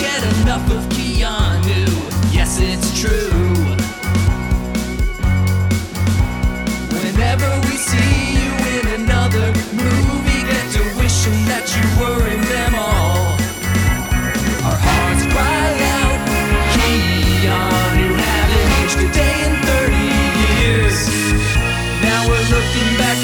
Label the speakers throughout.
Speaker 1: life of Keanu. Yes, it's true. Whenever we see you in another movie, get to wishing that you were in them all. Our hearts cry out, Keanu, haven't aged a day in 30 years. Now we're looking back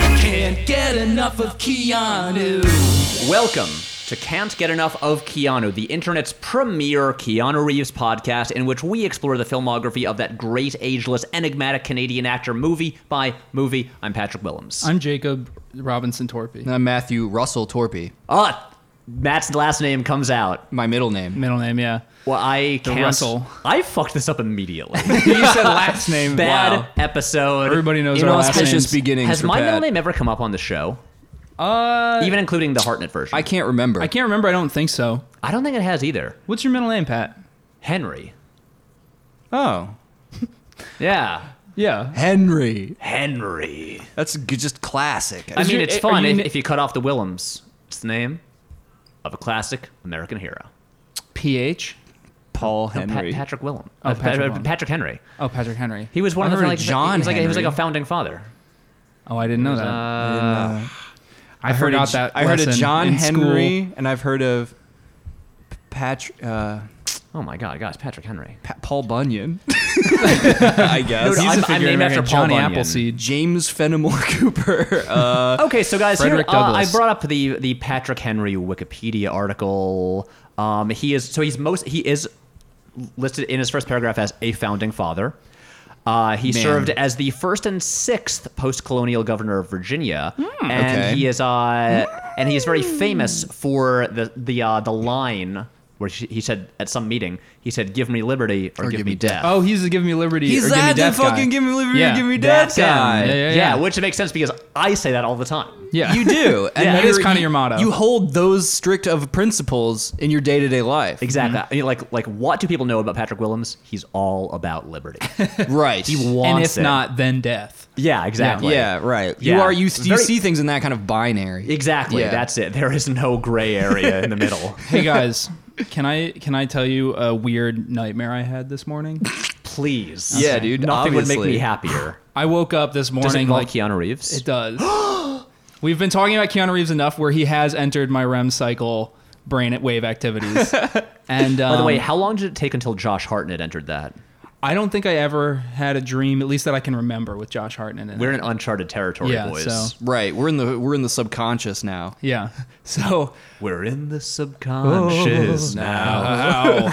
Speaker 1: on your career. Can't get enough of Keanu.
Speaker 2: Welcome to Can't Get Enough of Keanu, the internet's premier Keanu Reeves podcast, in which we explore the filmography of that great, ageless, enigmatic Canadian actor movie by movie. I'm Patrick Willems.
Speaker 3: I'm Jacob Robinson Torpy.
Speaker 4: I'm Matthew Russell Torpy.
Speaker 2: Ah, Matt's last name comes out.
Speaker 4: My middle name.
Speaker 3: Middle name, yeah.
Speaker 2: Well, I can't.
Speaker 3: Russell.
Speaker 2: I fucked this up immediately.
Speaker 3: you said last name.
Speaker 2: Bad
Speaker 3: Wow.
Speaker 2: episode.
Speaker 3: Everybody knows
Speaker 2: You
Speaker 3: our
Speaker 2: know,
Speaker 3: last
Speaker 4: Auspicious
Speaker 3: names.
Speaker 4: beginnings.
Speaker 2: Has
Speaker 4: for
Speaker 2: my
Speaker 4: Pat.
Speaker 2: middle name ever come up on the show?
Speaker 3: Uh,
Speaker 2: Even including the Hartnett version?
Speaker 4: I can't remember.
Speaker 3: I can't remember. I don't think so.
Speaker 2: I don't think it has either.
Speaker 3: What's your middle name, Pat?
Speaker 2: Henry.
Speaker 4: Oh,
Speaker 2: Yeah.
Speaker 3: Yeah.
Speaker 4: Henry.
Speaker 2: Henry.
Speaker 4: That's g- just classic.
Speaker 2: I
Speaker 3: Is
Speaker 2: mean,
Speaker 3: your-
Speaker 2: it's
Speaker 3: are
Speaker 2: fun
Speaker 3: you
Speaker 2: if,
Speaker 3: na-
Speaker 2: if you cut off the Willems. It's the name of a classic American hero.
Speaker 3: PH.
Speaker 4: Paul
Speaker 2: No, Pa-
Speaker 4: Henry.
Speaker 2: Patrick Willem.
Speaker 3: Oh,
Speaker 2: Uh,
Speaker 3: Patrick
Speaker 2: Pa-
Speaker 3: Willem.
Speaker 2: Patrick Henry.
Speaker 3: Oh, Patrick Henry.
Speaker 2: He was one
Speaker 4: I
Speaker 2: of those
Speaker 4: heard
Speaker 2: like,
Speaker 4: John
Speaker 2: he was like a- he was like a
Speaker 4: Henry.
Speaker 2: founding father.
Speaker 3: Oh, I didn't know that.
Speaker 2: Uh,
Speaker 3: I,
Speaker 4: heard
Speaker 3: forgot
Speaker 4: of,
Speaker 3: that.
Speaker 4: I heard of
Speaker 3: lesson
Speaker 4: John
Speaker 3: in
Speaker 4: Henry,
Speaker 3: school.
Speaker 4: and I've heard of Patrick, uh,
Speaker 2: oh my God, guys, Patrick Henry.
Speaker 4: pa- Paul Bunyan. I guess.
Speaker 2: Dude,
Speaker 3: He's
Speaker 2: I'm- I'm
Speaker 3: a figure in
Speaker 2: named
Speaker 3: America.
Speaker 2: after Paul
Speaker 3: Johnny
Speaker 2: Bunyan.
Speaker 3: Appleseed.
Speaker 4: James Fenimore Cooper. Uh,
Speaker 2: Okay, so guys, here,
Speaker 3: Frederick
Speaker 2: uh, I
Speaker 3: Douglass.
Speaker 2: brought up the the Patrick Henry Wikipedia article. Um, he is so he's most he is listed in his first paragraph as a founding father. Uh, he
Speaker 4: Man.
Speaker 2: served as the first and sixth post-colonial governor of Virginia, and
Speaker 4: Okay.
Speaker 2: he is uh, and he is very famous for the the uh, the line where she, he said at some meeting he said, "Give me liberty or, give, me death."
Speaker 3: Oh, he's the Give Me Liberty.
Speaker 4: he's
Speaker 3: or Give Me
Speaker 4: that the
Speaker 3: Death guy.
Speaker 4: fucking give me liberty,
Speaker 3: Yeah.
Speaker 4: give me
Speaker 2: That's
Speaker 4: death
Speaker 2: him.
Speaker 4: guy.
Speaker 3: Yeah, yeah, yeah.
Speaker 2: which makes sense because I say that all the time.
Speaker 3: Yeah.
Speaker 4: You do. And
Speaker 3: Yeah. That is
Speaker 4: you're-
Speaker 3: kinda
Speaker 4: you-
Speaker 3: your motto.
Speaker 4: You hold those strict of principles in your day to day life.
Speaker 2: Exactly. I mean, like, like what do people know about Patrick Willems? He's all about liberty.
Speaker 4: Right.
Speaker 2: He wants
Speaker 3: and if
Speaker 2: it.
Speaker 3: not, then death.
Speaker 2: yeah, exactly.
Speaker 4: yeah, right.
Speaker 2: Yeah.
Speaker 4: You are you,
Speaker 2: It's
Speaker 4: you
Speaker 2: very-
Speaker 4: see things in that kind of binary.
Speaker 2: exactly.
Speaker 4: Yeah.
Speaker 2: That's it. There is no gray area in the middle.
Speaker 3: Hey guys, can I can I tell you a weird nightmare I had this morning?
Speaker 2: Please.
Speaker 4: Yeah, dude,
Speaker 2: Nothing would make
Speaker 4: obviously.
Speaker 2: me happier.
Speaker 3: I woke up this
Speaker 2: Does it
Speaker 3: morning
Speaker 2: involve
Speaker 3: like
Speaker 2: Keanu Reeves?
Speaker 3: It does. We've been talking about Keanu Reeves enough where he has entered my REM cycle brain wave activities. and um,
Speaker 2: By the way, how long did it take until Josh Hartnett entered that?
Speaker 3: I don't think I ever had a dream, at least that I can remember, with Josh Hartnett in it.
Speaker 2: We're in uncharted territory,
Speaker 3: Yeah,
Speaker 2: boys.
Speaker 3: so-
Speaker 4: Right. We're in the we're in the subconscious now.
Speaker 3: Yeah. So,
Speaker 2: We're in the subconscious now.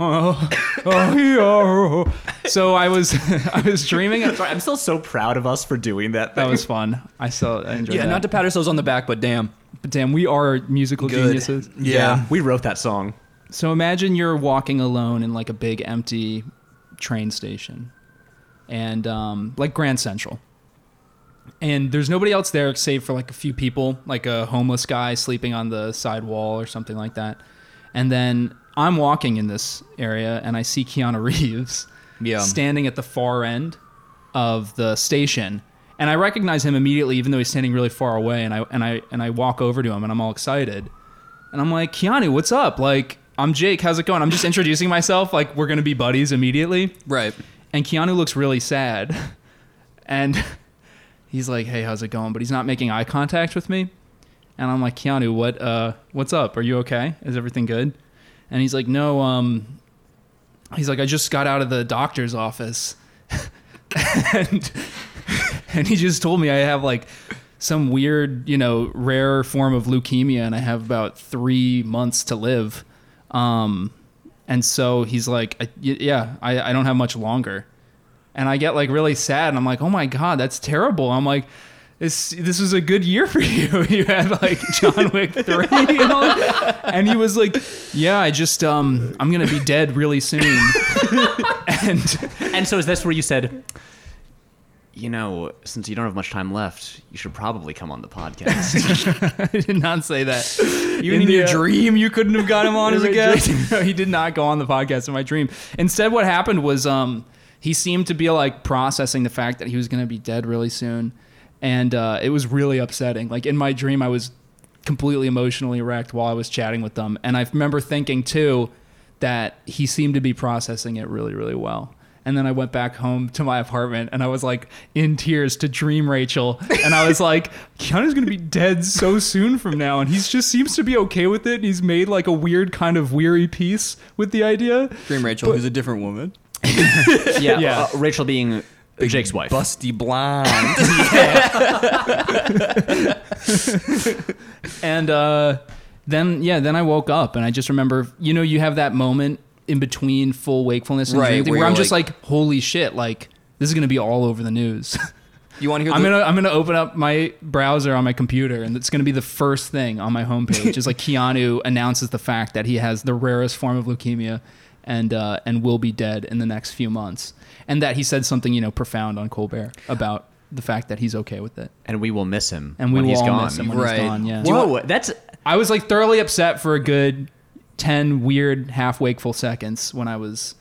Speaker 3: oh, so I was I was dreaming.
Speaker 2: Sorry, I'm still so proud of us for doing that.
Speaker 3: That was fun. I still I enjoyed
Speaker 4: Yeah,
Speaker 3: that.
Speaker 4: not to pat ourselves on the back, but damn.
Speaker 3: but damn, we are musical
Speaker 4: Good.
Speaker 3: geniuses.
Speaker 4: Yeah.
Speaker 2: we wrote that song.
Speaker 3: So imagine you're walking alone in like a big empty train station and um, like Grand Central. And there's nobody else there save for like a few people, like a homeless guy sleeping on the side wall or something like that. And then I'm walking in this area and I see Keanu Reeves
Speaker 4: Yeah.
Speaker 3: standing at the far end of the station. And I recognize him immediately, even though he's standing really far away. And I and I and I walk over to him and I'm all excited. And I'm like, Keanu, what's up? Like, I'm Jake. How's it going? I'm just introducing myself. Like, we're gonna be buddies immediately.
Speaker 4: Right.
Speaker 3: And Keanu looks really sad. And he's like, Hey, how's it going? But he's not making eye contact with me. And I'm like, Keanu, what uh what's up? Are you okay? Is everything good? And he's like, No, um he's like, I just got out of the doctor's office. and and he just told me I have like some weird, you know, rare form of leukemia and I have about three months to live. Um, and so he's like, I, y- yeah, I, I don't have much longer. And I get like really sad and I'm like, oh my God, that's terrible. I'm like, this, this was a good year for you. You had like John Wick 3. you know? And he was like, yeah, I just, um, I'm going to be dead really soon. and
Speaker 2: And so is this where you said, you know, since you don't have much time left, you should probably come on the podcast.
Speaker 3: I did not say that. You
Speaker 4: In your dream you couldn't have got him on as a guest.
Speaker 3: No, he did not go on the podcast in my dream. Instead, what happened was um, he seemed to be like processing the fact that he was going to be dead really soon, and uh, it was really upsetting. Like in my dream, I was completely emotionally wrecked while I was chatting with them. And I remember thinking too that he seemed to be processing it really, really well. And then I went back home to my apartment and I was like in tears to dream Rachel. And I was like, Keanu's gonna be dead so soon from now. And he just seems to be okay with it. And he's made like a weird kind of weary peace with the idea.
Speaker 4: Dream Rachel, who's a different woman.
Speaker 2: Yeah,
Speaker 3: Yeah.
Speaker 2: uh, Rachel being Jake's wife.
Speaker 4: Busty blind.
Speaker 3: and uh, then yeah, then I woke up and I just remember, you know, you have that moment in between full wakefulness and
Speaker 4: Right,
Speaker 3: dreaming
Speaker 4: where
Speaker 3: where, I'm
Speaker 4: you're
Speaker 3: just
Speaker 4: like-
Speaker 3: like, holy shit, like this is gonna be all over the news.
Speaker 4: you want to hear?
Speaker 3: I'm
Speaker 4: the-
Speaker 3: gonna I'm gonna open up my browser on my computer and it's gonna be the first thing on my homepage. is like Keanu announces the fact that he has the rarest form of leukemia and uh, and will be dead in the next few months, and that he said something you know profound on Colbert about the fact that he's okay with it,
Speaker 2: and we will miss him
Speaker 3: and we
Speaker 2: when
Speaker 3: will
Speaker 2: he's
Speaker 3: all
Speaker 2: gone.
Speaker 3: miss him when
Speaker 4: Right.
Speaker 3: he's gone. Yeah.
Speaker 2: Whoa, that's
Speaker 3: I was like thoroughly upset for a good ten weird half wakeful seconds when I was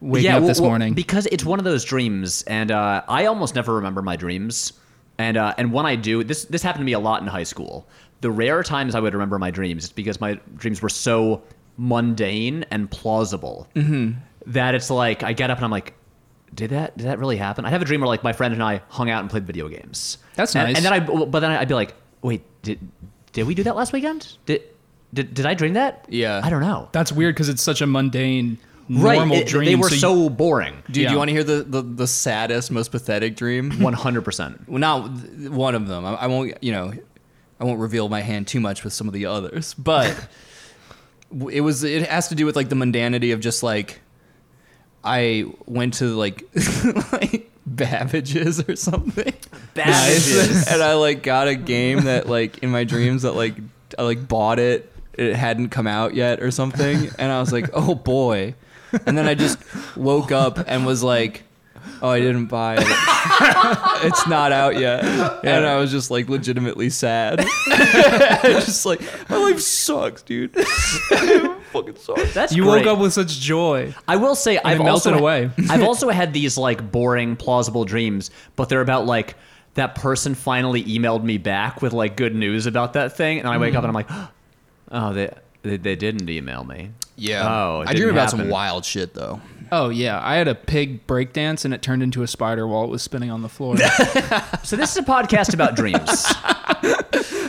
Speaker 3: waking
Speaker 2: yeah.
Speaker 3: up
Speaker 2: well-
Speaker 3: this
Speaker 2: well,
Speaker 3: morning.
Speaker 2: because it's one of those dreams, and uh, I almost never remember my dreams, and uh, and when I do, this this happened to me a lot in high school. The rare times I would remember my dreams is because my dreams were so mundane and plausible
Speaker 3: Mm-hmm.
Speaker 2: that it's like I get up and I'm like. Did that did that really happen? I'd have a dream where like my friend and I hung out and played video games.
Speaker 3: That's
Speaker 2: and,
Speaker 3: nice.
Speaker 2: And then I but then I'd be like, wait, did did we do that last weekend? Did did, did I dream that?
Speaker 4: Yeah.
Speaker 2: I don't know.
Speaker 3: That's weird because it's such a mundane,
Speaker 2: right.
Speaker 3: normal
Speaker 2: it-
Speaker 3: dream.
Speaker 2: They were
Speaker 3: you-
Speaker 2: so boring.
Speaker 4: Dude,
Speaker 3: Yeah.
Speaker 4: you want to hear the, the, the saddest, most pathetic dream?
Speaker 2: One hundred percent.
Speaker 4: well, not th- one of them. I, I won't, you know, I won't reveal my hand too much with some of the others, but w- it was, it has to do with like the mundanity of just like, I went to like, like Babbage's or something.
Speaker 2: Babbage's.
Speaker 4: and I like got a game that like in my dreams that like I like bought it. It hadn't come out yet or something, and I was like, oh boy. And then I just woke up and was like, oh, I didn't buy it. It's not out yet. And I was just like legitimately sad. just like my life sucks, dude. fucking sucks.
Speaker 2: That's
Speaker 3: You
Speaker 2: great.
Speaker 3: woke up with such joy.
Speaker 2: I will say I've
Speaker 3: melted
Speaker 2: also
Speaker 3: away.
Speaker 2: I've also had these like boring, plausible dreams, but they're about like that person finally emailed me back with like good news about that thing, and I wake up and I'm like, oh, they they, they didn't email me.
Speaker 4: Yeah.
Speaker 2: Oh, it
Speaker 4: I dream
Speaker 2: didn't
Speaker 4: about some
Speaker 2: happen.
Speaker 4: wild shit though.
Speaker 3: Oh yeah, I had a pig breakdance and it turned into a spider while it was spinning on the floor.
Speaker 2: So this is a podcast about dreams.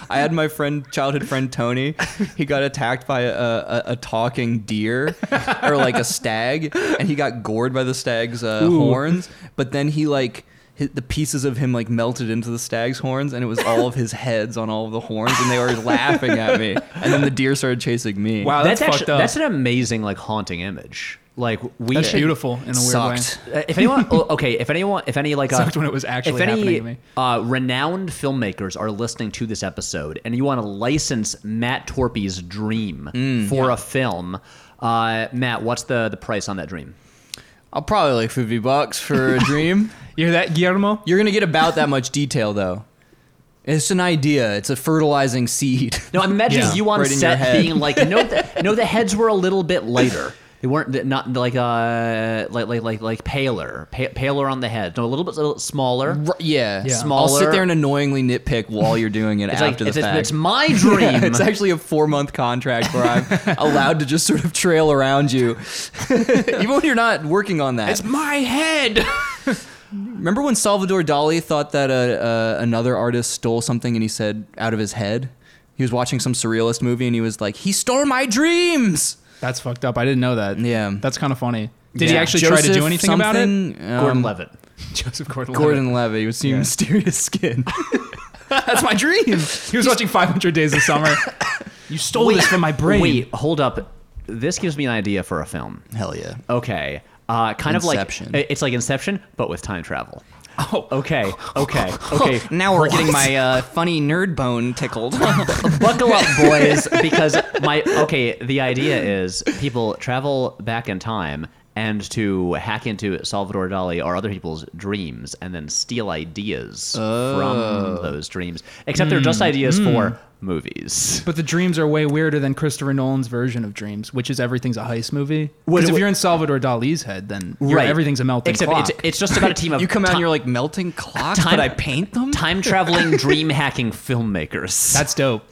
Speaker 4: I had my friend, childhood friend Tony. He got attacked by a, a, a talking deer or like a stag, and he got gored by the stag's uh,
Speaker 3: Ooh.
Speaker 4: horns. But then he like hi- the pieces of him like melted into the stag's horns, and it was all of his heads on all of the horns, and they were laughing at me. And then the deer started chasing me.
Speaker 3: Wow, that's,
Speaker 2: that's
Speaker 3: fucked
Speaker 2: actually
Speaker 3: up.
Speaker 2: that's an amazing like haunting image. Like we
Speaker 3: That's
Speaker 2: should-
Speaker 3: beautiful in a weird
Speaker 4: sucked.
Speaker 3: way.
Speaker 2: Uh, if anyone, oh, okay, if anyone, if any, like, uh,
Speaker 3: Sucked when it was actually
Speaker 2: if any,
Speaker 3: happening to me.
Speaker 2: Uh, renowned filmmakers are listening to this episode, and you want to license Matt Torpy's dream
Speaker 3: Mm.
Speaker 2: for a film. Uh, Matt, what's the the price on that dream?
Speaker 4: I'll probably like fifty bucks for a dream.
Speaker 3: You hear that, Guillermo?
Speaker 4: You're gonna get about that much detail though. It's an idea. It's a fertilizing seed.
Speaker 2: No, I'm imagining
Speaker 3: Yeah,
Speaker 2: you on
Speaker 4: right in your
Speaker 2: set
Speaker 4: head.
Speaker 2: being like, no, the, no, the heads were a little bit lighter. They weren't th- not like uh like like like like paler, pa- paler on the head. No, a little bit s- a little smaller.
Speaker 4: R- yeah. I'll
Speaker 3: Yeah.
Speaker 4: sit
Speaker 2: Smaller.
Speaker 4: there and annoyingly nitpick while you're doing it
Speaker 2: It's like
Speaker 4: after
Speaker 2: it's,
Speaker 4: the
Speaker 2: it's,
Speaker 4: fact.
Speaker 2: it's my dream.
Speaker 4: Yeah, it's actually a four month contract where I'm allowed to just sort of trail around you, even when you're not working on that.
Speaker 3: my head.
Speaker 4: Remember when Salvador Dali thought that uh, uh, another artist stole something and he said out of his head? He was watching some surrealist movie and he was like, "He stole my dreams."
Speaker 3: That's fucked up. I didn't know that.
Speaker 4: Yeah.
Speaker 3: That's kind of funny. Did he
Speaker 4: Yeah.
Speaker 3: actually try to
Speaker 4: Joseph
Speaker 3: do anything about it?
Speaker 4: something, um,
Speaker 2: Gordon Levitt.
Speaker 3: Joseph Gordon.
Speaker 4: Gordon Levitt. He was seeing
Speaker 3: Yeah.
Speaker 4: mysterious skin. That's my dream.
Speaker 3: He was watching 500 Days of Summer. you stole this from my brain.
Speaker 2: Wait, hold up. This gives me an idea for a film.
Speaker 4: Hell yeah.
Speaker 2: Okay. Uh, kind
Speaker 4: Inception.
Speaker 2: of like it's like Inception, but with time travel.
Speaker 3: Oh,
Speaker 2: Okay, okay, okay.
Speaker 4: Now we're getting my uh, funny nerd bone tickled.
Speaker 2: Buckle up, boys, because my okay. The idea is people travel back in time and to hack into Salvador Dali or other people's
Speaker 4: Oh. Hmm.
Speaker 2: dreams and then steal ideas from those dreams. Except they're just ideas for movies.
Speaker 3: But the dreams are way weirder than Christopher Nolan's version of dreams, which is everything's a heist movie.
Speaker 2: What-
Speaker 3: Because if
Speaker 2: what-
Speaker 3: you're in Salvador Dali's head, then you're- everything's a melting
Speaker 2: Except
Speaker 3: clock.
Speaker 2: It's, it's just about a team of
Speaker 4: You come out
Speaker 2: ti-
Speaker 4: and you're like melting clocks,
Speaker 2: Time-
Speaker 4: but I paint them.
Speaker 2: time traveling dream hacking filmmakers.
Speaker 3: That's dope.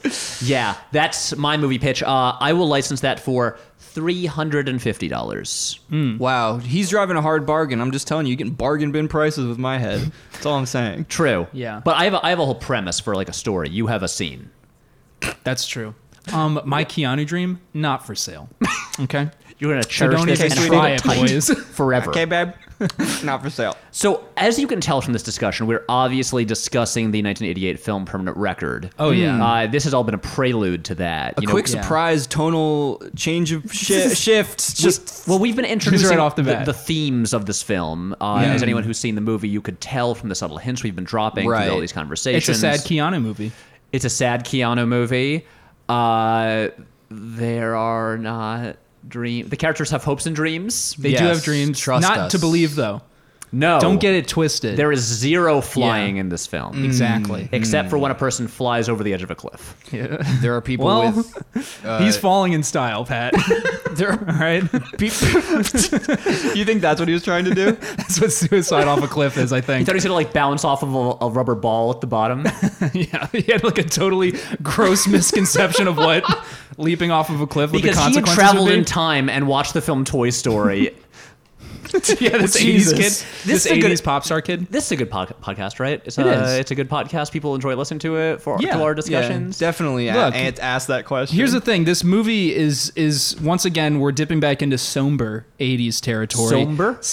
Speaker 2: yeah, that's my movie pitch. Uh, I will license that for three hundred and fifty dollars.
Speaker 4: Wow, he's driving a hard bargain. I'm just telling you, you can bargain bin prices with my head. That's all I'm saying.
Speaker 2: True.
Speaker 3: Yeah.
Speaker 2: But I have a, I have a whole premise for like a story. You have a scene.
Speaker 3: That's true. Um, my Keanu dream, not for sale. Okay,
Speaker 2: You're gonna
Speaker 3: so
Speaker 2: cherish
Speaker 3: don't
Speaker 2: this
Speaker 3: even
Speaker 2: and
Speaker 3: try
Speaker 2: hold
Speaker 3: it,
Speaker 2: tight
Speaker 3: boys.
Speaker 2: forever.
Speaker 4: babe, not for sale.
Speaker 2: So as you can tell from this discussion, we're obviously discussing the 1988 film Permanent Record.
Speaker 3: Oh, yeah.
Speaker 2: Uh, this has all been a prelude to that.
Speaker 4: A
Speaker 2: you know,
Speaker 4: quick
Speaker 3: yeah.
Speaker 4: surprise tonal change of shi- shifts. Just
Speaker 2: well, we've been introducing
Speaker 3: right off the bat.
Speaker 2: themes of this film. Uh,
Speaker 3: Yeah.
Speaker 2: As anyone who's seen the movie, you could tell from the subtle hints we've been dropping
Speaker 4: Right.
Speaker 2: through all these
Speaker 3: it's
Speaker 2: conversations.
Speaker 3: a sad Keanu movie.
Speaker 2: It's a sad Keanu movie. Uh, there are not dream. The characters have hopes and dreams.
Speaker 3: They do
Speaker 4: Yes,
Speaker 3: have dreams.
Speaker 4: trust
Speaker 3: not to
Speaker 4: us.
Speaker 3: believe though.
Speaker 2: no,
Speaker 3: Don't get Mm. it twisted.
Speaker 2: There is zero flying in this film.
Speaker 3: exactly.
Speaker 2: Except
Speaker 3: Mm.
Speaker 2: for when a person flies over the edge of a cliff.
Speaker 3: Yeah.
Speaker 4: there are people
Speaker 3: Well,
Speaker 4: with. uh,
Speaker 3: He's falling in style, Pat.
Speaker 4: there are
Speaker 3: All right,
Speaker 4: people. you think that's what he was trying to do?
Speaker 3: that's what suicide off a cliff is. I
Speaker 2: He
Speaker 3: think.
Speaker 2: thought he was gonna like bounce off of a, a rubber ball at the bottom.
Speaker 3: yeah, he had like a totally gross misconception of what leaping off of a cliff with the
Speaker 2: because he had
Speaker 3: consequences
Speaker 2: traveled
Speaker 3: would be.
Speaker 2: in time and watched the film Toy Story.
Speaker 3: yeah, this
Speaker 4: Jesus.
Speaker 3: 80s
Speaker 2: Oh,
Speaker 3: kid,
Speaker 2: This
Speaker 3: this,
Speaker 2: is a
Speaker 3: 80s
Speaker 2: good-
Speaker 3: pop star kid.
Speaker 2: this is a good pod- podcast, right? It's
Speaker 3: It
Speaker 2: a,
Speaker 3: is.
Speaker 2: It's a good podcast. People enjoy listening to it for
Speaker 3: Yeah,
Speaker 2: to our
Speaker 3: yeah,
Speaker 2: discussions.
Speaker 4: definitely.
Speaker 3: Look,
Speaker 4: a- ask that question.
Speaker 3: Here's the thing: this movie is is once again we're dipping back into somber '80s territory.
Speaker 2: Somber?
Speaker 3: S-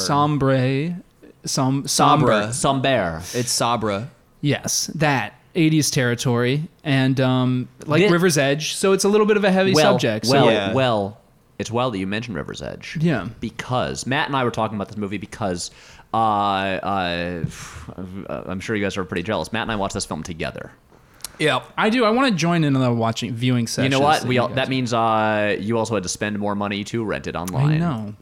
Speaker 3: sombre, som,
Speaker 4: Sombra.
Speaker 3: somber.
Speaker 2: Some bear.
Speaker 4: It's Sabra.
Speaker 3: Yes, that '80s territory, and um, like
Speaker 2: Thi-
Speaker 3: River's Edge. So it's a little bit of a heavy
Speaker 2: well,
Speaker 3: subject. so-
Speaker 2: Well,
Speaker 4: Yeah.
Speaker 2: well, it's wild that you mentioned River's Edge.
Speaker 3: Yeah.
Speaker 2: Because Matt and I were talking about this movie because uh, uh, I'm sure you guys are pretty jealous. Matt and I watched this film together.
Speaker 4: Yep.
Speaker 3: I do. I want to join in on the watching viewing session.
Speaker 2: You know what? We all, that means uh, you also had to spend more money to rent it online.
Speaker 3: I know.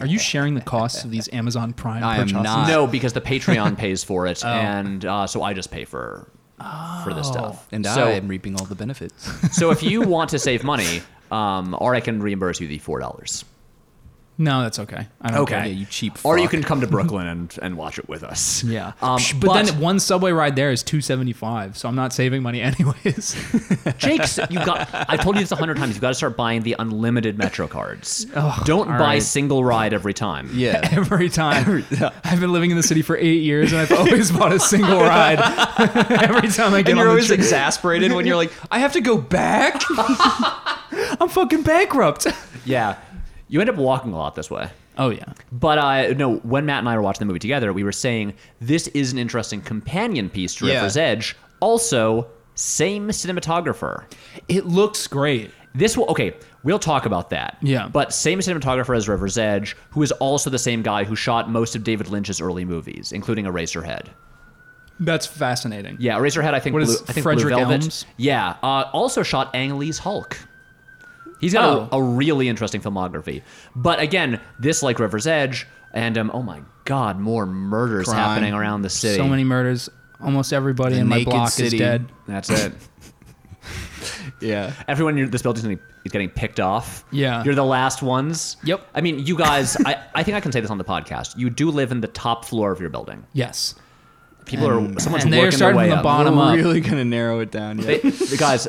Speaker 3: Are you sharing the costs of these Amazon Prime
Speaker 4: I am
Speaker 3: purchases?
Speaker 4: not.
Speaker 2: No, Uh, because the Patreon pays for it,
Speaker 3: Oh.
Speaker 2: and uh, so I just pay for for this stuff.
Speaker 4: And
Speaker 2: so,
Speaker 4: I am reaping all the benefits.
Speaker 2: so if you want to save money, um, or I can reimburse you the four dollars,
Speaker 3: No, that's okay. I don't care.
Speaker 4: Yeah, you cheap.
Speaker 2: or you
Speaker 4: fuck.
Speaker 2: can come to Brooklyn and and watch it with us.
Speaker 3: Yeah.
Speaker 2: um,
Speaker 3: Psh,
Speaker 2: but,
Speaker 3: but, then one subway ride there is 275, so I'm not saving money anyways.
Speaker 2: Jake's, you got. I've told you this a hundred times. You've got to start buying the unlimited Metro cards.
Speaker 3: Oh,
Speaker 2: Don't
Speaker 3: all
Speaker 2: buy
Speaker 3: right.
Speaker 2: single ride every time.
Speaker 4: Yeah.
Speaker 3: Every time. I've been living in the city for 8 years and I've always bought a single ride. Every time I
Speaker 4: and
Speaker 3: get on
Speaker 4: you're
Speaker 3: the
Speaker 4: always
Speaker 3: train,
Speaker 4: exasperated when you're like, I have to go back.
Speaker 3: I'm fucking bankrupt.
Speaker 2: yeah. You end up walking a lot this way.
Speaker 3: Oh yeah.
Speaker 2: But uh, no, when Matt and I were watching the movie together, we were saying this is an interesting companion piece to
Speaker 4: Yeah.
Speaker 2: River's Edge. Also, same cinematographer.
Speaker 3: It looks great.
Speaker 2: This will okay. We'll talk about that.
Speaker 3: Yeah.
Speaker 2: But same cinematographer as River's Edge, who is also the same guy who shot most of David Lynch's early movies, including Eraserhead.
Speaker 3: That's fascinating.
Speaker 2: Yeah, Eraserhead. I think.
Speaker 3: What
Speaker 2: Blue,
Speaker 3: is
Speaker 2: I think
Speaker 3: Frederick
Speaker 2: Blue Velvet.
Speaker 3: Elms?
Speaker 2: Yeah. Uh, also shot Ang Lee's Hulk. He's got a,
Speaker 3: Oh.
Speaker 2: a really interesting filmography. But again, this like River's Edge, and um, oh my God, more murders
Speaker 4: Crime.
Speaker 2: happening around the city.
Speaker 3: So many murders. Almost everybody
Speaker 4: The
Speaker 3: in my
Speaker 4: naked
Speaker 3: block
Speaker 4: city.
Speaker 3: is dead.
Speaker 2: That's it.
Speaker 4: yeah.
Speaker 2: Everyone in this building is getting- is getting picked off.
Speaker 3: Yeah.
Speaker 2: You're the last ones.
Speaker 3: Yep.
Speaker 2: I mean, you guys, I, I think I can say this on the podcast. You do live in the top floor of your building.
Speaker 3: Yes.
Speaker 2: People are, someone's
Speaker 3: and they are
Speaker 2: working their
Speaker 3: starting
Speaker 2: way
Speaker 3: from the
Speaker 2: up.
Speaker 3: bottom. Bottom
Speaker 4: We're
Speaker 3: up.
Speaker 4: really gonna narrow it down. Yeah.
Speaker 2: They- the guys,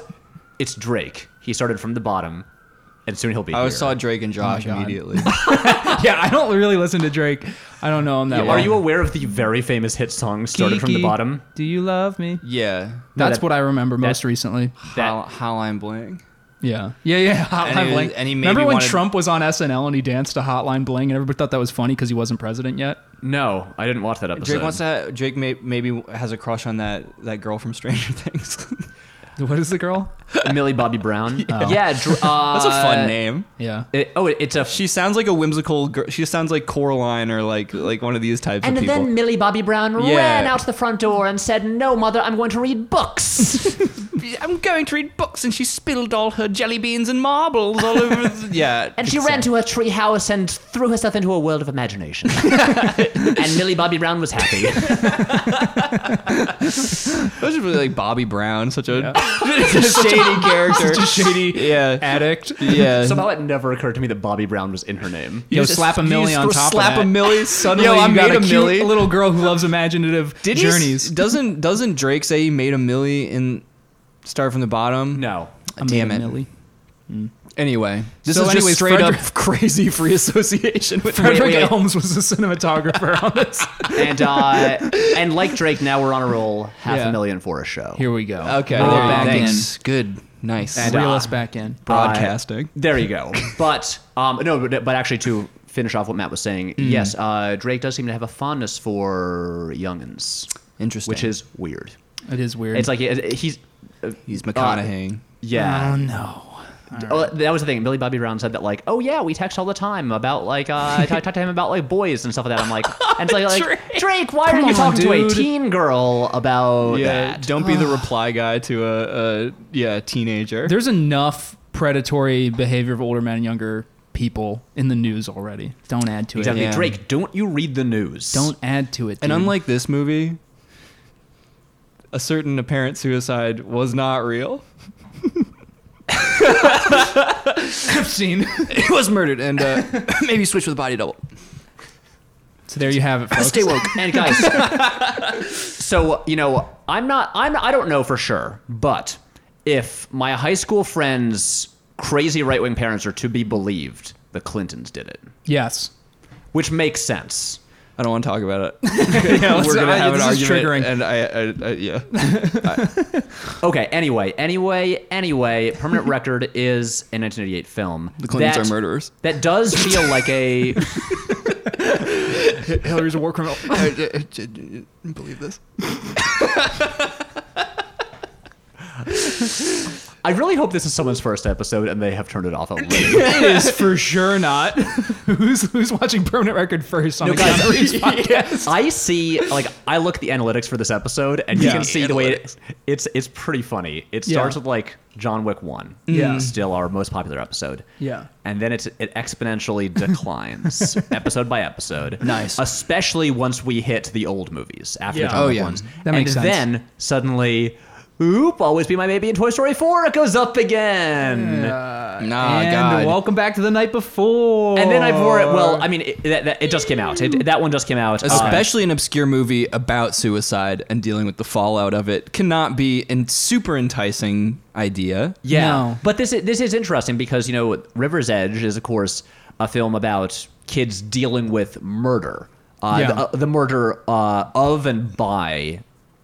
Speaker 2: it's Drake. He started from the bottom, and soon he'll be
Speaker 4: I always
Speaker 2: here.
Speaker 4: saw Drake and Josh
Speaker 3: God.
Speaker 4: immediately.
Speaker 3: Yeah, I don't really listen to Drake. I don't know him that well.
Speaker 2: Are you aware of the very famous hit song "Started from the
Speaker 3: Kiki,
Speaker 2: Bottom"?
Speaker 3: Do you love me?
Speaker 4: yeah.
Speaker 2: No,
Speaker 3: That's
Speaker 2: that-
Speaker 3: what I remember most recently.
Speaker 4: How, how I'm blank.
Speaker 3: Yeah, yeah, yeah. Hotline
Speaker 4: And he was-
Speaker 3: Bling.
Speaker 4: and he maybe
Speaker 3: Remember when
Speaker 4: wanted-
Speaker 3: Trump was on SNL and he danced to Hotline Bling, and everybody thought that was funny because he wasn't president yet.
Speaker 2: No, I didn't watch that episode.
Speaker 4: Drake wants to. Ha- Drake may- maybe has a crush on that that girl from Stranger Things.
Speaker 3: What is the girl?
Speaker 2: Millie Bobby Brown. yeah,
Speaker 3: Oh.
Speaker 2: Dr- uh,
Speaker 4: That's a fun name.
Speaker 3: Yeah,
Speaker 2: it- oh, it- it's a.
Speaker 4: She sounds like a whimsical. girl. She sounds like Coraline or like like one of these types
Speaker 2: and
Speaker 4: of people.
Speaker 2: then Millie Bobby Brown
Speaker 4: Yeah.
Speaker 2: ran out the front door and said, "No, mother, I'm going to read books."
Speaker 4: I'm going to read books, and she spilled all her jelly beans and marbles all over. The, yeah,
Speaker 2: And she ran to her tree house and threw herself into a world of imagination. and Millie Bobby Brown was happy.
Speaker 4: That was really like Bobby Brown, such a
Speaker 3: shady character. Such a shady
Speaker 4: yeah,
Speaker 3: addict.
Speaker 4: yeah.
Speaker 2: Somehow it never occurred to me that Bobby Brown was in her name.
Speaker 3: Yo, slap a Millie on top
Speaker 4: slap
Speaker 3: of that.
Speaker 4: a Millie. Suddenly,
Speaker 3: Yo, I
Speaker 4: you got
Speaker 3: made a,
Speaker 4: a Millie.
Speaker 3: cute little girl who loves imaginative
Speaker 4: Did he s-
Speaker 3: journeys.
Speaker 4: doesn't doesn't Drake say he made a Millie in Start from the Bottom?
Speaker 2: No.
Speaker 3: I
Speaker 4: Damn
Speaker 3: made a
Speaker 4: it.
Speaker 3: Millie.
Speaker 4: Hmm. Anyway, this
Speaker 3: So
Speaker 4: is
Speaker 3: anyways,
Speaker 4: just straight
Speaker 3: Frederick-
Speaker 4: up crazy free association with
Speaker 3: Frederick
Speaker 2: wait.
Speaker 3: Elms was the cinematographer on this.
Speaker 2: And uh, and like Drake, now we're on a roll. Half
Speaker 3: Yeah.
Speaker 2: a million for a show.
Speaker 3: Here we go.
Speaker 4: Okay,
Speaker 3: Reel it
Speaker 4: there you
Speaker 3: back
Speaker 4: go.
Speaker 3: in.
Speaker 4: thanks. Good, nice.
Speaker 3: And reel us back in.
Speaker 4: broadcasting.
Speaker 2: There you go. Uh, But um, no, but, but actually to finish off what Matt was saying,
Speaker 3: Mm.
Speaker 2: yes, uh, Drake does seem to have a fondness for youngins,
Speaker 4: Interesting.
Speaker 2: which is weird.
Speaker 3: It is weird.
Speaker 2: It's like it- it- he's
Speaker 4: he's McConaughey.
Speaker 2: yeah.
Speaker 3: oh no.
Speaker 2: Oh, that was the thing. Billy Bobby Brown said that like, oh yeah, we text all the time about like uh, I talk talk to him about like boys and stuff like that. I'm like, and it's like, like, Drake, why are
Speaker 3: Come
Speaker 2: you
Speaker 3: on,
Speaker 2: talking
Speaker 3: dude.
Speaker 2: to a teen girl about
Speaker 4: yeah,
Speaker 2: that?
Speaker 4: don't be the reply guy to a, a yeah teenager.
Speaker 3: There's enough predatory behavior of older men and younger people in the news already. Don't add to
Speaker 2: Exactly,
Speaker 3: it.
Speaker 4: Yeah.
Speaker 2: Drake. Don't you read the news?
Speaker 3: Don't add to it.
Speaker 4: and
Speaker 3: dude.
Speaker 4: unlike this movie, a certain apparent suicide was not real.
Speaker 3: scene.
Speaker 4: He was murdered, and uh, maybe switch with a body double.
Speaker 3: so there you have it, folks.
Speaker 2: Stay woke. And guys, so you know, I'm not. I'm. I don't know for sure, but if my high school friends' crazy right wing parents are to be believed, the Clintons did it,
Speaker 3: Yes.
Speaker 2: which makes sense.
Speaker 4: I don't want to talk about it.
Speaker 3: let's-
Speaker 4: We're gonna
Speaker 3: I-
Speaker 4: have an
Speaker 3: this is
Speaker 4: argument,
Speaker 3: triggering.
Speaker 4: and I, I, I yeah.
Speaker 2: Okay. Anyway. Anyway. Anyway. Permanent Record is a 1988 film.
Speaker 4: The Clintons
Speaker 2: that-
Speaker 4: are murderers.
Speaker 2: That does feel like a
Speaker 3: Hillary's a war criminal.
Speaker 4: I, believe this.
Speaker 2: I really hope this is someone's first episode and they have turned it off already.
Speaker 3: it is for sure not. who's who's watching permanent record first on
Speaker 2: No,
Speaker 3: the
Speaker 2: guys,
Speaker 3: Keanu Reeves podcast?
Speaker 2: I see, like, I look at the analytics for this episode, and
Speaker 3: Yeah.
Speaker 2: you can see the way it, it's it's pretty funny. It
Speaker 3: Yeah. Mm.
Speaker 2: starts with like John Wick One,
Speaker 3: Yeah.
Speaker 2: still our most popular episode.
Speaker 3: Yeah.
Speaker 2: and then it's it exponentially declines episode by episode.
Speaker 4: Nice.
Speaker 2: especially once we hit the old movies after
Speaker 3: Yeah.
Speaker 2: John
Speaker 4: Oh,
Speaker 2: Wick
Speaker 4: yeah.
Speaker 2: ones.
Speaker 3: That
Speaker 2: and
Speaker 3: makes sense.
Speaker 2: then suddenly. Oop! Always be my baby in Toy Story Four. It goes up again.
Speaker 4: Nah,
Speaker 3: and
Speaker 4: Ah, God.
Speaker 3: welcome back to the night before.
Speaker 2: And then I've already-
Speaker 3: Oh.
Speaker 2: well, I mean, it, that, that, it just came out. It, that one just came out. Uh,
Speaker 4: Especially an obscure movie about suicide and dealing with the fallout of it cannot be a super enticing idea.
Speaker 2: Yeah,
Speaker 3: No.
Speaker 2: but this is, this is interesting because you know River's Edge is of course a film about kids dealing with murder, uh,
Speaker 3: Yeah.
Speaker 2: the, uh, the murder uh, of and by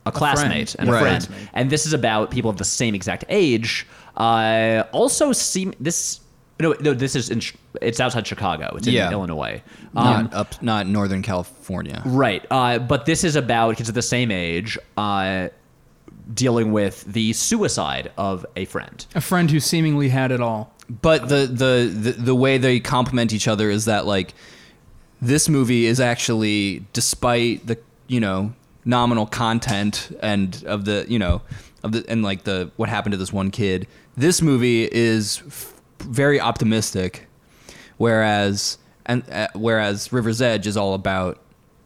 Speaker 2: a classmate and
Speaker 4: Right.
Speaker 2: a friend, and this is about people of the same exact age. Uh, also, seem this no no this is in, Ch- it's outside Chicago. It's in
Speaker 4: Yeah.
Speaker 2: Illinois. Um,
Speaker 4: Not up, not Northern California.
Speaker 2: Right. Uh, but this is about kids of the same age uh, dealing with the suicide of a friend.
Speaker 3: a friend who seemingly had it all.
Speaker 4: But the, the the the way they complement each other is that like this movie is actually, despite the you know nominal content and of the you know of the and like the what happened to this one kid, this movie is f- very optimistic, whereas and uh, whereas River's Edge is all about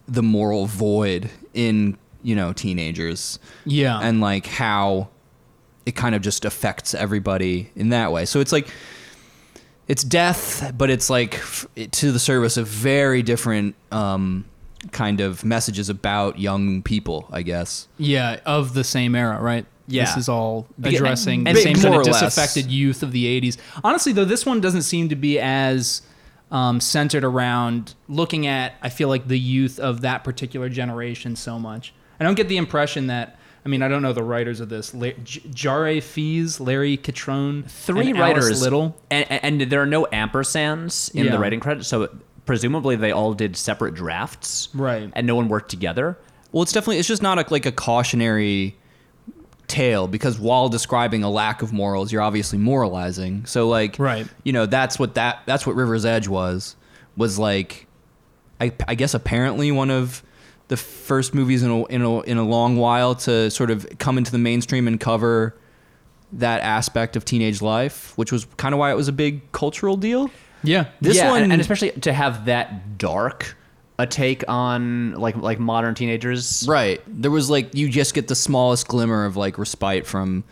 Speaker 4: the moral void in you know teenagers
Speaker 3: Yeah.
Speaker 4: and like how it kind of just affects everybody in that way. So it's like it's death, but it's like f- it- to the service of very different um, kind of messages about young people, I guess.
Speaker 3: Yeah, of the same era, right?
Speaker 2: Yeah.
Speaker 3: This is all
Speaker 2: Yeah,
Speaker 3: addressing
Speaker 2: and-
Speaker 3: the
Speaker 2: and
Speaker 3: same
Speaker 4: more
Speaker 3: kind of
Speaker 4: or less.
Speaker 3: disaffected youth of the 80s. Honestly, though, this one doesn't seem to be as um, centered around looking at, I feel like, the youth of that particular generation so much. I don't get the impression that, I mean, I don't know the writers of this. La- J- Jare Fees, Larry Catrone,
Speaker 2: three
Speaker 3: and Alice
Speaker 2: writers
Speaker 3: Little.
Speaker 2: and, and there are no ampersands in
Speaker 3: Yeah.
Speaker 2: the writing credits so presumably they all did separate drafts
Speaker 3: Right.
Speaker 2: and no one worked together
Speaker 4: Well, it's definitely it's just not a, like a cautionary tale because while describing a lack of morals, you're obviously moralizing. So like,
Speaker 3: Right.
Speaker 4: You know, that's what that that's what River's Edge was was like. I, I guess apparently one of the first movies in a, in a in a long while to sort of come into the mainstream and cover that aspect of teenage life, which was kind of why it was a big cultural deal.
Speaker 3: Yeah.
Speaker 4: This
Speaker 2: yeah, and-
Speaker 4: one-
Speaker 2: and, especially to have that dark a take on like like modern teenagers.
Speaker 4: Right. There was like you just get the smallest glimmer of like respite from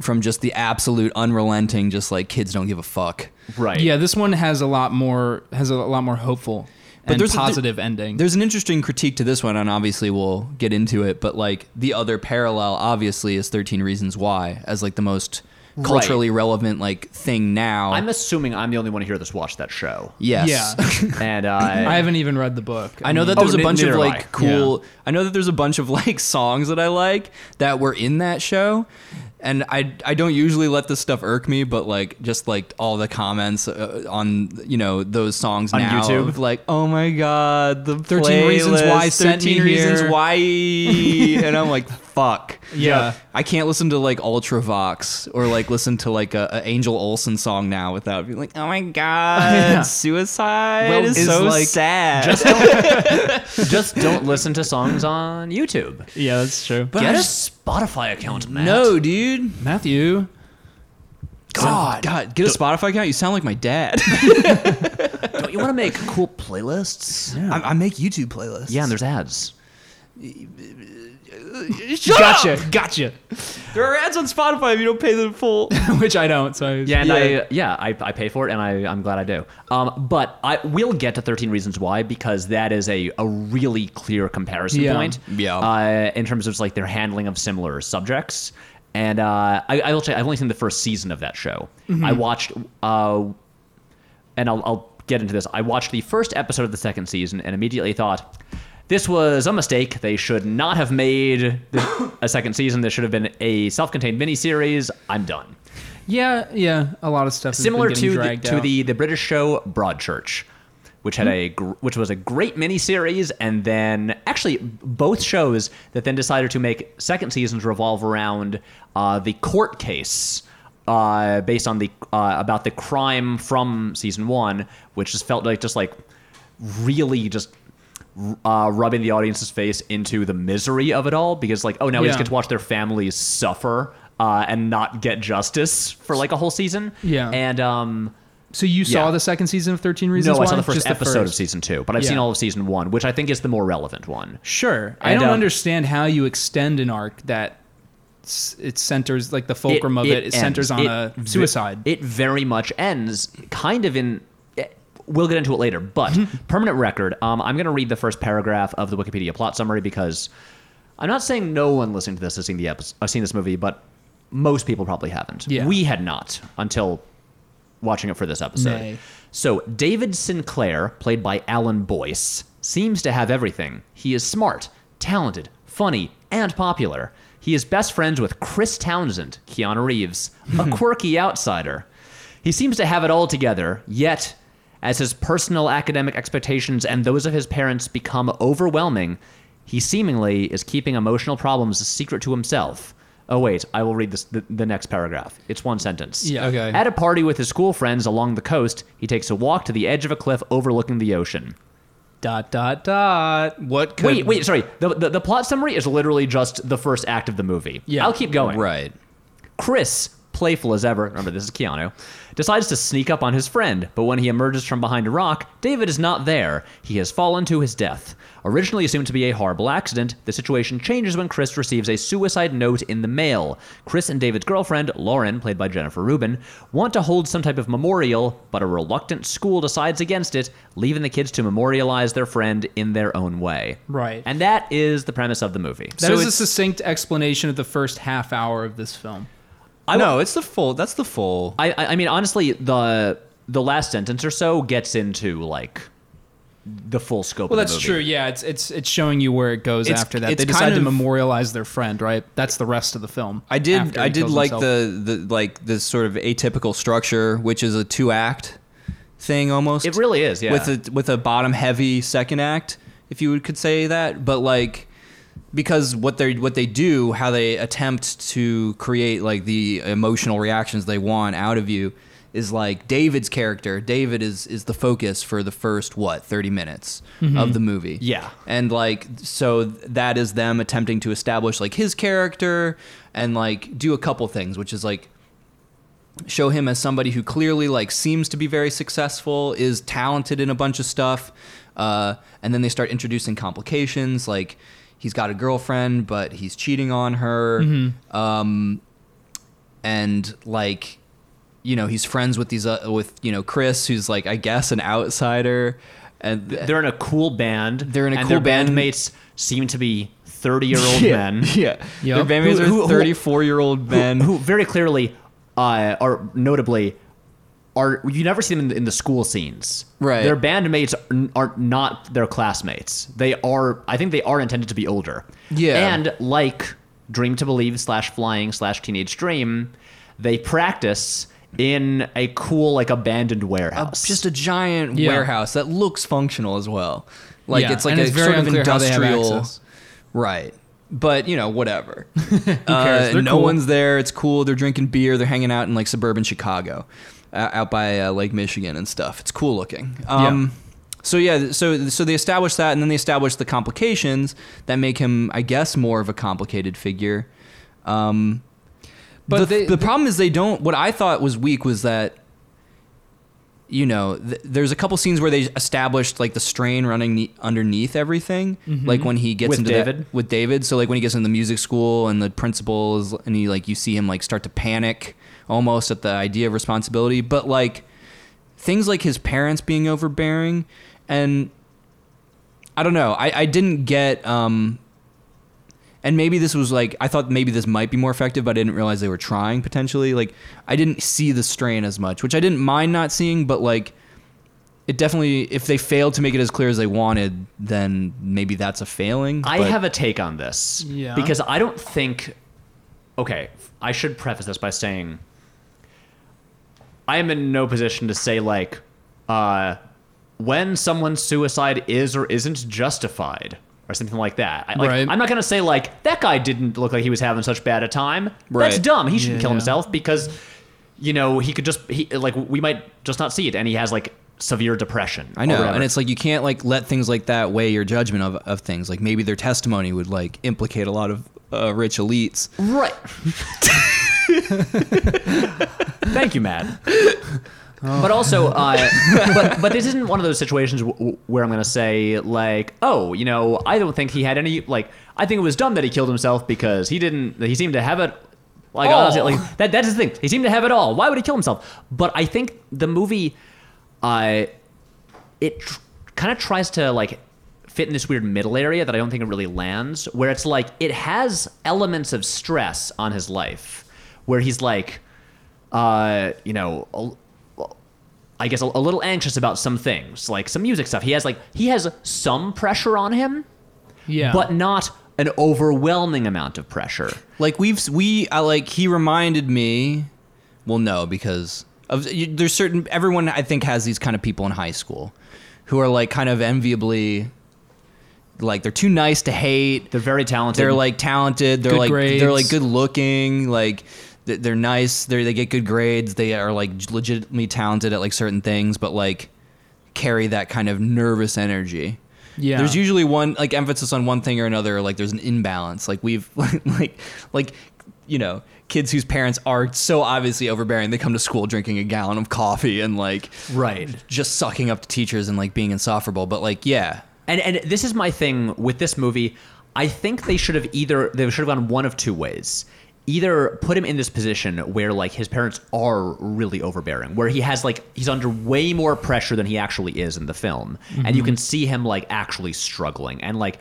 Speaker 4: from just the absolute unrelenting just like kids don't give a fuck.
Speaker 2: Right.
Speaker 3: yeah, this one has a lot more has a lot more hopeful
Speaker 4: But
Speaker 3: and
Speaker 4: there's a-
Speaker 3: positive ending.
Speaker 4: There's an interesting critique to this one and obviously we'll get into it, but like the other parallel obviously is 13 reasons why as like the most culturally relevant like thing now.
Speaker 2: I'm assuming I'm the only one here that's watched that show.
Speaker 4: yes.
Speaker 3: Yeah.
Speaker 2: And uh,
Speaker 3: I haven't even read the book.
Speaker 4: I know that
Speaker 2: Oh,
Speaker 4: there's a
Speaker 2: ne-
Speaker 4: bunch of
Speaker 2: neither am I.
Speaker 4: like cool. I know that there's a bunch of like songs that I like that were in that show, and I I don't usually let this stuff irk me, but like just like all the comments uh, on you know those songs
Speaker 2: On
Speaker 4: now,
Speaker 2: YouTube?
Speaker 4: of, like oh my god, the
Speaker 3: 13 Reasons Why
Speaker 4: playlist,
Speaker 3: sent me
Speaker 4: thirteen reasons
Speaker 3: here."
Speaker 4: why, and I'm like fuck.
Speaker 3: Yeah.
Speaker 4: I can't listen to like Ultravox or like listen to like a, a Angel Olsen song now without being like, oh my god,
Speaker 3: Yeah.
Speaker 4: suicide
Speaker 3: Well,
Speaker 4: is
Speaker 3: is,
Speaker 4: so
Speaker 3: like,
Speaker 4: sad.
Speaker 2: just don't listen to songs on YouTube.
Speaker 3: Yeah, that's true. But
Speaker 2: Get
Speaker 4: I
Speaker 2: a
Speaker 4: just-
Speaker 2: Spotify account, Matt.
Speaker 4: No, dude.
Speaker 3: Matthew,
Speaker 4: God, God, get a Spotify account. You sound like my dad.
Speaker 2: Don't you want to make cool playlists? Yeah.
Speaker 4: I, I make YouTube playlists.
Speaker 2: and there's ads.
Speaker 4: Shut
Speaker 3: gotcha,
Speaker 4: up!
Speaker 3: gotcha.
Speaker 4: There are ads on Spotify if you don't pay the full.
Speaker 3: Which I don't. So I,
Speaker 2: Yeah, and
Speaker 4: Yeah.
Speaker 2: I uh, yeah I, I pay for it, and I I'm glad I do. Um, but I will get to 13 Reasons Why because that is a a really clear comparison
Speaker 3: Yeah.
Speaker 2: point.
Speaker 4: Yeah.
Speaker 2: Uh, in terms of like their handling of similar subjects, and uh, I I will say I've only seen the first season of that show. I watched uh, and I'll I'll get into this. I watched the first episode of the second season and immediately thought. This was a mistake. They should not have made this- a second season. This should have been a self-contained miniseries. I'm done
Speaker 3: yeah, yeah. A lot of stuff has been
Speaker 2: similar
Speaker 3: getting
Speaker 2: to the,
Speaker 3: dragged
Speaker 2: to
Speaker 3: out. Hmm?
Speaker 2: the the British show Broadchurch, which had a gr- which was a great miniseries, and then actually both shows that then decided to make second seasons revolve around uh, the court case. Uh, based on the uh, about the crime from season one, which just felt like just like really just uh, rubbing the audience's face into the misery of it all because like oh now we just
Speaker 3: Yeah.
Speaker 2: get to watch their families suffer uh, and not get justice for like a whole season
Speaker 3: Yeah.
Speaker 2: and um
Speaker 3: So you saw
Speaker 2: Yeah.
Speaker 3: the second season of Thirteen Reasons
Speaker 2: no
Speaker 3: Why?
Speaker 2: i saw the first
Speaker 3: Just
Speaker 2: episode of
Speaker 3: first.
Speaker 2: season two but i've
Speaker 3: Yeah.
Speaker 2: seen all of season one which i think is the more relevant one
Speaker 3: Sure. I
Speaker 2: And,
Speaker 3: don't
Speaker 2: um,
Speaker 3: understand how you extend an arc that s- it centers like the fulcrum of it. It,
Speaker 2: ends.
Speaker 3: centers on
Speaker 2: It
Speaker 3: a
Speaker 2: ve-
Speaker 3: suicide.
Speaker 2: It very much ends kind of in. eh, We'll get into it later, but permanent record. Um, I'm going to read the first paragraph of the Wikipedia plot summary because I'm not saying no one listening to this has seen the episode, has seen this movie, but most people probably haven't.
Speaker 3: Yeah.
Speaker 2: We had not until watching it for this episode.
Speaker 3: Nay.
Speaker 2: So David Sinclair, played by Alan Boyce, seems to have everything. He is smart, talented, funny, and popular. He is best friends with Chris Townsend, Keanu Reeves, a quirky outsider. He seems to have it all together, yet, as his personal academic expectations and those of his parents become overwhelming, he seemingly is keeping emotional problems a secret to himself. Oh, wait, I will read this, the, the next paragraph. It's one sentence.
Speaker 3: Yeah. Okay.
Speaker 2: At a party with his school friends along the coast, he takes a walk to the edge of a cliff overlooking the ocean.
Speaker 3: dot dot dot. What? Could,
Speaker 2: Wait, wait, sorry. The, the, the plot summary is literally just the first act of the movie.
Speaker 3: Yeah.
Speaker 2: I'll keep going.
Speaker 4: Right.
Speaker 2: Chris, playful as ever, remember this is Keanu, decides to sneak up on his friend, but when he emerges from behind a rock, David is not there. He has fallen to his death. Originally assumed to be a horrible accident, the situation changes when Chris receives a suicide note in the mail. Chris and David's girlfriend, Lauren, played by Jennifer Rubin, want to hold some type of memorial, but a reluctant school decides against it, leaving the kids to memorialize their friend in their own way.
Speaker 3: Right.
Speaker 2: And that is the premise of the movie.
Speaker 3: That
Speaker 4: So
Speaker 3: is a
Speaker 4: it's-
Speaker 3: succinct explanation of the first half hour of this film.
Speaker 4: I no, it's the full. That's the full.
Speaker 2: I, I I mean, honestly, the the last sentence or so gets into like the full scope.
Speaker 3: Well,
Speaker 2: of the
Speaker 3: that's
Speaker 2: movie.
Speaker 3: true. Yeah, it's it's it's showing you where it goes
Speaker 4: It's-
Speaker 3: after that.
Speaker 4: it's
Speaker 3: They decide
Speaker 4: kind
Speaker 3: to
Speaker 4: of-
Speaker 3: memorialize their friend, right? That's the rest of the film.
Speaker 4: I did.
Speaker 3: after
Speaker 4: I
Speaker 3: he
Speaker 4: did
Speaker 3: kills
Speaker 4: like
Speaker 3: himself.
Speaker 4: the, the like this sort of atypical structure, which is a two act thing almost.
Speaker 2: It really is, yeah.
Speaker 4: With a with a bottom heavy second act, if you could say that. But like because what they what they do, how they attempt to create like the emotional reactions they want out of you is like David's character. David is is the focus for the first what thirty minutes of the movie.
Speaker 2: Yeah.
Speaker 4: and like so th- that is them attempting to establish like his character and like do a couple things, which is like show him as somebody who clearly like seems to be very successful, is talented in a bunch of stuff, uh, and then they start introducing complications like he's got a girlfriend but he's cheating on her,
Speaker 2: Mm-hmm.
Speaker 4: um, and like you know he's friends with these uh, with you know Chris who's like I guess an outsider, and
Speaker 2: They're in a cool band.
Speaker 4: They're in a
Speaker 2: and
Speaker 4: cool
Speaker 2: their
Speaker 4: band.
Speaker 2: bandmates seem to be 30 year old
Speaker 4: yeah,
Speaker 2: men
Speaker 4: yeah,
Speaker 3: Yup.
Speaker 4: their bandmates
Speaker 2: Who- who-
Speaker 4: are
Speaker 2: who-
Speaker 4: thirty four year old men.
Speaker 2: who very clearly uh, are notably are you never see them in the, in the school scenes.
Speaker 4: Right.
Speaker 2: Their bandmates are, are not their classmates. They are I think they are intended to be older.
Speaker 4: Yeah.
Speaker 2: And like Dream to Believe slash Flying slash Teenage Dream, they practice in a cool like abandoned
Speaker 4: a-
Speaker 2: warehouse.
Speaker 4: just a giant
Speaker 3: Yeah.
Speaker 4: warehouse that looks functional as well. Like
Speaker 3: Yeah,
Speaker 4: it's like
Speaker 3: and
Speaker 4: a
Speaker 3: it's very
Speaker 4: sort of
Speaker 3: unclear how they have
Speaker 4: industrial,
Speaker 3: access.
Speaker 4: right? But you know, whatever.
Speaker 3: cares?
Speaker 4: Uh,
Speaker 3: They're
Speaker 4: no
Speaker 3: cool.
Speaker 4: one's there. It's cool. They're drinking beer. They're hanging out in like suburban Chicago, uh, out by uh, Lake Michigan and stuff. It's cool looking. Um, So yeah, so so they establish that, and then they establish the complications that make him, I guess, more of a complicated figure. Um,
Speaker 3: But
Speaker 4: the,
Speaker 3: they-
Speaker 4: the problem is they don't. What I thought was weak was that you know, th- there's a couple scenes where they established like the strain running ne- underneath everything. Like when he gets
Speaker 2: Mm-hmm. With
Speaker 4: into
Speaker 2: David?
Speaker 4: that with David. So like when he gets into the music school and the principal is, and he like you see him like start to panic almost at the idea of responsibility. But like things like his parents being overbearing and I don't know. I, I didn't get um and maybe this was like I thought maybe this might be more effective, but I didn't realize they were trying potentially. Like I didn't see the strain as much, which I didn't mind not seeing, but like it definitely if they failed to make it as clear as they wanted, then maybe that's a failing.
Speaker 2: I
Speaker 4: but-
Speaker 2: have a take on this.
Speaker 3: Yeah.
Speaker 2: Because I don't think. Okay, I should preface this by saying I am in no position to say, like, uh, when someone's suicide is or isn't justified or something like that. I, like,
Speaker 3: Right.
Speaker 2: I'm not going to say, like, that guy didn't look like he was having such bad a time. That's
Speaker 4: Right.
Speaker 2: dumb. He shouldn't kill
Speaker 3: Yeah.
Speaker 2: himself because, you know, he could just, he, like, we might just not see it. And he has, like, severe depression.
Speaker 4: I
Speaker 2: or
Speaker 4: know,
Speaker 2: whatever.
Speaker 4: and it's like you can't like let things like that weigh your judgment of, of things. Like maybe their testimony would like implicate a lot of uh, rich elites.
Speaker 2: Right. Thank you, Matt. But also, uh, but but this isn't one of those situations w- w- where I'm going to say like, oh, you know, I don't think he had any like. I think it was dumb that he killed himself because he didn't. He seemed to have it. Like,
Speaker 4: All.
Speaker 2: honestly, like that. That's the thing. He seemed to have it all. Why would he kill himself? But I think the movie, uh, it tr- kind of tries to like fit in this weird middle area that I don't think it really lands, where it's like it has elements of stress on his life, where he's like, uh, you know, a- I guess a, a little anxious about some things, like some music stuff. He has like he has some pressure on him,
Speaker 3: Yeah.
Speaker 2: but not an overwhelming amount of pressure.
Speaker 4: Like we've we I like he reminded me. Well, no, because of you, there's certain everyone I think has these kind of people in high school, who are like kind of enviably. Like they're too nice to hate.
Speaker 2: They're very talented.
Speaker 4: They're like talented. They're
Speaker 3: Good
Speaker 4: like
Speaker 3: grades.
Speaker 4: they're like good looking. Like th- they're nice. They they get good grades. They are like legitimately talented at like certain things, but like carry that kind of nervous energy.
Speaker 3: Yeah.
Speaker 4: There's usually one like emphasis on one thing or another. Like there's an imbalance. Like we've like like you know kids whose parents are so obviously overbearing. They come to school drinking a gallon of coffee and like
Speaker 2: right.
Speaker 4: just sucking up to teachers and like being insufferable. But like yeah,
Speaker 2: And and this is my thing with this movie. I think they should have either they should have gone one of two ways. Either put him in this position where like his parents are really overbearing, where he has like he's under way more pressure than he actually is in the film, and you can see him like actually struggling and like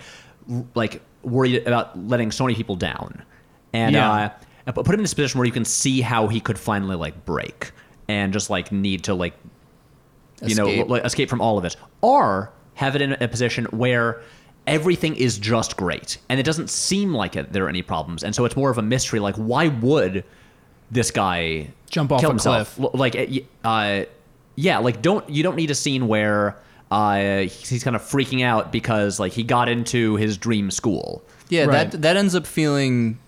Speaker 2: r- like worried about letting so many people down, and
Speaker 3: Yeah.
Speaker 2: uh, and put put him in this position where you can see how he could finally like break and just like need to like you know
Speaker 4: Escape.
Speaker 2: like, escape from all of it or have it in a position where everything is just great and it doesn't seem like it, there are any problems and so it's more of a mystery like why would this guy
Speaker 3: Jump off
Speaker 2: kill
Speaker 3: a
Speaker 2: himself
Speaker 3: cliff.
Speaker 2: L- like uh, y- uh, yeah like don't you don't need a scene where uh, he's, he's kind of freaking out because like he got into his dream school
Speaker 4: Yeah,
Speaker 3: Right.
Speaker 4: that that ends up feeling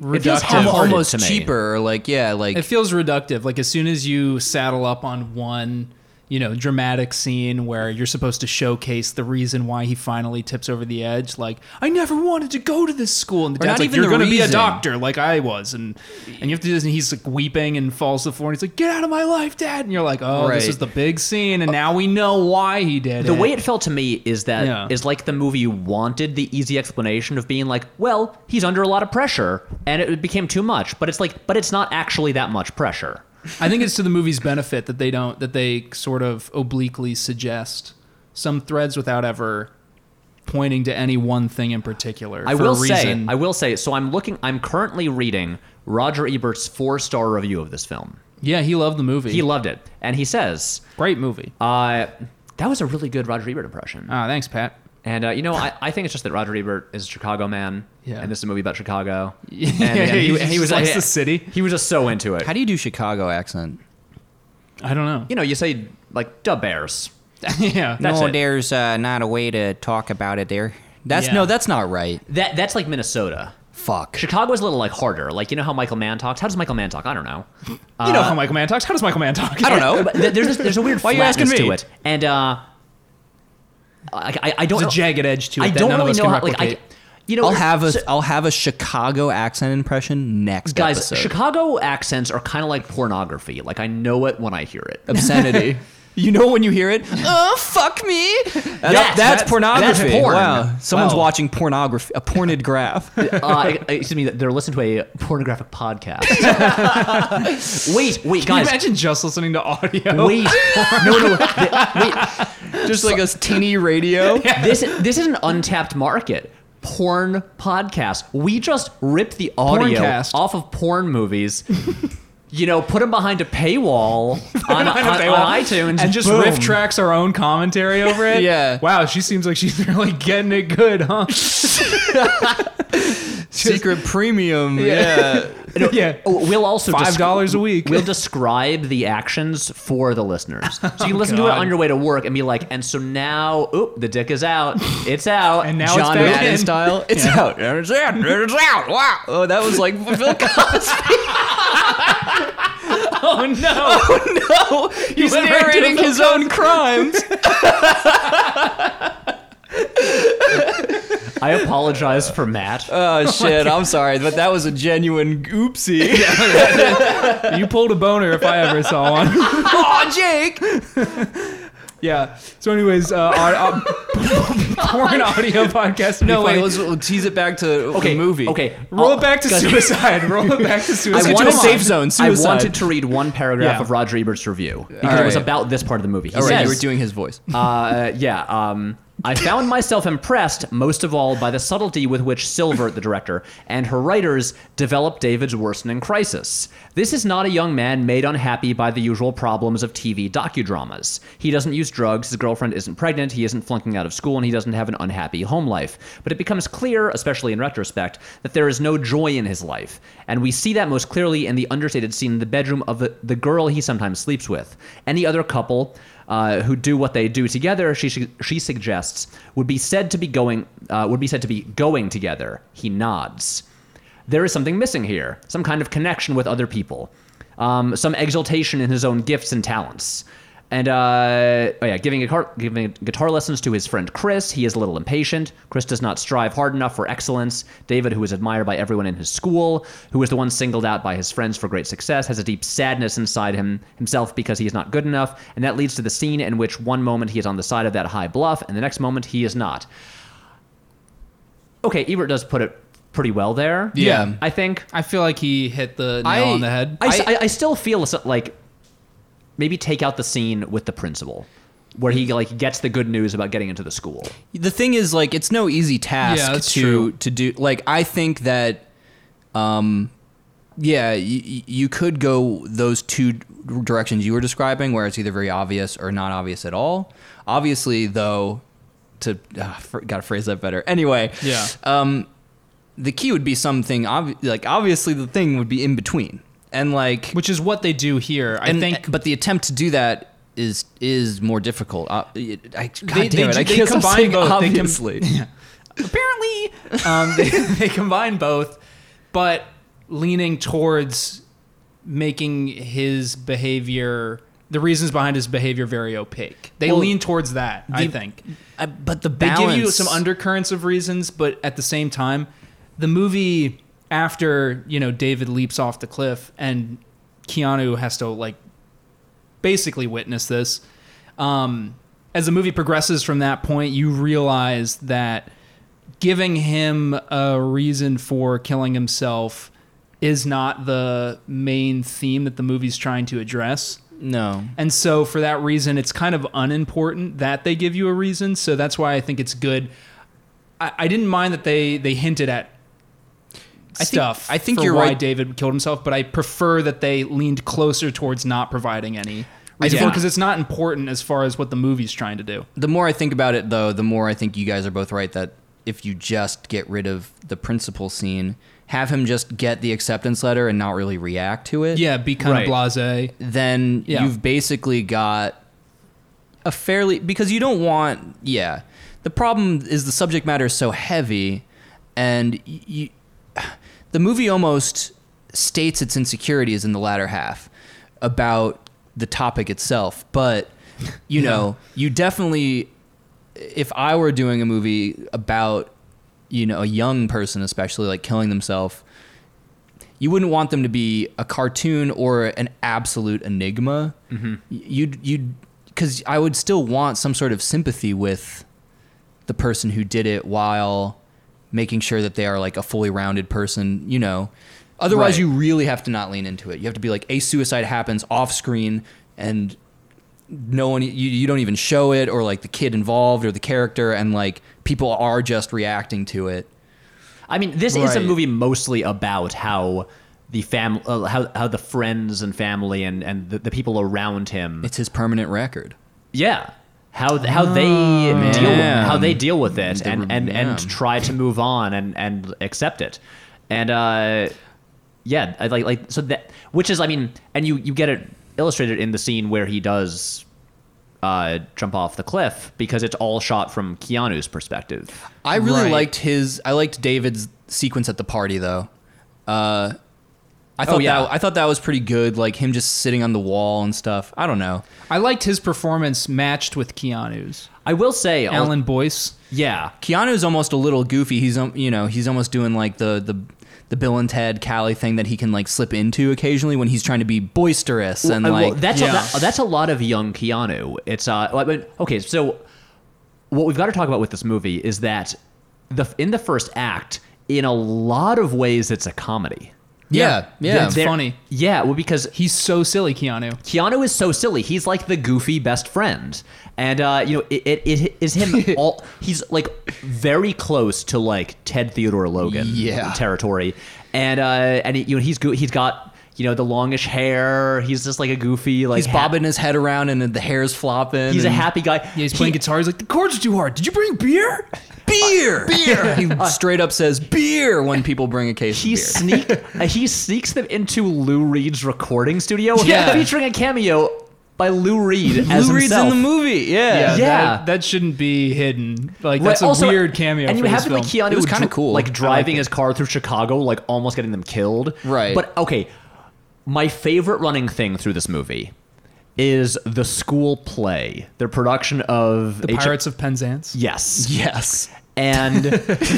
Speaker 2: It feels
Speaker 4: Al-
Speaker 2: half-hearted
Speaker 3: reductive.
Speaker 4: almost
Speaker 2: to me.
Speaker 4: cheaper. Like yeah, like
Speaker 3: It feels reductive. Like as soon as you saddle up on one, you know, dramatic scene where you're supposed to showcase the reason why he finally tips over the edge. Like I never wanted to go to this school, and the
Speaker 4: Or not
Speaker 3: dad's like,
Speaker 4: even
Speaker 3: "You're
Speaker 4: the
Speaker 3: going to be a
Speaker 4: reason.
Speaker 3: doctor, like I was," and and you have to do this. And he's like weeping and falls to the floor, and he's like, "Get out of my life, dad!" And you're like, "Oh, this
Speaker 4: Right.
Speaker 3: is the big scene, and now we know why he did
Speaker 2: The
Speaker 3: it."
Speaker 2: way it felt to me is that is
Speaker 3: Yeah.
Speaker 2: like the movie wanted the easy explanation of being like, well, he's under a lot of pressure, and it became too much. But it's like, but it's not actually that much pressure.
Speaker 3: I think it's to the movie's benefit that they don't that they sort of obliquely suggest some threads without ever pointing to any one thing in particular.
Speaker 2: I
Speaker 3: for
Speaker 2: will
Speaker 3: a
Speaker 2: say,
Speaker 3: reason.
Speaker 2: I will say. So I'm looking. I'm currently reading Roger Ebert's four-star review of this film.
Speaker 3: yeah, he loved the movie.
Speaker 2: He loved it, and he says,
Speaker 3: great movie.
Speaker 2: uh, "That was a really good Roger Ebert impression."
Speaker 3: Ah, thanks, Pat.
Speaker 2: And uh, you know, I, I think it's just that Roger Ebert is a Chicago man,
Speaker 3: Yeah.
Speaker 2: and this is a movie about Chicago.
Speaker 3: Yeah,
Speaker 2: And, and
Speaker 3: he just likes
Speaker 2: he-
Speaker 3: the city.
Speaker 2: He was just so into it.
Speaker 4: how do you do Chicago accent?
Speaker 3: I don't know.
Speaker 2: you know, you say like "da bears."
Speaker 3: yeah,
Speaker 2: That's
Speaker 4: no,
Speaker 2: it.
Speaker 4: there's uh, not a way to talk about it there. That's
Speaker 3: Yeah.
Speaker 4: no, that's not right.
Speaker 2: That that's like Minnesota.
Speaker 4: Fuck.
Speaker 2: Chicago's a little like harder. Like you know how Michael Mann talks. How does Michael Mann talk? I don't know.
Speaker 3: you know how Michael Mann talks. How does Michael Mann talk?
Speaker 4: I don't know.
Speaker 2: Uh, but th- There's this, there's a weird
Speaker 3: Why are you asking
Speaker 2: flatness to
Speaker 3: me?
Speaker 2: it, and uh, I, I, I don't
Speaker 3: There's a
Speaker 2: know-
Speaker 3: jagged edge to it
Speaker 2: I
Speaker 3: that
Speaker 2: don't
Speaker 3: none
Speaker 2: really
Speaker 3: of us
Speaker 2: know
Speaker 3: can
Speaker 2: how. Like, I,
Speaker 3: replicate.
Speaker 2: you know,
Speaker 4: I'll have a
Speaker 2: so-
Speaker 4: will have a Chicago accent impression next
Speaker 2: guys.
Speaker 4: episode.
Speaker 2: Chicago accents are kind of like pornography. Like I know it when I hear it.
Speaker 4: obscenity. you know when you hear it? Oh fuck me! That-
Speaker 2: Yes,
Speaker 4: that's,
Speaker 2: that's-
Speaker 4: pornography.
Speaker 2: that's porn.
Speaker 4: Wow, someone's
Speaker 3: Wow.
Speaker 4: watching pornography, a pornid graph.
Speaker 2: uh, excuse me, they're listening to a pornographic podcast. wait, wait,
Speaker 3: Can you
Speaker 2: guys.
Speaker 3: imagine just listening to audio?
Speaker 2: Wait, no, no, th-
Speaker 4: Just like a tinny radio.
Speaker 2: this this is an untapped market. Porn podcast. We just rip the audio
Speaker 3: Porncast.
Speaker 2: off of porn movies. You know, put them behind a paywall on,
Speaker 3: Behind a
Speaker 2: on-
Speaker 3: paywall.
Speaker 2: on iTunes
Speaker 3: and just
Speaker 2: Boom.
Speaker 3: riff tracks our own commentary over it.
Speaker 4: Yeah.
Speaker 3: Wow, she seems like she's really getting it good, huh?
Speaker 4: Secret premium.
Speaker 3: Yeah. yeah.
Speaker 2: Oh, We'll also
Speaker 3: Five
Speaker 2: desc-
Speaker 3: dollars a week.
Speaker 2: We'll describe the actions for the listeners, so you can listen to it
Speaker 3: God.
Speaker 2: on your way to work and be like, "And so now, oop, the dick is out. It's out.
Speaker 3: And now it's
Speaker 2: John
Speaker 3: back
Speaker 2: Madden
Speaker 3: in.
Speaker 2: style.
Speaker 4: It's out. It's out. It's out. Wow. Oh, that was like Phil Cosby.
Speaker 3: Oh no.
Speaker 4: no, he's
Speaker 3: went right to
Speaker 4: narrating
Speaker 3: Phil
Speaker 4: his own crimes.
Speaker 2: I apologize for Matt.
Speaker 4: Oh, shit. I'm sorry, but that was a genuine oopsie.
Speaker 3: you pulled a boner if I ever saw one.
Speaker 4: oh, Jake.
Speaker 3: Yeah. So, anyways, uh, our, uh, porn audio podcast. would be
Speaker 4: No, wait.
Speaker 3: funny.
Speaker 4: Let's we'll tease it back to
Speaker 2: okay,
Speaker 4: the movie.
Speaker 2: Okay,
Speaker 3: roll
Speaker 2: I'll-
Speaker 3: it back to
Speaker 2: guys,
Speaker 3: suicide. Roll it back to
Speaker 4: Let's
Speaker 3: suicide.
Speaker 4: get to
Speaker 2: wanted-
Speaker 4: a safe zone,
Speaker 2: I
Speaker 4: suicide.
Speaker 2: wanted to read one paragraph
Speaker 3: Yeah.
Speaker 2: of Roger Ebert's review because it was
Speaker 4: right.
Speaker 2: about this part of the movie. He
Speaker 4: All right,
Speaker 2: says,
Speaker 4: you were doing his voice.
Speaker 2: uh, yeah. Um, I found myself impressed, most of all, by the subtlety with which Silver, the director, and her writers developed David's worsening crisis. This is not a young man made unhappy by the usual problems of TV docudramas. He doesn't use drugs, his girlfriend isn't pregnant, he isn't flunking out of school, and he doesn't have an unhappy home life. But it becomes clear, especially in retrospect, that there is no joy in his life. And we see that most clearly in the understated scene in the bedroom of the, the girl he sometimes sleeps with. Any other couple uh, who do what they do together, she she suggests, would be said to be going uh, would be said to be going together. He nods. There is something missing here, some kind of connection with other people, um, some exaltation in his own gifts and talents. And uh, oh yeah, giving guitar, giving guitar lessons to his friend Chris. He is a little impatient. Chris does not strive hard enough for excellence. David, who is admired by everyone in his school, who is the one singled out by his friends for great success, has a deep sadness inside him himself because he is not good enough, and that leads to the scene in which one moment he is on the side of that high bluff, and the next moment he is not. Okay, Ebert does put it pretty well there.
Speaker 4: Yeah.
Speaker 2: I think.
Speaker 3: I feel like he hit the nail
Speaker 4: I-
Speaker 3: on the head.
Speaker 2: I, s-
Speaker 4: I-
Speaker 2: I- I still feel so- like maybe take out the scene with the principal where he like gets the good news about getting into the school.
Speaker 4: the thing is like it's no easy task
Speaker 3: Yeah, that's
Speaker 4: to
Speaker 3: true.
Speaker 4: to do like i think that um yeah you, you could go those two directions you were describing where it's either very obvious or not obvious at all obviously though to uh, gotta phrase that better anyway
Speaker 3: Yeah.
Speaker 4: um the key would be something obvi- like obviously the thing would be in between and like
Speaker 3: which is what they do here. I
Speaker 4: and,
Speaker 3: think
Speaker 4: but the attempt to do that is is more difficult. Uh, it- I, God
Speaker 3: They-
Speaker 4: damn
Speaker 3: they
Speaker 4: it! I
Speaker 3: do- they
Speaker 4: can't stop
Speaker 3: combine
Speaker 4: saying
Speaker 3: both. They com-
Speaker 4: Obviously,
Speaker 3: apparently um, they, they combine both, but leaning towards making his behavior, the reasons behind his behavior, very opaque. They
Speaker 4: Well,
Speaker 3: lean towards that, I
Speaker 4: the
Speaker 3: think.
Speaker 4: I, but the
Speaker 3: They
Speaker 4: balance.
Speaker 3: give you some undercurrents of reasons, but at the same time, the movie after you know David leaps off the cliff and Keanu has to like basically witness this. Um, as the movie progresses from that point, you realize that giving him a reason for killing himself is not the main theme that the movie's trying to address.
Speaker 4: No.
Speaker 3: And so for that reason, it's kind of unimportant that they give you a reason. So that's why I think it's good. I, I didn't mind that they they hinted at
Speaker 4: think-
Speaker 3: stuff.
Speaker 4: I think
Speaker 3: for
Speaker 4: you're
Speaker 3: why
Speaker 4: right.
Speaker 3: David killed himself, but I prefer that they leaned closer towards not providing any reason
Speaker 4: think-
Speaker 3: because it's not important as far as what the movie's trying to do.
Speaker 4: The more I think about it, though, the more I think you guys are both right that if you just get rid of the principal scene, have him just get the acceptance letter and not really react to it.
Speaker 3: Yeah, be kind
Speaker 2: Right.
Speaker 3: of blasé.
Speaker 4: then
Speaker 3: Yeah.
Speaker 4: you've basically got a fairly because you don't want yeah the problem is the subject matter is so heavy and you the movie almost states its insecurities in the latter half about the topic itself but you know you definitely if i were doing a movie about you know a young person especially like killing themselves you wouldn't want them to be a cartoon or an absolute enigma. You'd you'd because I would still want some sort of sympathy with the person who did it while making sure that they are like a fully rounded person. You know, otherwise
Speaker 2: Right.
Speaker 4: you really have to not lean into it. You have to be like a suicide happens off screen and no one you, you don't even show it or like the kid involved or the character and like people are just reacting to it.
Speaker 2: I mean, this is a
Speaker 3: Right.
Speaker 2: movie mostly about how the fam, uh, how, how the friends and family and and the, the people around him.
Speaker 4: It's his permanent record.
Speaker 2: yeah. How, th- how they deal
Speaker 4: man.
Speaker 2: how they deal with it
Speaker 4: The-
Speaker 2: and, and, and
Speaker 4: yeah.
Speaker 2: try to move on and, and accept it and uh, yeah I like like so that which is I mean and you, you get it illustrated in the scene where he does uh, jump off the cliff because it's all shot from Keanu's perspective
Speaker 4: I really
Speaker 3: Right.
Speaker 4: liked his. I liked David's sequence at the party though. Uh, I thought
Speaker 2: Oh, yeah.
Speaker 4: that I thought that was pretty good. Like him just sitting on the wall and stuff. I don't know.
Speaker 3: I liked his performance matched with Keanu's.
Speaker 2: I will say I'll-
Speaker 3: Alan Boyce.
Speaker 2: yeah
Speaker 4: Keanu's almost a little goofy. He's um, you know he's almost doing like the the the Bill and Ted Cali thing that he can like slip into occasionally when he's trying to be boisterous and
Speaker 2: Well, well,
Speaker 4: like
Speaker 2: that's
Speaker 3: Yeah.
Speaker 2: a, that, that's a lot of young Keanu. It's uh, well, I mean, okay. So what we've got to talk about with this movie is that the in the first act, in a lot of ways, it's a comedy.
Speaker 4: yeah yeah.
Speaker 3: It's
Speaker 2: There-
Speaker 3: funny.
Speaker 2: Yeah, well, because
Speaker 3: He's so silly, Keanu.
Speaker 2: Keanu is so silly. He's like the goofy best friend, and uh, you know it, it, it is him. All he's like very close to like Ted Theodore Logan
Speaker 4: Yeah.
Speaker 2: territory, and uh, and he, you know he's go- he's got you know the longish hair. He's just like a goofy like
Speaker 4: He's
Speaker 2: ha-
Speaker 4: bobbing his head around and the hair's flopping.
Speaker 2: He's a
Speaker 4: and-
Speaker 2: happy guy.
Speaker 3: Yeah, he's playing
Speaker 2: He-
Speaker 3: guitar. He's like, the chords are too hard. Did you bring beer?
Speaker 4: beer. Beer. he straight up says beer when people bring a case
Speaker 2: Uh, He
Speaker 4: of beer.
Speaker 2: sneak uh, he sneaks them into Lou Reed's recording studio,
Speaker 3: Yeah.
Speaker 2: featuring a cameo by Lou Reed as
Speaker 4: Lou Reed's in
Speaker 2: himself.
Speaker 4: the movie.
Speaker 3: Yeah,
Speaker 4: Yeah.
Speaker 2: Yeah.
Speaker 3: That, that shouldn't be hidden. Like that's
Speaker 2: Right, also-
Speaker 3: a weird cameo.
Speaker 2: And you
Speaker 3: for
Speaker 2: have
Speaker 3: this
Speaker 2: like
Speaker 3: film.
Speaker 2: Keanu,
Speaker 4: It was kinda
Speaker 2: dr-
Speaker 4: cool.
Speaker 2: like
Speaker 4: I
Speaker 2: driving
Speaker 4: liked
Speaker 2: his car through Chicago, like almost getting them killed.
Speaker 4: Right.
Speaker 2: But okay, my favorite running thing through this movie is the school play, their production of
Speaker 3: the
Speaker 2: H-
Speaker 3: Pirates of Penzance.
Speaker 2: Yes.
Speaker 4: Yes.
Speaker 2: and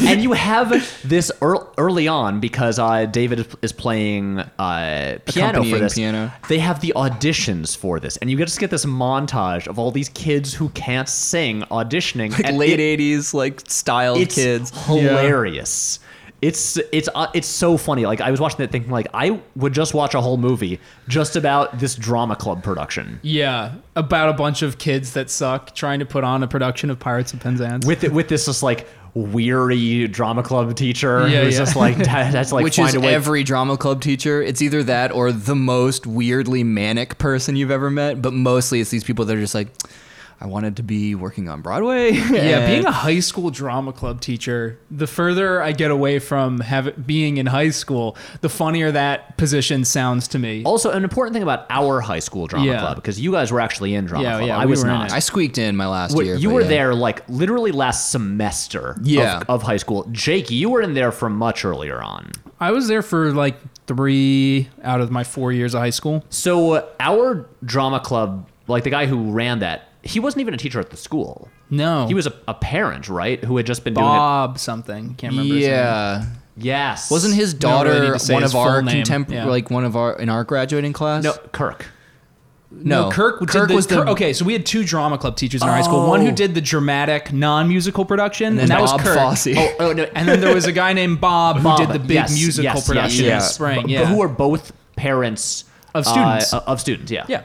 Speaker 2: and you have this ear early on because uh, David is playing uh, piano for
Speaker 4: Accompanying
Speaker 2: this.
Speaker 4: piano.
Speaker 2: They have the auditions for this, and you just get this montage of all these kids who can't sing auditioning.
Speaker 4: Like
Speaker 2: and
Speaker 4: late
Speaker 2: it-
Speaker 4: eighties, like styled
Speaker 2: it's
Speaker 4: kids.
Speaker 2: hilarious. It's it's uh, it's so funny. Like I was watching that thinking like I would just watch a whole movie just about this drama club production.
Speaker 3: Yeah, about a bunch of kids that suck trying to put on a production of Pirates of Penzance.
Speaker 2: with it with this just like weary drama club teacher
Speaker 3: Yeah,
Speaker 2: who's
Speaker 3: yeah.
Speaker 2: just like that's like
Speaker 4: Which
Speaker 2: find
Speaker 4: is
Speaker 2: a way.
Speaker 4: every drama club teacher. It's either that or the most weirdly manic person you've ever met. But mostly it's these people that are just like, I wanted to be working on Broadway.
Speaker 3: yeah, being a high school drama club teacher, the further I get away from have, being in high school, the funnier that position sounds to me.
Speaker 2: Also, an important thing about our high school drama
Speaker 3: Yeah.
Speaker 2: club because you guys were actually in drama
Speaker 3: Yeah,
Speaker 2: club.
Speaker 3: yeah,
Speaker 2: I
Speaker 3: we
Speaker 2: was
Speaker 3: were in
Speaker 2: not.
Speaker 3: it.
Speaker 4: I squeaked in my last
Speaker 2: Wait,
Speaker 4: year.
Speaker 2: you
Speaker 4: but
Speaker 2: were
Speaker 4: yeah.
Speaker 2: there like literally last semester of-
Speaker 4: Yeah.
Speaker 2: of, high school. Jake, you were in there from much earlier on.
Speaker 3: I was there for like three out of my four years of high school.
Speaker 2: So uh, our drama club, like the guy who ran that, he wasn't even a teacher at the school.
Speaker 3: No,
Speaker 2: He was a, a parent, right? Who had just been doing
Speaker 3: Bob something. Can't remember. His name.
Speaker 4: yeah.
Speaker 2: it. Yes.
Speaker 4: Wasn't his
Speaker 3: No, really
Speaker 4: daughter
Speaker 3: need to say
Speaker 4: one
Speaker 3: his
Speaker 4: of our
Speaker 3: full name.
Speaker 4: contempor-
Speaker 3: Yeah.
Speaker 4: like one of our in our graduating class?
Speaker 2: no Kirk?
Speaker 4: no.
Speaker 3: Kirk, did
Speaker 4: Kirk
Speaker 3: the-
Speaker 4: was the
Speaker 3: Kirk- okay. So we had two drama club teachers in our high school. One
Speaker 2: Oh.
Speaker 3: who did the dramatic, non-musical production, and,
Speaker 4: then
Speaker 3: that
Speaker 4: Bob
Speaker 3: was Kirk.
Speaker 4: Fosse.
Speaker 2: Oh, oh no.
Speaker 3: And then there was a guy named Bob,
Speaker 2: Bob,
Speaker 3: who did the big
Speaker 2: yes,
Speaker 3: musical
Speaker 2: yes, yes,
Speaker 3: production
Speaker 4: yes.
Speaker 3: in spring.
Speaker 2: B-
Speaker 3: Yeah,
Speaker 2: Who are both parents
Speaker 3: Of
Speaker 2: uh,
Speaker 3: students.
Speaker 2: of students. Yeah.
Speaker 3: yeah.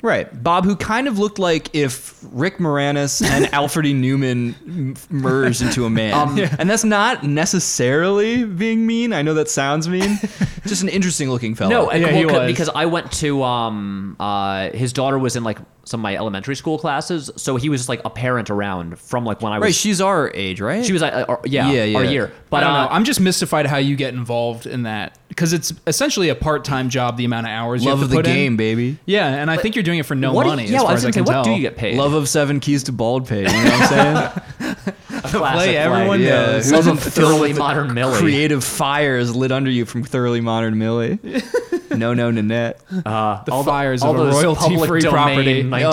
Speaker 4: Right. Bob, who kind of looked like if Rick Moranis and Alfred E. Newman m- merged into a man. And that's not necessarily being mean. I know that sounds mean. Just an interesting looking fellow.
Speaker 2: No, and-
Speaker 3: Oh, Yeah, he
Speaker 2: well, 'cause-
Speaker 3: was.
Speaker 2: because I went to um uh his daughter was in like some of my elementary school classes, so he was just like a parent around from like when I was
Speaker 4: Right. She's our age, right?
Speaker 2: she was like uh, or- yeah,
Speaker 4: Yeah,
Speaker 2: our
Speaker 4: yeah.
Speaker 2: year. But
Speaker 3: I don't
Speaker 2: uh,
Speaker 3: know. I'm just mystified how you get involved in that because it's essentially a part-time job. The amount of hours you
Speaker 4: love
Speaker 3: have
Speaker 4: of
Speaker 3: to
Speaker 4: the
Speaker 3: put in.
Speaker 4: game, baby.
Speaker 3: Yeah, and I think you're doing it for no
Speaker 2: what do-
Speaker 3: money.
Speaker 2: yeah,
Speaker 3: as
Speaker 2: well,
Speaker 3: far
Speaker 2: I was
Speaker 3: as I
Speaker 2: gonna say,
Speaker 3: can
Speaker 2: what
Speaker 3: tell.
Speaker 2: do you get paid?
Speaker 4: Love of seven keys to bald pay. You know what I'm saying?
Speaker 2: a classic
Speaker 3: play everyone uh,
Speaker 2: like,
Speaker 3: knows.
Speaker 4: yeah.
Speaker 2: Love of thoroughly modern Millie.
Speaker 4: Creative fire is lit under you from thoroughly modern Millie. no, no, Nanette.
Speaker 2: uh,
Speaker 3: The
Speaker 2: all
Speaker 3: fires
Speaker 2: all
Speaker 3: of a
Speaker 2: those public
Speaker 3: royalty-free
Speaker 2: domain
Speaker 3: property.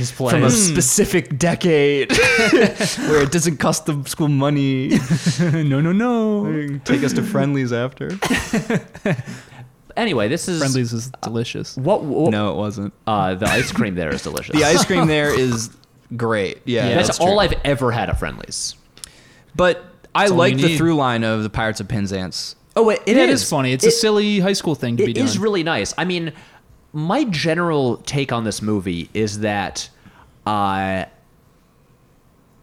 Speaker 2: 1920s play.
Speaker 3: Hmm.
Speaker 4: from a specific decade where it doesn't cost the school money.
Speaker 3: no, no, no.
Speaker 4: Take us to friendlies after.
Speaker 2: Hmm. anyway, this is
Speaker 3: Friendlies is delicious.
Speaker 2: what, what
Speaker 4: No, it wasn't.
Speaker 2: uh, the ice cream there is delicious.
Speaker 4: The ice cream there is great. Yeah,
Speaker 2: that's, all
Speaker 4: true.
Speaker 2: I've ever had at Friendlies.
Speaker 4: But I
Speaker 3: all you
Speaker 4: like the
Speaker 3: need.
Speaker 4: through line of the Pirates of Penzance.
Speaker 2: Oh, wait,
Speaker 3: It is funny. It's a silly high school thing to be
Speaker 2: It
Speaker 3: doing.
Speaker 2: is really nice. I mean, my general take on this movie is that uh,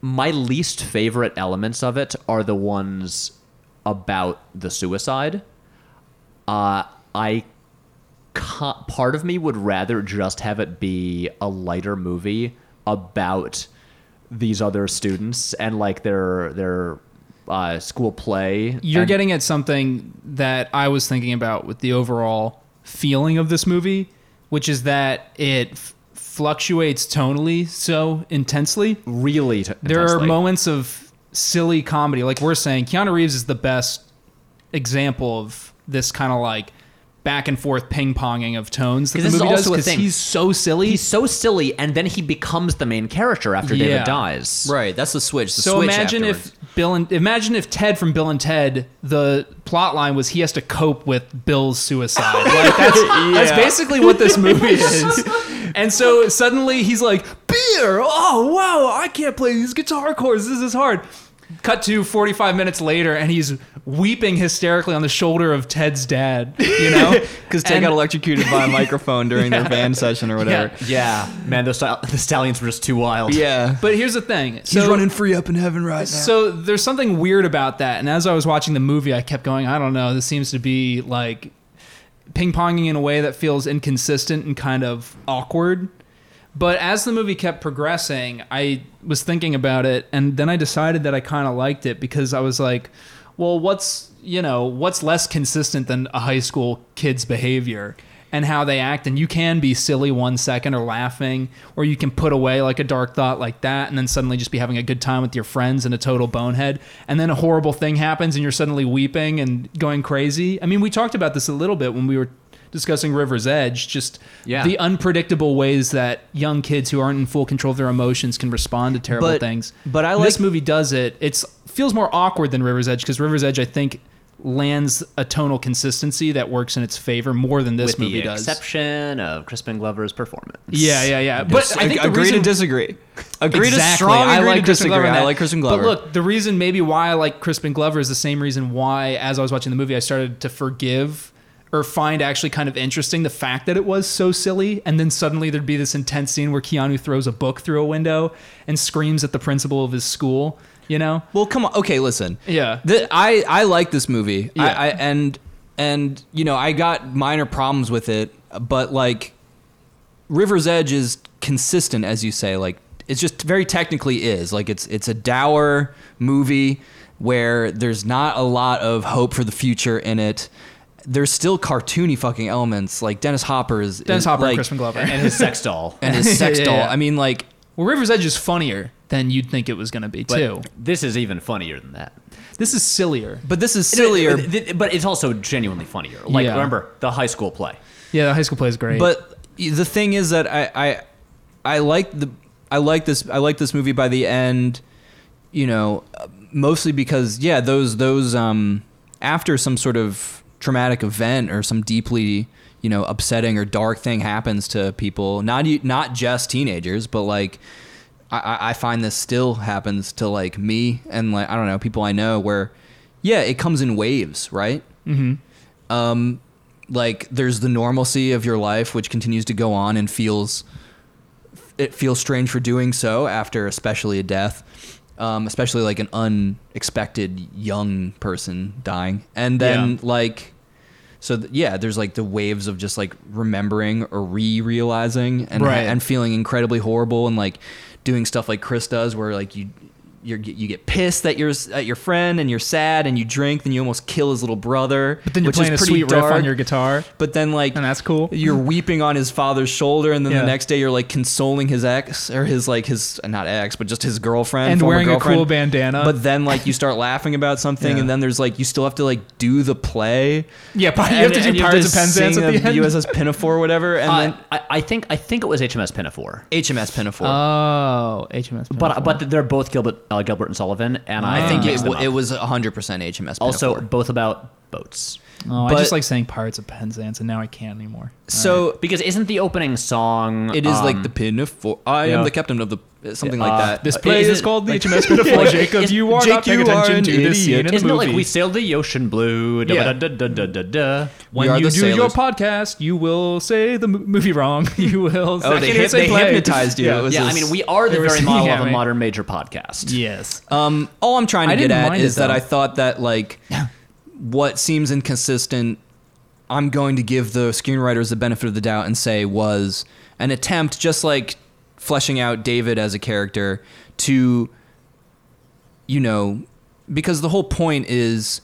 Speaker 2: my least favorite elements of it are the ones about the suicide. Uh, I ca- part of me would rather just have it be a lighter movie about these other students and like their their uh, school play.
Speaker 3: You're
Speaker 2: and-
Speaker 3: getting at something that I was thinking about with the overall feeling of this movie, which is that it f- fluctuates tonally so intensely.
Speaker 2: really t-
Speaker 3: There are
Speaker 2: intensely.
Speaker 3: moments of silly comedy, like we're saying. Keanu Reeves is the best example of this kind of like back and forth ping ponging of tones that the
Speaker 2: 'Cause this is
Speaker 3: movie does
Speaker 2: also a
Speaker 3: because
Speaker 2: thing.
Speaker 3: he's so silly.
Speaker 2: he's so silly, and then he becomes the main character after
Speaker 3: Yeah.
Speaker 2: David dies.
Speaker 4: Right, that's the switch. The
Speaker 3: So
Speaker 4: switch
Speaker 3: imagine
Speaker 4: afterwards.
Speaker 3: if Bill and imagine if Ted from Bill and Ted, the plot line was he has to cope with Bill's suicide. Like that's that's basically what this movie is. And so suddenly he's like, beer. Oh wow, I can't play these guitar chords. This is hard. Cut to 45 minutes later, and he's weeping hysterically on the shoulder of Ted's dad. You know,
Speaker 4: because Ted
Speaker 3: And-
Speaker 4: got electrocuted by a microphone during their band session or whatever.
Speaker 2: Yeah, man, those stal- the stallions were just too wild.
Speaker 4: Yeah,
Speaker 3: But here's the thing.
Speaker 4: he's
Speaker 3: so,
Speaker 4: running free up in heaven right now.
Speaker 3: So there's something weird about that. And as I was watching the movie, I kept going, I don't know. This seems to be like ping ponging in a way that feels inconsistent and kind of awkward. But as the movie kept progressing, I was thinking about it. And then I decided that I kind of liked it because I was like, well, what's, you know, what's less consistent than a high school kid's behavior? And how they act, and you can be silly one second or laughing, or you can put away like a dark thought like that, and then suddenly just be having a good time with your friends and a total bonehead. And then a horrible thing happens, and you're suddenly weeping and going crazy. I mean, we talked about this a little bit when we were discussing River's Edge, just
Speaker 2: Yeah.
Speaker 3: the unpredictable ways that young kids who aren't in full control of their emotions can respond to terrible
Speaker 4: But-
Speaker 3: things.
Speaker 4: but I
Speaker 3: this
Speaker 4: like-
Speaker 3: movie does it. It's feels more awkward than River's Edge because River's Edge, I think, lands a tonal consistency that works in its favor more than this
Speaker 2: with
Speaker 3: movie
Speaker 2: the
Speaker 3: does.
Speaker 2: exception of Crispin Glover's performance.
Speaker 3: yeah, yeah, yeah. But I think the
Speaker 4: agree
Speaker 3: reason
Speaker 4: to disagree. Agree
Speaker 3: exactly.
Speaker 4: to strong.
Speaker 3: I
Speaker 4: agree
Speaker 3: like
Speaker 4: to
Speaker 3: Crispin
Speaker 4: disagree.
Speaker 3: Glover. in
Speaker 4: I
Speaker 3: that.
Speaker 4: like Kristen Glover.
Speaker 3: But look, the reason maybe why I like Crispin Glover is the same reason why, as I was watching the movie, I started to forgive or find actually kind of interesting the fact that it was so silly. And then suddenly there'd be this intense scene where Keanu throws a book through a window and screams at the principal of his school. You know?
Speaker 4: Well, come on. Okay, listen.
Speaker 3: Yeah.
Speaker 4: The- I I like this movie. I,
Speaker 3: Yeah.
Speaker 4: I and and you know I got minor problems with it, but like River's Edge is consistent, as you say. Like it's just very technically is like it's it's a dour movie where there's not a lot of hope for the future in it. There's still cartoony fucking elements like Dennis Hopper is
Speaker 3: Dennis
Speaker 4: is,
Speaker 3: Hopper
Speaker 4: like,
Speaker 3: and Crispin Glover.
Speaker 2: and his sex doll.
Speaker 4: and his sex
Speaker 3: Yeah,
Speaker 4: doll.
Speaker 3: yeah.
Speaker 4: I mean like
Speaker 3: well, River's Edge is funnier than you'd think it was going to be
Speaker 2: But
Speaker 3: too.
Speaker 2: This is even funnier than that.
Speaker 3: This is sillier.
Speaker 4: But this is sillier.
Speaker 2: Th- th- But it's also genuinely funnier. Like,
Speaker 3: Yeah.
Speaker 2: remember the high school play.
Speaker 3: Yeah, the high school play is great.
Speaker 4: But the thing is that I, I I like the I like this I like this movie by the end, you know, mostly because yeah, those those um after some sort of traumatic event or some deeply you know upsetting or dark thing happens to people, not e- not just teenagers, but like. I- I, I find this still happens to like me and like I don't know people I know where, yeah, it comes in waves, right? um, like there's the normalcy of your life which continues to go on and feels it feels strange for doing so after especially a death um, especially like an unexpected young person dying and then
Speaker 3: Yeah.
Speaker 4: like so th- yeah there's like the waves of just like remembering or re-realizing and
Speaker 3: Right.
Speaker 4: and feeling incredibly horrible and like doing stuff like chris does where like you you're, you get pissed that you're s- at your friend and you're sad and you drink then you almost kill his little brother
Speaker 3: But then you're
Speaker 4: which is
Speaker 3: playing a
Speaker 4: pretty
Speaker 3: sweet riff
Speaker 4: dark.
Speaker 3: on your guitar.
Speaker 4: But then like
Speaker 3: And that's cool.
Speaker 4: You're weeping on his father's shoulder, and then
Speaker 3: Yeah.
Speaker 4: the next day you're like consoling his ex or his like his not ex but just his girlfriend
Speaker 3: And
Speaker 4: former
Speaker 3: wearing a cool
Speaker 4: girlfriend.
Speaker 3: bandana.
Speaker 4: But then like you start laughing about something,
Speaker 3: Yeah.
Speaker 4: and then there's like you still have to like do the play.
Speaker 3: Yeah, but you
Speaker 4: And-
Speaker 3: have to do
Speaker 4: and
Speaker 3: Pirates of Penzance
Speaker 4: sing
Speaker 3: at the end.
Speaker 4: USS Pinafore, or whatever, and
Speaker 2: Uh,
Speaker 4: then
Speaker 2: I, I think I think it was HMS Pinafore.
Speaker 4: HMS Pinafore.
Speaker 3: Oh, HMS.
Speaker 2: But but they're both Gilbert uh, Gilbert and Sullivan, and I
Speaker 4: I think
Speaker 2: think
Speaker 4: Ah. it,
Speaker 2: mixed them
Speaker 4: w- it
Speaker 2: up.
Speaker 4: was 100 percent HMS.
Speaker 2: also
Speaker 4: Pinafore.
Speaker 2: both about boats.
Speaker 3: oh, I
Speaker 4: but-
Speaker 3: just like saying Pirates of Penzance, and now I can't anymore.
Speaker 4: so
Speaker 2: Because isn't the opening song?
Speaker 4: it is
Speaker 2: um,
Speaker 4: like the Pinafore. I
Speaker 2: yeah.
Speaker 4: am the captain of the something
Speaker 2: Uh,
Speaker 4: like that.
Speaker 3: This
Speaker 2: Uh,
Speaker 3: play
Speaker 2: is
Speaker 3: is,
Speaker 2: it-
Speaker 3: called the
Speaker 2: like-
Speaker 3: HMS Pinafore.
Speaker 2: Like,
Speaker 3: Jake,
Speaker 2: is-
Speaker 3: you are
Speaker 4: Jake,
Speaker 3: not paying
Speaker 4: you are
Speaker 3: attention
Speaker 4: an
Speaker 3: to this scene
Speaker 4: idiot.
Speaker 3: in
Speaker 2: Isn't
Speaker 3: the
Speaker 2: it
Speaker 3: movie.
Speaker 2: like we sail the ocean blue? Da-
Speaker 3: Yeah.
Speaker 2: da- da- da- da- da.
Speaker 3: when
Speaker 4: are
Speaker 3: you do
Speaker 4: the
Speaker 3: your
Speaker 4: sailors.
Speaker 3: podcast, you will say the mo- movie wrong. You will.
Speaker 4: Oh,
Speaker 3: I
Speaker 4: they
Speaker 3: can't even
Speaker 4: hyp-
Speaker 3: say
Speaker 4: they
Speaker 3: play.
Speaker 4: hypnotized you. It was-
Speaker 2: Yeah, I
Speaker 4: is-
Speaker 2: mean, we are the
Speaker 3: They were
Speaker 2: very
Speaker 3: saying,
Speaker 2: model
Speaker 3: yeah,
Speaker 2: of a
Speaker 3: right.
Speaker 2: modern major podcast.
Speaker 3: Yes.
Speaker 4: Um, all I'm trying to
Speaker 3: I
Speaker 4: get
Speaker 3: didn't
Speaker 4: at
Speaker 3: mind it,
Speaker 4: is that
Speaker 3: though.
Speaker 4: I thought that like what seems inconsistent, I'm going to give the screenwriters the benefit of the doubt and say was an attempt, just like fleshing out David as a character, to you know, because the whole point is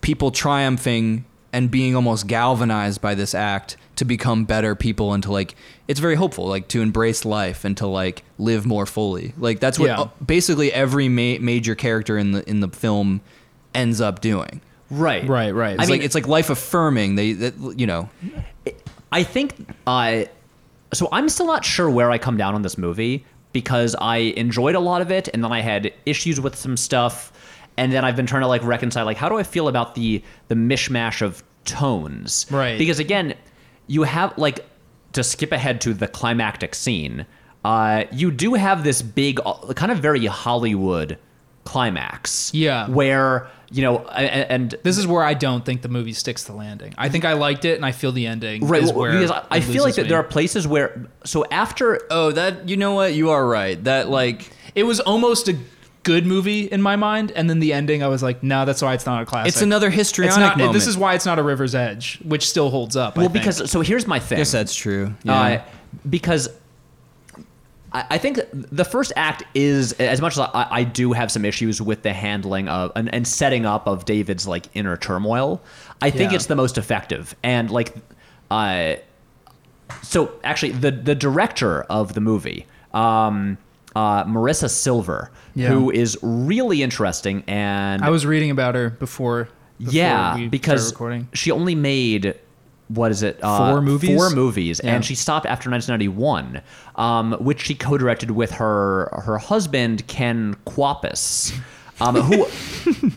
Speaker 4: people triumphing and being almost galvanized by this act to become better people and to like it's very hopeful like to embrace life and to like live more fully like that's what
Speaker 3: Yeah.
Speaker 4: uh, basically every ma- major character in the in the film ends up doing
Speaker 2: Right.
Speaker 3: Right, right.
Speaker 2: I
Speaker 4: it's
Speaker 2: mean,
Speaker 4: like it's like life affirming they that, you know
Speaker 2: I think uh, so. I'm still not sure where I come down on this movie because I enjoyed a lot of it, and then I had issues with some stuff, and then I've been trying to like reconcile like how do I feel about the the mishmash of tones,
Speaker 3: Right.
Speaker 2: Because again, you have like to skip ahead to the climactic scene. Uh, you do have this big, uh, kind of very Hollywood climax,
Speaker 3: Yeah.
Speaker 2: where you know, a- a- and
Speaker 3: This is where I don't think the movie sticks the landing. I think I liked it, and I feel the ending
Speaker 2: right
Speaker 3: is
Speaker 2: well,
Speaker 3: where
Speaker 2: because I,
Speaker 3: it
Speaker 2: I feel like
Speaker 3: loses
Speaker 2: that there
Speaker 3: me.
Speaker 2: are places where so after
Speaker 4: oh that you know what you are right that like
Speaker 3: It was almost a good movie in my mind, and then the ending, I was like, no, that's why it's not a classic.
Speaker 4: it's another histrionic
Speaker 3: It's not.
Speaker 4: moment
Speaker 3: This is why it's not a River's Edge, which still holds up.
Speaker 2: Well, because so here's my thing.
Speaker 4: yes that's true
Speaker 2: Uh, because I, I think the first act is as much as I, I do have some issues with the handling of and, and setting up of David's like inner turmoil. I think
Speaker 3: Yeah.
Speaker 2: it's the most effective and like, uh, so actually the the director of the movie. Um, uh, Marissa Silver,
Speaker 3: Yeah.
Speaker 2: who is really interesting, and
Speaker 3: I was reading about her before. before
Speaker 2: yeah,
Speaker 3: we
Speaker 2: because
Speaker 3: started recording.
Speaker 2: she only made what is it? Uh,
Speaker 3: Four movies?
Speaker 2: Four movies,
Speaker 3: Yeah.
Speaker 2: and she stopped after 1991, um, which she co-directed with her her husband Ken Quapis. Um, who,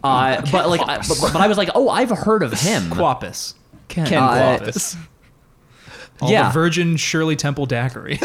Speaker 2: uh, but like, I, but, but I was like, oh, I've heard of him.
Speaker 3: Quapis. Ken,
Speaker 2: Ken uh,
Speaker 3: Quapis. All
Speaker 2: yeah, Um,
Speaker 3: the Virgin Shirley Temple Daiquiri.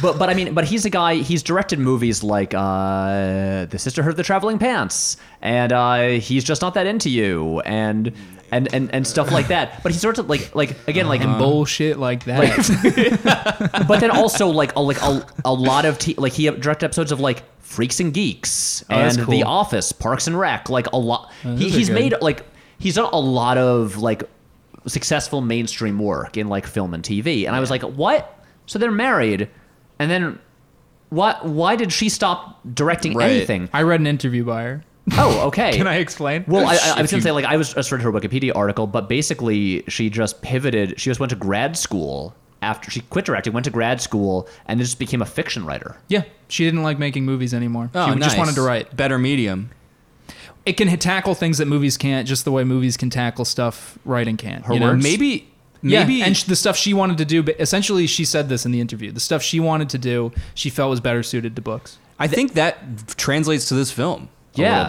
Speaker 2: but but I mean, but he's a guy. He's directed movies like uh, The Sisterhood of the Traveling Pants, and uh, he's just not that into you, and and and and stuff like that. But he sort of like like again like
Speaker 3: Uh-huh. Bullshit like that.
Speaker 2: but then also like a, like a, a lot of t- like he directed episodes of like Freaks and Geeks
Speaker 3: Oh, that's
Speaker 2: and
Speaker 3: cool. Oh,
Speaker 2: The Office, Parks and Rec, like a lot. he,
Speaker 3: those are
Speaker 2: he's
Speaker 3: good.
Speaker 2: made like he's done a lot of like successful mainstream work in like film and TV, and I was like, what? So they're married, and then what? Why did she stop directing
Speaker 4: Right.
Speaker 2: anything?
Speaker 3: I read an interview by her.
Speaker 2: Oh, okay.
Speaker 3: Can I explain?
Speaker 2: Well, I, I, I was
Speaker 4: If you-
Speaker 2: gonna say like I was just read her Wikipedia article, but basically she just pivoted. She just went to grad school after she quit directing, went to grad school, and then just became a fiction writer.
Speaker 3: Yeah, she didn't like making movies anymore.
Speaker 4: Oh,
Speaker 2: Oh,
Speaker 3: she just wanted to write.
Speaker 4: Better medium.
Speaker 3: It can hit- tackle things that movies can't, just the way movies can tackle stuff writing can't.
Speaker 2: Her
Speaker 3: you know?
Speaker 2: words?
Speaker 4: Maybe,
Speaker 3: Yeah,
Speaker 4: maybe.
Speaker 3: and sh- the stuff she wanted to do, but essentially, she said this in the interview. The stuff she wanted to do, she felt was better suited to books.
Speaker 4: I think that translates to this film.
Speaker 2: Yeah,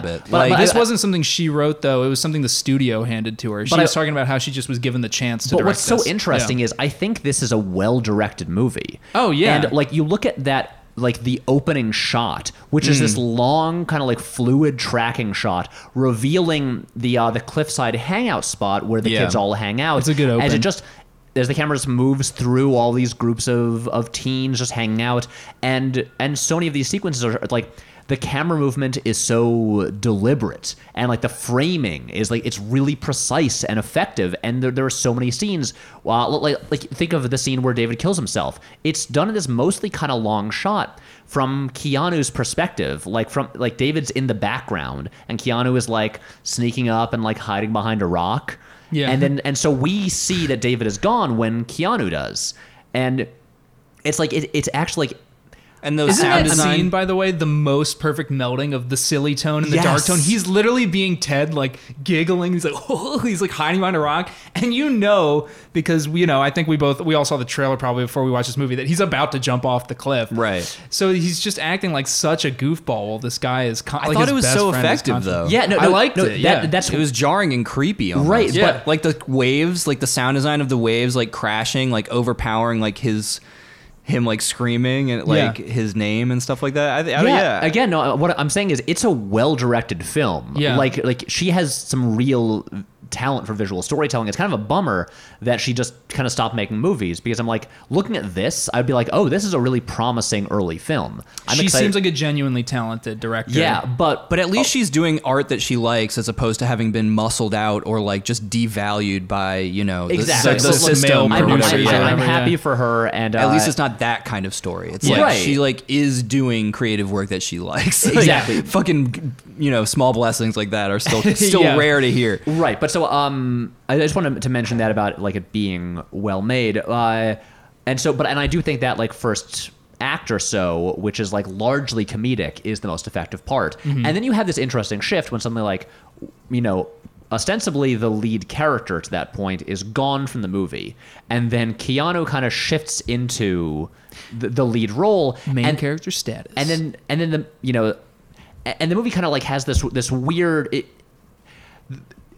Speaker 4: a little bit.
Speaker 2: but-
Speaker 4: like,
Speaker 2: but
Speaker 3: this
Speaker 2: I-
Speaker 3: wasn't something she wrote, though. It was something the studio handed to her. She
Speaker 2: But I-
Speaker 3: was talking about how she just was given the chance to
Speaker 2: But
Speaker 3: direct
Speaker 2: what's so
Speaker 3: this.
Speaker 2: interesting
Speaker 3: Yeah.
Speaker 2: is I think this is a well-directed movie.
Speaker 3: Oh, yeah.
Speaker 2: and like you look at that. Like the opening shot, which is this long kind of like fluid tracking shot, revealing the uh, the cliffside hangout spot where the
Speaker 4: Yeah.
Speaker 2: kids all hang out.
Speaker 3: It's a good
Speaker 2: As it
Speaker 3: open.
Speaker 2: just as the camera just moves through all these groups of of teens just hanging out, and and so many of these sequences are like the camera movement is so deliberate and like the framing is like it's really precise and effective and there, there are so many scenes uh, like, like think of the scene where david kills himself it's done in this mostly kind of long shot from keanu's perspective like from like david's in the background and keanu is like sneaking up and like hiding behind a rock
Speaker 3: Yeah.
Speaker 2: and then and so we see that David is gone when Keanu does, and it's like it, it's actually like
Speaker 4: and those
Speaker 3: Isn't
Speaker 4: sound
Speaker 3: that
Speaker 4: design.
Speaker 3: scene, by the way, the most perfect melding of the silly tone and the dark
Speaker 2: Yes.
Speaker 3: tone? He's literally being Ted, like giggling. He's like, oh, he's like hiding behind a rock, and you know because you know I think we both we all saw the trailer probably before we watched this movie that he's about to jump off the cliff.
Speaker 4: Right.
Speaker 3: So he's just acting like such a goofball. While this guy is. Con-
Speaker 4: I thought it was so effective though.
Speaker 2: yeah no,
Speaker 3: I
Speaker 2: no,
Speaker 3: liked
Speaker 2: no,
Speaker 3: it,
Speaker 2: that,
Speaker 3: yeah.
Speaker 2: that's
Speaker 4: It was jarring and creepy, almost.
Speaker 2: Right, Yeah. but-
Speaker 4: like the waves, like the sound design of the waves, like crashing, like overpowering, like his, him, like screaming and like
Speaker 3: Yeah.
Speaker 4: his name and stuff like that. I, th- I,
Speaker 2: yeah,
Speaker 4: yeah,
Speaker 2: Again, no. What I'm saying is, it's a well-directed film.
Speaker 3: Yeah.
Speaker 2: Like, like she has some real talent for visual storytelling. It's kind of a bummer that she just kind of stopped making movies because I'm like, looking at this, I'd be like, oh, this is a really promising early film. I'm
Speaker 3: she
Speaker 2: excited.
Speaker 3: seems like a genuinely talented director.
Speaker 2: yeah, but
Speaker 4: But at least she's doing art that she likes, as opposed to having been muscled out or like just devalued by you know the,
Speaker 2: Exactly.
Speaker 4: the,
Speaker 2: So,
Speaker 4: the
Speaker 2: like,
Speaker 4: system.
Speaker 3: male
Speaker 4: or
Speaker 2: I'm,
Speaker 4: whatever,
Speaker 2: I'm-
Speaker 3: producers or
Speaker 4: yeah.
Speaker 2: I'm
Speaker 3: whatever,
Speaker 2: happy
Speaker 3: yeah.
Speaker 2: for her, and uh,
Speaker 4: At least it's not that kind of story. It's like
Speaker 2: Right.
Speaker 4: she like is doing creative work that she likes. Like,
Speaker 2: Exactly.
Speaker 4: fucking you know small blessings like that are still still
Speaker 3: Yeah.
Speaker 4: rare to hear.
Speaker 2: Right, but so um, I I just wanted to mention that about like it being well made, uh, and so but and I do think that like first act or so, which is like largely comedic, is the most effective part, and then you have this interesting shift when something like you know ostensibly the lead character to that point is gone from the movie, and then Keanu kind of shifts into the, the lead role,
Speaker 3: main
Speaker 2: and,
Speaker 3: character status.
Speaker 2: and then and then the you know a- and the movie kind of like has this this weird it,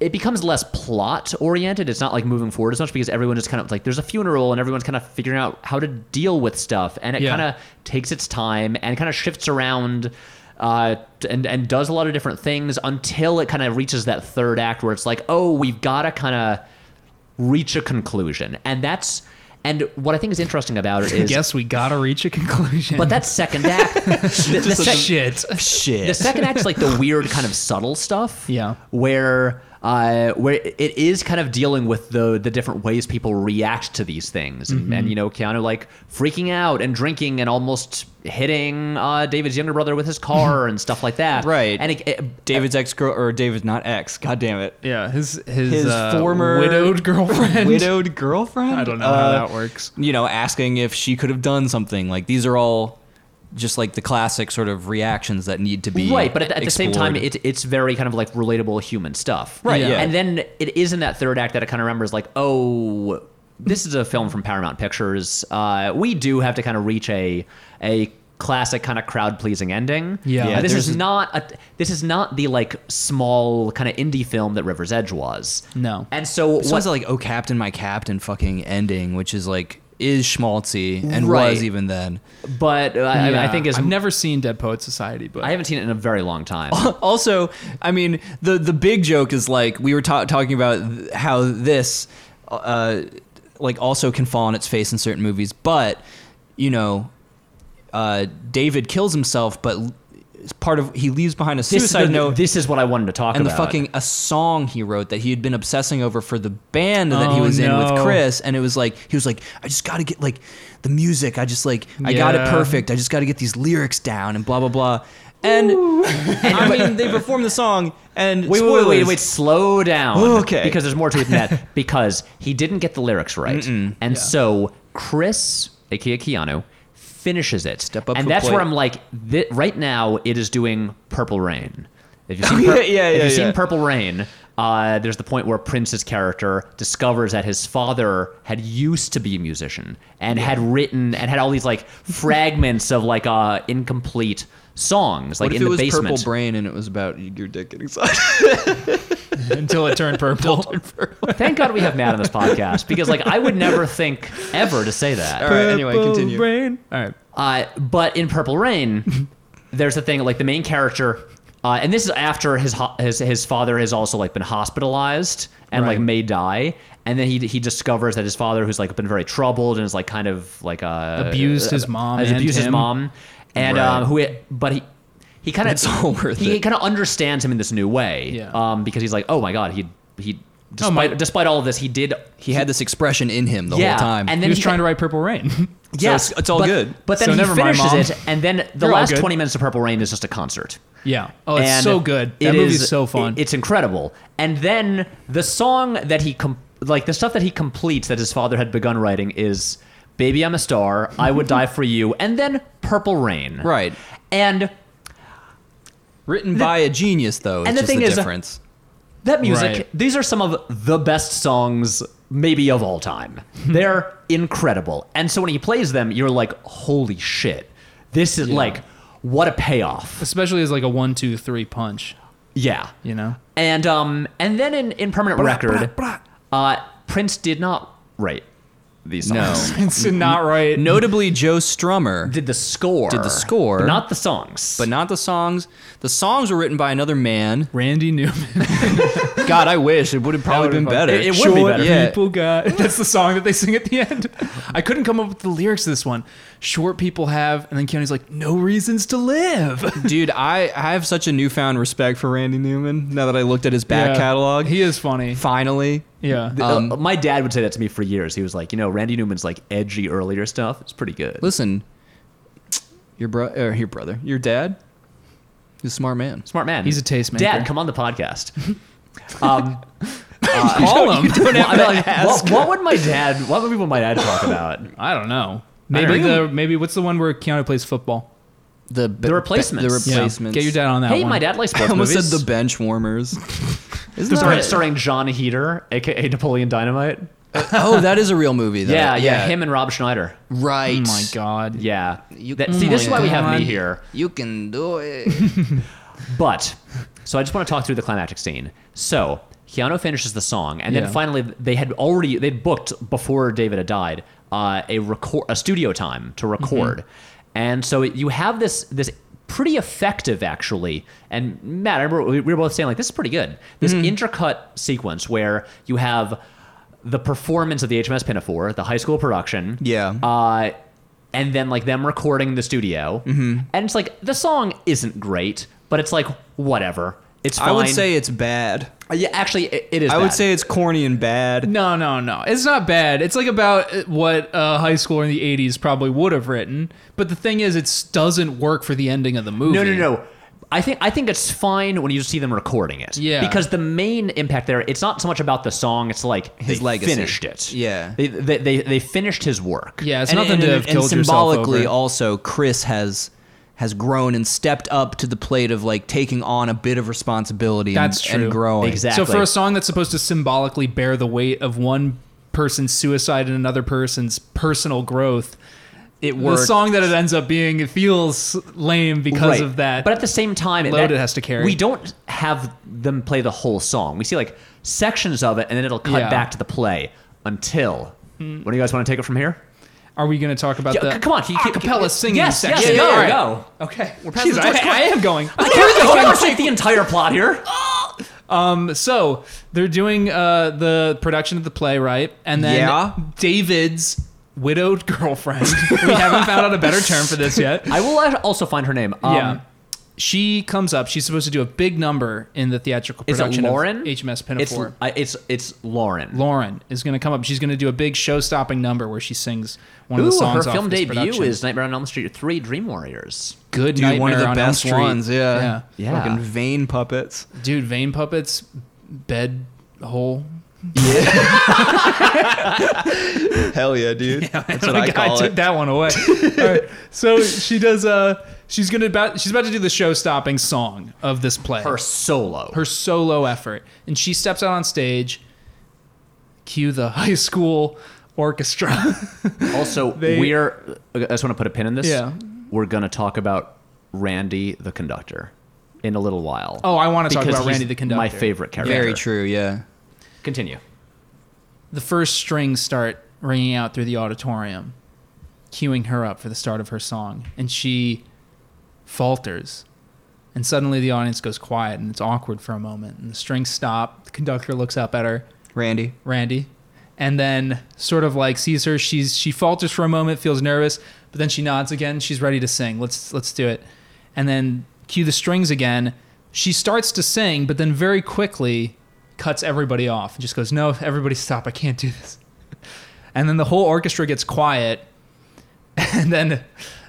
Speaker 2: it becomes less plot oriented it's not like moving forward as much because everyone is kind of like there's a funeral and everyone's kind of figuring out how to deal with stuff and it
Speaker 3: Yeah.
Speaker 2: kind of takes its time and kind of shifts around uh, t- and and does a lot of different things until it kind of reaches that third act where it's like oh we've got to kind of reach a conclusion and that's and what I think is interesting about it
Speaker 3: I
Speaker 2: is
Speaker 3: guess we gotta reach a conclusion.
Speaker 2: but that second act the, the
Speaker 3: Just
Speaker 2: sec-
Speaker 3: shit.
Speaker 4: Shit.
Speaker 2: the second act's like the weird kind of subtle stuff.
Speaker 3: Yeah.
Speaker 2: Where uh, where it is kind of dealing with the the different ways people react to these things, and, and you know Keanu like freaking out and drinking and almost hitting uh, David's younger brother with his car and stuff like that.
Speaker 4: Right.
Speaker 2: And it, it,
Speaker 4: David's ex girl or David's not ex. God damn it.
Speaker 3: Yeah, his his,
Speaker 4: His
Speaker 3: uh,
Speaker 4: former
Speaker 3: widowed girlfriend.
Speaker 4: Widowed girlfriend.
Speaker 3: I don't know
Speaker 4: Uh,
Speaker 3: how that works.
Speaker 4: You know, asking if she could have done something. Like these are all just like the classic sort of reactions that need to be
Speaker 2: right but at, at the same time
Speaker 4: explored.
Speaker 2: it, it's very kind of like relatable human stuff
Speaker 4: Right, Yeah. yeah.
Speaker 2: and then it is in that third act that i kind of remember is like oh this is a film from paramount pictures uh, we do have to kind of reach a a classic kind of crowd pleasing ending
Speaker 3: Yeah. Yeah,
Speaker 2: Uh, this
Speaker 4: there's
Speaker 2: is
Speaker 4: a-
Speaker 2: not a, this is not the like small kind of indie film that river's edge was
Speaker 3: No.
Speaker 2: and so
Speaker 4: It
Speaker 2: what
Speaker 4: sounds like "Oh Captain, My Captain" fucking ending, which is like is schmaltzy and
Speaker 2: Right.
Speaker 4: was even then.
Speaker 2: but uh, I- I,
Speaker 3: Yeah.
Speaker 2: think is
Speaker 3: I've never seen Dead Poet Society, but
Speaker 2: i haven't seen it in a very long time
Speaker 4: also, I mean, the the big joke is like we were ta- talking about th- how this, uh, like, also can fall on its face in certain movies, but you know, uh, David kills himself, but l- it's part of he leaves behind a
Speaker 2: this is,
Speaker 4: suicide
Speaker 2: the,
Speaker 4: note.
Speaker 2: this is what i wanted to talk
Speaker 4: and the
Speaker 2: about
Speaker 4: fucking a song he wrote that he had been obsessing over for the band that he
Speaker 3: Oh,
Speaker 4: was in with
Speaker 3: no.
Speaker 4: Chris, and it was like he was like, I just got to get like the music. I just like I got it
Speaker 3: Yeah.
Speaker 4: perfect. I just got to get these lyrics down and blah blah blah. And, and I mean, they performed the song and
Speaker 2: Wait, wait, wait, wait,
Speaker 4: spoilers. Oh,
Speaker 2: wait, slow down.
Speaker 4: Okay.
Speaker 2: Because there's more to it than that. because he didn't get the lyrics right. And so Chris, aka Keanu, finishes it,
Speaker 4: up the
Speaker 2: and that's
Speaker 4: plate.
Speaker 2: where I'm like, thi- right now it is doing Purple Rain. If you've seen, Pur-
Speaker 4: Yeah, yeah,
Speaker 2: if
Speaker 4: yeah,
Speaker 2: you've seen
Speaker 4: yeah.
Speaker 2: Purple Rain, uh, there's the point where Prince's character discovers that his father had used to be a musician and had written and had all these like fragments of like uh, incomplete songs, like
Speaker 4: what if
Speaker 2: in
Speaker 4: it
Speaker 2: the
Speaker 4: was
Speaker 2: basement.
Speaker 4: purple brain and it was about your dick getting sucked?
Speaker 3: until it turned purple.
Speaker 2: Thank God we have Matt on this podcast because like I would never think ever to say that.
Speaker 4: All right, anyway, continue.
Speaker 3: All right.
Speaker 2: Uh, but in Purple Rain, there's a thing like the main character, uh, and this is after his ho- his his father has also like been hospitalized and like
Speaker 3: Right.
Speaker 2: may die, and then he he discovers that his father, who's like been very troubled and is like kind of like uh,
Speaker 3: Abused his mom
Speaker 2: has
Speaker 3: and
Speaker 2: abused his
Speaker 3: him.
Speaker 2: mom, and
Speaker 3: Right.
Speaker 2: um, who but he. He kind of
Speaker 4: It's all worth
Speaker 2: he
Speaker 4: it.
Speaker 2: kind of understands him in this new way,
Speaker 3: Yeah.
Speaker 2: um, because he's like, oh my god, he he
Speaker 3: Oh, my-
Speaker 2: despite despite all of this, he did
Speaker 4: He had this expression in him the
Speaker 2: yeah,
Speaker 4: whole time.
Speaker 2: and then
Speaker 3: He was
Speaker 2: he-
Speaker 3: trying to write Purple Rain.
Speaker 2: Yes,
Speaker 4: it's- it's all
Speaker 2: but-
Speaker 4: good.
Speaker 2: But then
Speaker 3: So
Speaker 2: he
Speaker 3: never mind,
Speaker 2: finishes
Speaker 3: Mom.
Speaker 2: it, and then the
Speaker 3: You're all
Speaker 2: last
Speaker 3: good.
Speaker 2: twenty minutes of Purple Rain is just a concert.
Speaker 3: yeah. Oh, it's
Speaker 2: And
Speaker 3: so good.
Speaker 2: it
Speaker 3: That movie
Speaker 2: is-
Speaker 3: is so fun.
Speaker 2: it- it's incredible. And then the song that he com- like the stuff that he completes that his father had begun writing is "Baby, I'm a Star," "I Would Die for You," and then "Purple Rain."
Speaker 4: Right.
Speaker 2: And
Speaker 4: Written by a genius, though. It's
Speaker 2: and the
Speaker 4: just
Speaker 2: thing
Speaker 4: the
Speaker 2: is- uh,
Speaker 4: difference.
Speaker 2: that music.
Speaker 3: Right.
Speaker 2: These are some of the best songs. Maybe of all time.
Speaker 3: Hmm.
Speaker 2: They're incredible. And so when he plays them, you're like, holy shit. This is like, what a payoff.
Speaker 3: Especially as like a one, two, three punch.
Speaker 2: Yeah.
Speaker 3: You know.
Speaker 2: And um and then in, in permanent record uh Prince did not write these songs.
Speaker 4: No.
Speaker 3: It's not right.
Speaker 4: Notably, Joe Strummer,
Speaker 2: Did the score.
Speaker 4: Did the score.
Speaker 2: But not the songs.
Speaker 4: but not the songs. The songs were written by another man.
Speaker 3: Randy Newman.
Speaker 4: God, I wish it would have probably been better.
Speaker 2: It- it would be
Speaker 3: Short
Speaker 2: better.
Speaker 4: Yeah.
Speaker 3: people got. That's the song that they sing at the end. I couldn't come up with the lyrics to this one. Short people have, and then Keanu's like, no reasons to live.
Speaker 4: Dude, I, I have such a newfound respect for Randy Newman now that I looked at his back
Speaker 3: Yeah.
Speaker 4: catalog.
Speaker 3: He is funny.
Speaker 4: finally.
Speaker 3: Yeah.
Speaker 2: Uh, my dad would say that to me for years. He was like, you know, Randy Newman's like edgy earlier stuff. It's pretty good.
Speaker 4: Listen, your bro, or your brother, your dad, he's a smart man.
Speaker 2: Smart man.
Speaker 3: He's a tastemaker.
Speaker 2: Dad, come on the podcast. um,
Speaker 3: Call him.
Speaker 2: well, I mean, like, what, what would my dad? What would my dad talk about?
Speaker 3: I don't
Speaker 2: I
Speaker 3: know. Maybe
Speaker 2: don't know.
Speaker 3: the maybe what's the one where Keanu plays football?
Speaker 4: The the
Speaker 2: replacements.
Speaker 4: The
Speaker 2: Yeah.
Speaker 4: replacements.
Speaker 3: Get your dad on that
Speaker 2: hey,
Speaker 3: one.
Speaker 2: my dad likes
Speaker 4: I
Speaker 2: sports
Speaker 4: almost
Speaker 2: movies.
Speaker 4: said the bench warmers. Isn't
Speaker 2: Starring-
Speaker 4: that-
Speaker 2: starring John Heater, aka Napoleon Dynamite.
Speaker 4: oh, that is a real movie. Though.
Speaker 2: Yeah, yeah, him and Rob Schneider.
Speaker 4: Right.
Speaker 3: Oh my god.
Speaker 2: Yeah.
Speaker 4: You-
Speaker 2: That-
Speaker 4: oh
Speaker 2: see, this is
Speaker 4: my
Speaker 2: why we have me
Speaker 4: God.
Speaker 2: here.
Speaker 4: You can do it.
Speaker 2: But, so I just want to talk through the climactic scene. So, Keanu finishes the song, and
Speaker 3: Yeah.
Speaker 2: then finally they had already they'd booked before David had died uh, a record a studio time to
Speaker 4: Mm-hmm.
Speaker 2: record, and so you have this this pretty effective actually. And Matt, I remember we we were both saying like this is pretty good. This
Speaker 4: Mm-hmm.
Speaker 2: intercut sequence where you have the performance of the HMS Pinafore, the high school production,
Speaker 4: Yeah.
Speaker 2: uh, and then like them recording in the studio,
Speaker 4: Mm-hmm.
Speaker 2: and it's like the song isn't great, but it's like whatever. It's fine.
Speaker 4: I would say it's bad.
Speaker 2: Uh, yeah, actually, it, it is.
Speaker 4: I
Speaker 2: bad.
Speaker 4: would say it's corny and bad.
Speaker 3: No, no, no. It's not bad. It's like about uh, what a high schooler in the 80s probably would have written. But the thing is, it doesn't work for the ending of the movie.
Speaker 2: no, no, no. I think I think it's fine when you see them recording it.
Speaker 3: Yeah.
Speaker 2: Because the main impact there, it's not so much about the song. It's like
Speaker 4: His
Speaker 2: they
Speaker 4: legacy.
Speaker 2: finished it.
Speaker 4: Yeah.
Speaker 2: They they, they they finished his work.
Speaker 3: Yeah, it's
Speaker 4: And-
Speaker 3: nothing
Speaker 4: and-
Speaker 3: to
Speaker 4: and-
Speaker 3: have
Speaker 4: and
Speaker 3: killed
Speaker 4: symbolically
Speaker 3: yourself over.
Speaker 4: also Chris has has grown and stepped up to the plate of like taking on a bit of responsibility and-
Speaker 3: That's
Speaker 4: and,
Speaker 3: true.
Speaker 4: growing.
Speaker 2: Exactly.
Speaker 3: So for a song that's supposed to symbolically bear the weight of one person's suicide and another person's personal growth,
Speaker 4: It
Speaker 3: the
Speaker 4: worked.
Speaker 3: song that it ends up being it feels lame because
Speaker 2: Right.
Speaker 3: of that.
Speaker 2: But at the same time,
Speaker 3: load it has to carry.
Speaker 2: We don't have them play the whole song. We see like sections of it, and then it'll cut
Speaker 3: Yeah.
Speaker 2: back to the play until. What do you guys want to take it from here?
Speaker 3: Are we going to talk about
Speaker 2: Yeah,
Speaker 3: the
Speaker 2: c- come on, can you- can-
Speaker 3: acapella
Speaker 2: can-
Speaker 3: singing
Speaker 2: yes, yes,
Speaker 3: section?
Speaker 2: go,
Speaker 3: All right.
Speaker 2: go.
Speaker 3: Okay, we're
Speaker 2: passing the torch. Come on.
Speaker 3: I, I am going.
Speaker 2: I don't take the entire plot here.
Speaker 3: Um, So they're doing uh, the production of the play, right? And then
Speaker 4: Yeah.
Speaker 3: David's widowed girlfriend. we haven't found out a better term for this yet.
Speaker 2: I will al- also find her name. Um,
Speaker 3: yeah. She comes up. She's supposed to do a big number in the theatrical
Speaker 2: Is it
Speaker 3: production
Speaker 2: Lauren?
Speaker 3: of HMS
Speaker 2: It's
Speaker 3: Pinafore.
Speaker 2: I- it's it's Lauren.
Speaker 3: Lauren is going to come up. She's going to do a big show-stopping number where she sings one of the
Speaker 2: Ooh, her
Speaker 3: songs off
Speaker 2: film
Speaker 3: this
Speaker 2: debut
Speaker 3: production.
Speaker 2: is Nightmare on Elm Street 3 Dream Warriors.
Speaker 3: Good
Speaker 4: Dude, one of
Speaker 3: Nightmare
Speaker 4: the
Speaker 3: on Elm
Speaker 4: best
Speaker 3: Street.
Speaker 4: ones. Yeah.
Speaker 2: Yeah.
Speaker 4: Fucking vein puppets.
Speaker 3: yeah. Dude, vein puppets, bed hole.
Speaker 5: Hell yeah, dude. That's what
Speaker 3: I
Speaker 5: I call
Speaker 3: took
Speaker 5: it.
Speaker 3: that one away. All right. So she does. Uh, she's gonna about. She's about to do the show-stopping song of this play.
Speaker 2: Her solo.
Speaker 3: her solo effort, and she steps out on stage. Cue the high school orchestra.
Speaker 2: also,
Speaker 3: They-
Speaker 2: we're. I just want to put a pin in this.
Speaker 3: Yeah.
Speaker 2: We're going to talk about Randy the conductor in a little while.
Speaker 3: oh, I want to talk
Speaker 2: Because
Speaker 3: about
Speaker 2: he's
Speaker 3: Randy the conductor.
Speaker 2: My favorite character.
Speaker 4: Very true, yeah.
Speaker 2: Continue.
Speaker 3: the first strings start ringing out through the auditorium, cueing her up for the start of her song, and she falters. And suddenly the audience goes quiet and it's awkward for a moment. And the strings stop. The conductor looks up at her,
Speaker 4: Randy.
Speaker 3: Randy, and then sort of like sees her. She's she falters for a moment, feels nervous, but then she nods again. She's ready to sing. Let's let's do it. And then cue the strings again. She starts to sing, but then very quickly cuts everybody off and just goes, "No, everybody stop. I can't do this." And then the whole orchestra gets quiet. And then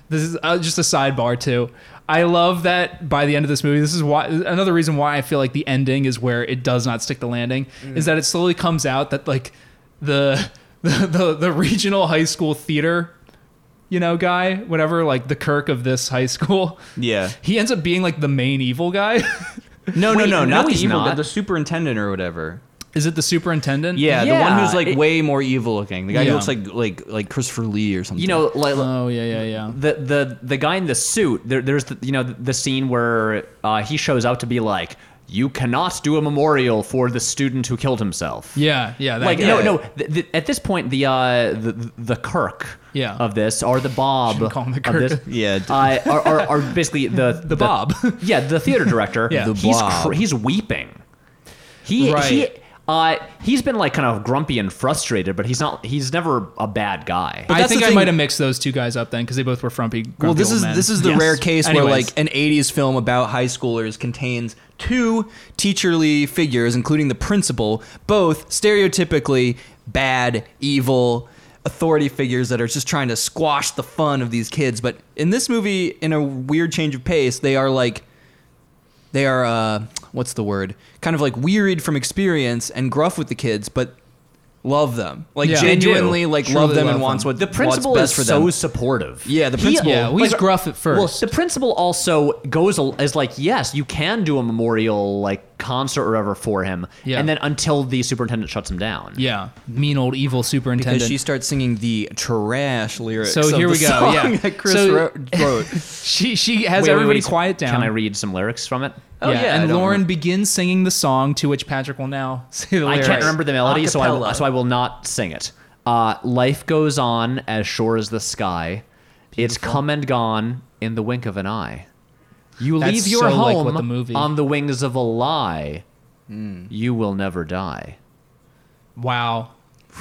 Speaker 3: this is uh, just a sidebar too. I love that by the end of this movie, this is why another reason why I feel like the ending is where it does not stick the landing is that it slowly comes out that like the the the, the regional high school theater you know guy whatever like the kirk of this high school
Speaker 4: Yeah.
Speaker 3: he ends up being like the main evil guy
Speaker 4: No,
Speaker 2: Wait,
Speaker 4: no, no,
Speaker 2: no,
Speaker 4: not the
Speaker 2: he's
Speaker 4: evil,
Speaker 2: not.
Speaker 4: guy, the superintendent or whatever.
Speaker 3: is it the superintendent
Speaker 4: Yeah, the one who's
Speaker 2: Yeah,
Speaker 4: like
Speaker 2: it-
Speaker 4: way more evil looking. The guy
Speaker 3: Yeah.
Speaker 4: who looks like like like Christopher Lee or something.
Speaker 2: You know, like,
Speaker 3: oh yeah yeah yeah
Speaker 2: the the the guy in the suit there, there's the, you know the, scene where uh, he shows up to be like you cannot do a memorial for the student who killed himself
Speaker 3: yeah yeah that
Speaker 2: like
Speaker 3: guy.
Speaker 2: no no th th at this point the uh the, the kirk
Speaker 3: Yeah.
Speaker 2: of this or the bob
Speaker 3: Shouldn't call him the
Speaker 2: of
Speaker 3: Kirk.
Speaker 2: this
Speaker 4: Yeah, d-
Speaker 2: uh, are, are, are basically the, the
Speaker 3: Bob.
Speaker 2: yeah the theater director
Speaker 3: Yeah. The
Speaker 2: he's
Speaker 4: Bob.
Speaker 2: cr- he's weeping he he
Speaker 3: Right.
Speaker 2: uh, he's been like kind of grumpy and frustrated, but he's not. He's never a bad guy.
Speaker 3: I
Speaker 4: that's
Speaker 3: think
Speaker 4: the
Speaker 3: I
Speaker 4: thing-
Speaker 3: might have mixed those two guys up then because they both were frumpy. grumpy
Speaker 4: well, this
Speaker 3: old
Speaker 4: is
Speaker 3: men.
Speaker 4: this is the
Speaker 3: Yes.
Speaker 4: rare case where
Speaker 3: Anyways.
Speaker 4: like an 80s film about high schoolers contains two teacherly figures including the principal, both stereotypically bad, evil authority figures that are just trying to squash the fun of these kids, but in this movie in a weird change of pace, they are like they are uh what's the word? Kind of like wearied from experience and gruff with the kids, but love them. Like
Speaker 3: Yeah. They do.
Speaker 4: genuinely like
Speaker 3: Truly
Speaker 4: love them
Speaker 3: love
Speaker 4: and wants
Speaker 3: them.
Speaker 4: what
Speaker 2: the principal
Speaker 4: what's
Speaker 2: is
Speaker 4: best for them.
Speaker 2: so supportive.
Speaker 4: Yeah, the principal-
Speaker 3: Yeah, well, he's gruff at first.
Speaker 2: Well, the principal also goes al- is like, yes, you can do a memorial like concert or whatever for him,
Speaker 3: Yeah.
Speaker 2: and then until the superintendent shuts him down.
Speaker 3: yeah, mean old evil superintendent.
Speaker 4: Because she starts singing the trash lyrics.
Speaker 3: So
Speaker 4: of
Speaker 3: here
Speaker 4: the
Speaker 3: we go,
Speaker 4: song
Speaker 3: yeah.
Speaker 4: that Chris
Speaker 3: So-
Speaker 4: wrote. wrote.
Speaker 3: she she has
Speaker 2: Wait, wait,
Speaker 3: everybody
Speaker 2: wait.
Speaker 3: quiet down.
Speaker 2: Can I read some lyrics from it?
Speaker 4: Oh,
Speaker 3: yeah,
Speaker 4: yeah, I
Speaker 3: and
Speaker 4: don't
Speaker 3: Lauren
Speaker 4: remember.
Speaker 3: begins singing the song to which Patrick will now say the
Speaker 2: I
Speaker 3: lyrics.
Speaker 2: can't remember the melody, so I will,
Speaker 4: Acapella.
Speaker 2: so I will not sing it. Uh, life goes on as sure as the sky. It's come and gone in the wink of an eye. You
Speaker 3: That's
Speaker 2: leave your
Speaker 3: so like
Speaker 2: home
Speaker 3: what the movie-
Speaker 2: on the wings of a lie.
Speaker 4: Hmm.
Speaker 2: You will never die.
Speaker 3: Wow,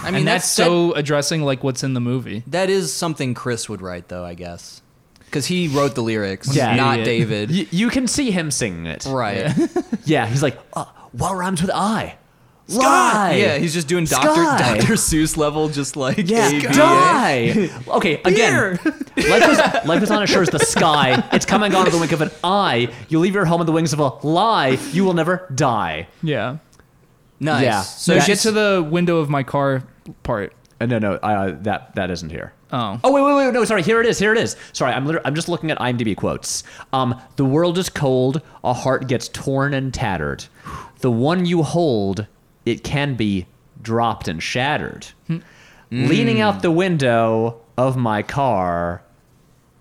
Speaker 4: I
Speaker 3: and that's, so addressing like what's in the movie.
Speaker 4: that is something Chris would write, though. I guess because he wrote the lyrics,
Speaker 2: Yeah.
Speaker 4: not
Speaker 3: Idiot.
Speaker 4: David.
Speaker 2: Y- you can see him singing it.
Speaker 4: Right?
Speaker 2: Yeah, he's like, uh, what rhymes with I?
Speaker 4: God!
Speaker 2: Lie.
Speaker 4: Yeah, he's just doing Doctor
Speaker 2: Sky.
Speaker 4: Doctor Seuss level, just like
Speaker 2: yeah,
Speaker 4: ABA.
Speaker 2: die. Okay, again, life is, life is not as sure as the sky. It's come and gone in the wink of an eye. You leave your home in the wings of a lie. You will never die.
Speaker 3: Yeah.
Speaker 4: Nice.
Speaker 2: Yeah.
Speaker 3: So
Speaker 4: So
Speaker 3: get to the window of my car part.
Speaker 2: Uh, no, no, uh, that that isn't here.
Speaker 3: Oh.
Speaker 2: Oh wait, wait, wait, no, sorry. Here it is. Here it is. Sorry, I'm liter- I'm just looking at IMDb quotes. Um, the world is cold. A heart gets torn and tattered. The one you hold, it can be dropped and shattered.
Speaker 3: Hmm.
Speaker 2: Leaning out the window of my car,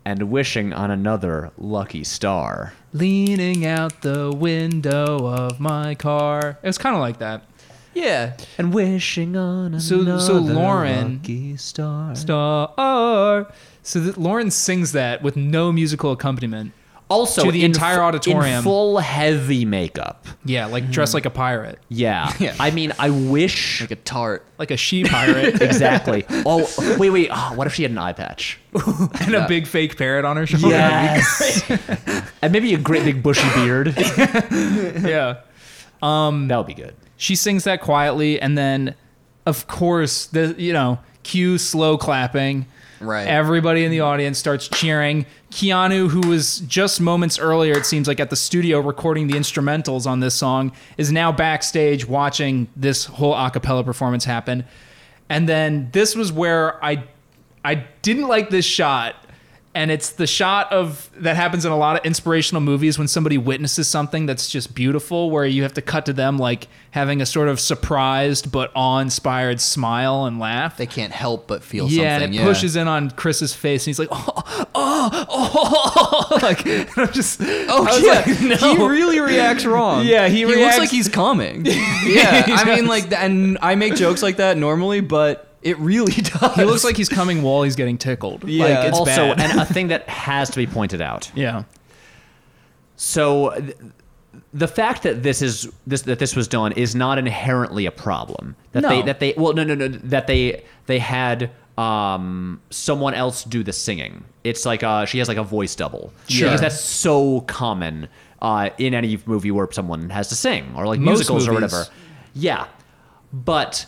Speaker 2: and wishing on another lucky star.
Speaker 3: Leaning out the window of my car. It was kind of like that.
Speaker 4: yeah.
Speaker 2: And wishing on
Speaker 3: So-
Speaker 2: another
Speaker 3: so Lauren-
Speaker 2: lucky star.
Speaker 3: Star. So that Lauren sings that with no musical accompaniment.
Speaker 2: Also,
Speaker 3: To the
Speaker 2: in
Speaker 3: entire
Speaker 2: fu- in
Speaker 3: auditorium.
Speaker 2: full heavy makeup.
Speaker 3: Yeah, like dressed like a pirate,
Speaker 2: Yeah.
Speaker 4: Yeah.
Speaker 2: I mean, I wish.
Speaker 4: Like a tart.
Speaker 3: like a she pirate,
Speaker 2: exactly. Oh, wait, wait. Oh, what if she had an eye patch?
Speaker 3: and a big fake parrot on her shoulder.
Speaker 2: Yes. and maybe a great big bushy beard.
Speaker 3: yeah.
Speaker 2: that would be good.
Speaker 3: she sings that quietly and then of course the you know cue slow clapping
Speaker 4: Right.
Speaker 3: Everybody in the audience starts cheering. Keanu, who was just moments earlier, it seems like at the studio recording the instrumentals on this song, is now backstage watching this whole a cappella performance happen. And then this was where I I didn't like this shot. And it's the shot of that happens in a lot of inspirational movies when somebody witnesses something that's just beautiful, where you have to cut to them like having a sort of surprised but awe-inspired smile and laugh
Speaker 4: They can't help but feel
Speaker 3: yeah,
Speaker 4: something.
Speaker 3: and it pushes in on Chris's face, and he's like, oh, oh, oh, like, and I'm just,
Speaker 4: Oh
Speaker 3: I was
Speaker 4: yeah,
Speaker 3: like,
Speaker 4: he really reacts wrong.
Speaker 3: Yeah, he reacts-
Speaker 4: looks like he's coming. yeah, I mean, like, th- and I make jokes like that normally, but it really does.
Speaker 3: he looks like he's coming while he's getting tickled.
Speaker 4: Yeah.
Speaker 3: like, it's
Speaker 2: Uh, also,
Speaker 3: bad.
Speaker 2: and a thing that has to be pointed out.
Speaker 3: yeah,
Speaker 2: So th- the fact that this is this that this was done is not inherently a problem. That they
Speaker 3: No.
Speaker 2: that they well no no no that they they had um someone else do the singing. It's like uh she has like a voice double.
Speaker 3: Sure.
Speaker 2: Because that's so common uh in any movie where someone has to sing or like
Speaker 3: Most
Speaker 2: musicals or
Speaker 3: movies.
Speaker 2: whatever. Yeah. But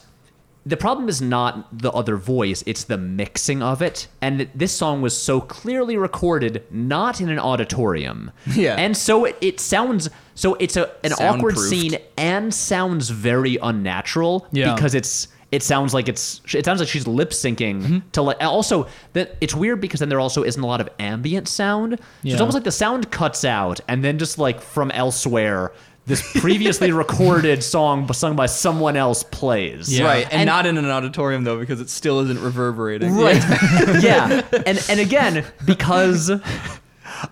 Speaker 2: the problem is not the other voice, it's the mixing of it. And this song was so clearly recorded not in an auditorium.
Speaker 4: Yeah.
Speaker 2: And so it, it sounds so it's a an awkward
Speaker 4: Soundproofed.
Speaker 2: scene and sounds very unnatural
Speaker 3: Yeah.
Speaker 2: because it's it sounds like it's it sounds like she's lip syncing to like also that it's weird because then there also isn't a lot of ambient sound. So
Speaker 3: Yeah.
Speaker 2: it's almost like the sound cuts out and then just like from elsewhere this previously recorded song sung by someone else plays.
Speaker 3: Yeah.
Speaker 4: right, and,
Speaker 2: And-
Speaker 4: not in an auditorium though, because it still isn't reverberating.
Speaker 2: Right. yeah. And and again, because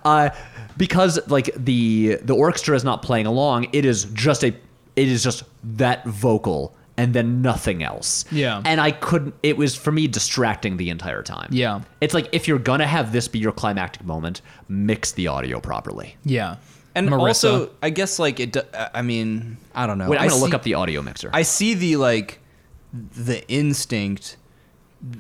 Speaker 2: uh because like the the orchestra is not playing along, it is just a it is just that vocal and then nothing else.
Speaker 3: Yeah.
Speaker 2: And I couldn't it was for me distracting the entire time.
Speaker 3: Yeah.
Speaker 2: It's like if you're gonna have this be your climactic moment, mix the audio properly.
Speaker 3: yeah,
Speaker 4: And
Speaker 3: Marissa.
Speaker 4: also, I guess like it. do- uh, I I mean, I don't know.
Speaker 2: Wait, I'm
Speaker 4: I
Speaker 2: gonna look
Speaker 4: see-
Speaker 2: up the audio mixer.
Speaker 4: I see the like the instinct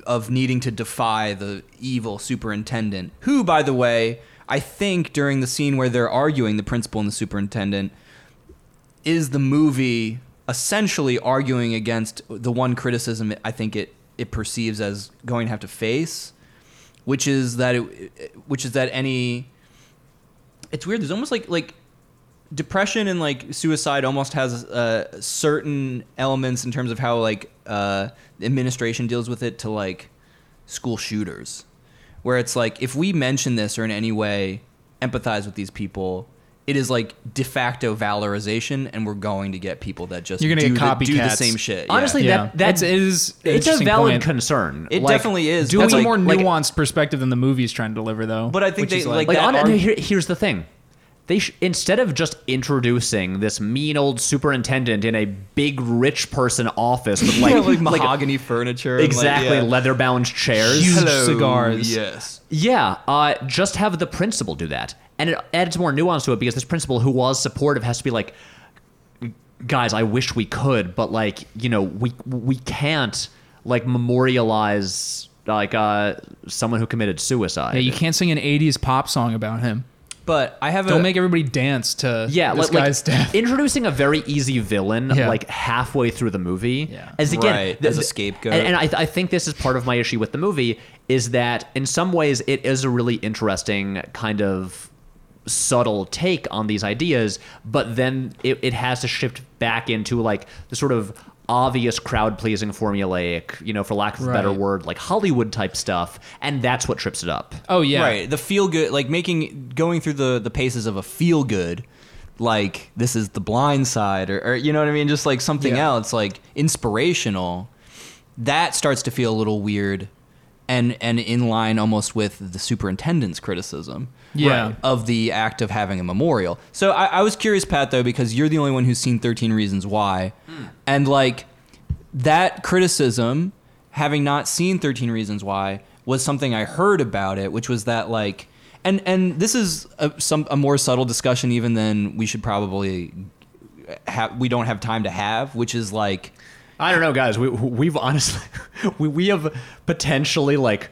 Speaker 4: of needing to defy the evil superintendent, who, by the way, I think during the scene where they're arguing the principal and the superintendent, is the movie essentially arguing against the one criticism I think it it perceives as going to have to face, which is that it, which is that any it's weird. There's almost like like depression and like suicide almost has uh, certain elements in terms of how like uh, the administration deals with it to like school shooters, where it's like if we mention this or in any way empathize with these people. It is like de facto valorization, and we're going to get people that just
Speaker 3: You're gonna
Speaker 4: do,
Speaker 3: get
Speaker 4: the, do the
Speaker 3: copycats.
Speaker 4: same shit. yeah.
Speaker 2: Honestly,
Speaker 3: Yeah.
Speaker 2: that that
Speaker 3: That's- it is an
Speaker 2: it's a
Speaker 3: interesting
Speaker 2: valid
Speaker 3: point.
Speaker 2: concern.
Speaker 4: It definitely is.
Speaker 2: do
Speaker 4: That's
Speaker 3: that's
Speaker 2: we-
Speaker 3: a more
Speaker 2: like-
Speaker 3: nuanced perspective than the movie's trying to deliver, though.
Speaker 4: But I think
Speaker 3: which
Speaker 4: they,
Speaker 3: is
Speaker 4: like,
Speaker 2: like
Speaker 4: that
Speaker 2: on,
Speaker 4: arg-
Speaker 2: no, here, here's the thing they sh- instead of just introducing this mean old superintendent in a big rich person office with like,
Speaker 4: Yeah, like
Speaker 2: like,
Speaker 4: mahogany furniture, and, like,
Speaker 2: exactly
Speaker 4: yeah.
Speaker 2: leather bound chairs
Speaker 3: Huge cigars.
Speaker 4: Yes,
Speaker 2: yeah uh, just have the principal do that and it adds more nuance to it because this principal who was supportive has to be like guys i wish we could but like you know we we can't like memorialize like uh someone who committed suicide
Speaker 3: yeah, you can't sing an '80s pop song about him.
Speaker 4: but I have
Speaker 3: Don't
Speaker 4: a,
Speaker 3: make everybody dance to
Speaker 2: yeah,
Speaker 3: this
Speaker 2: like, like,
Speaker 3: guy's death.
Speaker 2: introducing a very easy villain
Speaker 3: Yeah.
Speaker 2: like halfway through the movie.
Speaker 3: Yeah.
Speaker 2: as again
Speaker 4: Right,
Speaker 2: the-
Speaker 4: as a
Speaker 2: the-
Speaker 4: scapegoat.
Speaker 2: And, and I, I think this is part of my issue with the movie is that in some ways it is a really interesting kind of subtle take on these ideas, but then it, it has to shift back into like the sort of obvious crowd pleasing formulaic, you know, for lack of a better
Speaker 3: Right.
Speaker 2: word, like Hollywood type stuff, and that's what trips it up.
Speaker 3: oh yeah,
Speaker 4: Right. The feel good, like making, going through the the paces of a feel good, like this is the blind side, or, or you know what I mean? Just like something
Speaker 3: Yeah.
Speaker 4: else, like inspirational. That starts to feel a little weird, and and in line almost with the superintendent's criticism.
Speaker 3: Yeah. Right.
Speaker 4: Of the act of having a memorial. So I, I was curious, Pat, though, because you're the only one who's seen Thirteen Reasons Why, and like that criticism, having not seen 13 Reasons Why, was something I heard about it, which was that like, and and this is a, some a more subtle discussion even than we should probably have. We don't have time to have, which is like,
Speaker 2: I don't know, guys. We we've honestly we we have potentially like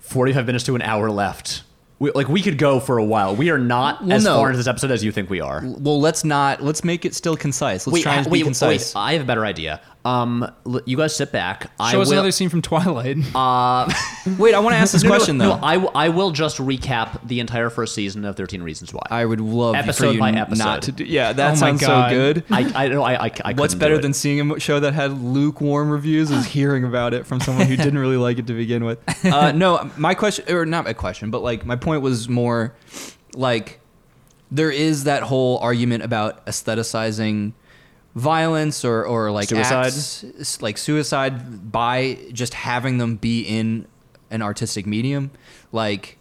Speaker 2: forty five minutes to an hour left. We, like we could go for a while. We are not
Speaker 4: Well,
Speaker 2: as
Speaker 4: no.
Speaker 2: far into this episode as you think we are.
Speaker 4: well, let's not let's make it still concise. Let's try and
Speaker 2: ha- uh,
Speaker 4: be concise.
Speaker 2: I have a better idea. Um, l- you guys sit back. I
Speaker 3: Show us
Speaker 2: will,
Speaker 3: another scene from Twilight.
Speaker 4: Wait, I want to ask this
Speaker 2: No, no,
Speaker 4: question
Speaker 2: no, uh,
Speaker 4: though.
Speaker 2: I, w- I will just recap the entire first season of Thirteen Reasons Why. I
Speaker 4: I would love
Speaker 2: Episode
Speaker 4: for you
Speaker 2: by
Speaker 4: n-
Speaker 2: episode.
Speaker 4: not to do. Yeah, that
Speaker 3: Oh my
Speaker 4: sounds so
Speaker 3: God.
Speaker 4: good.
Speaker 2: I know I, I, I couldn't
Speaker 4: What's
Speaker 2: do
Speaker 4: better
Speaker 2: it.
Speaker 4: than seeing a mo- show that had lukewarm reviews is hearing about it from someone who didn't really like it to begin with. Uh, no, my question, or not my question, but like my point was more like there is that whole argument about aestheticizing violence or, or like
Speaker 2: Suicide.
Speaker 4: acts, s- like suicide by just having them be in an artistic medium. Like,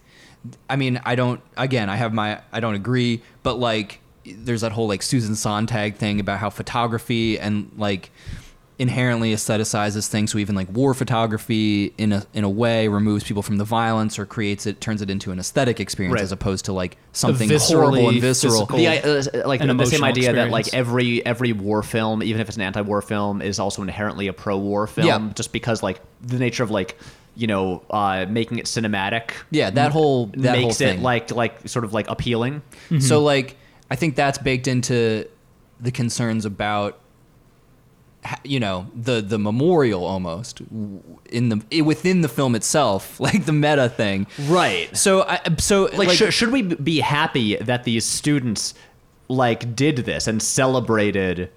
Speaker 4: I mean, I don't, again, I have my, I don't agree, but like, there's that whole like Susan Sontag thing about how photography and like inherently aestheticizes things. So even like war photography in a, in a way removes people from the violence or creates it, turns it into an aesthetic experience
Speaker 2: Right.
Speaker 4: as opposed to like something
Speaker 3: viscerally
Speaker 4: horrible and visceral.
Speaker 3: physical-
Speaker 2: the, i- uh, like
Speaker 3: an
Speaker 2: the same
Speaker 3: emotional
Speaker 2: idea that like
Speaker 3: experience.
Speaker 2: every every war film, even if it's an anti-war film, is also inherently a pro-war film,
Speaker 4: Yeah.
Speaker 2: just because like the nature of like you know uh, making it cinematic
Speaker 4: Yeah, that whole that whole
Speaker 2: makes
Speaker 4: thing.
Speaker 2: it like like sort of like appealing.
Speaker 4: so like I think that's baked into the concerns about ha- you know the the memorial almost w- in the i- within the film itself, like the meta thing.
Speaker 2: Right.
Speaker 4: So I so
Speaker 2: Like, should, should we be happy that these students like did this and celebrated?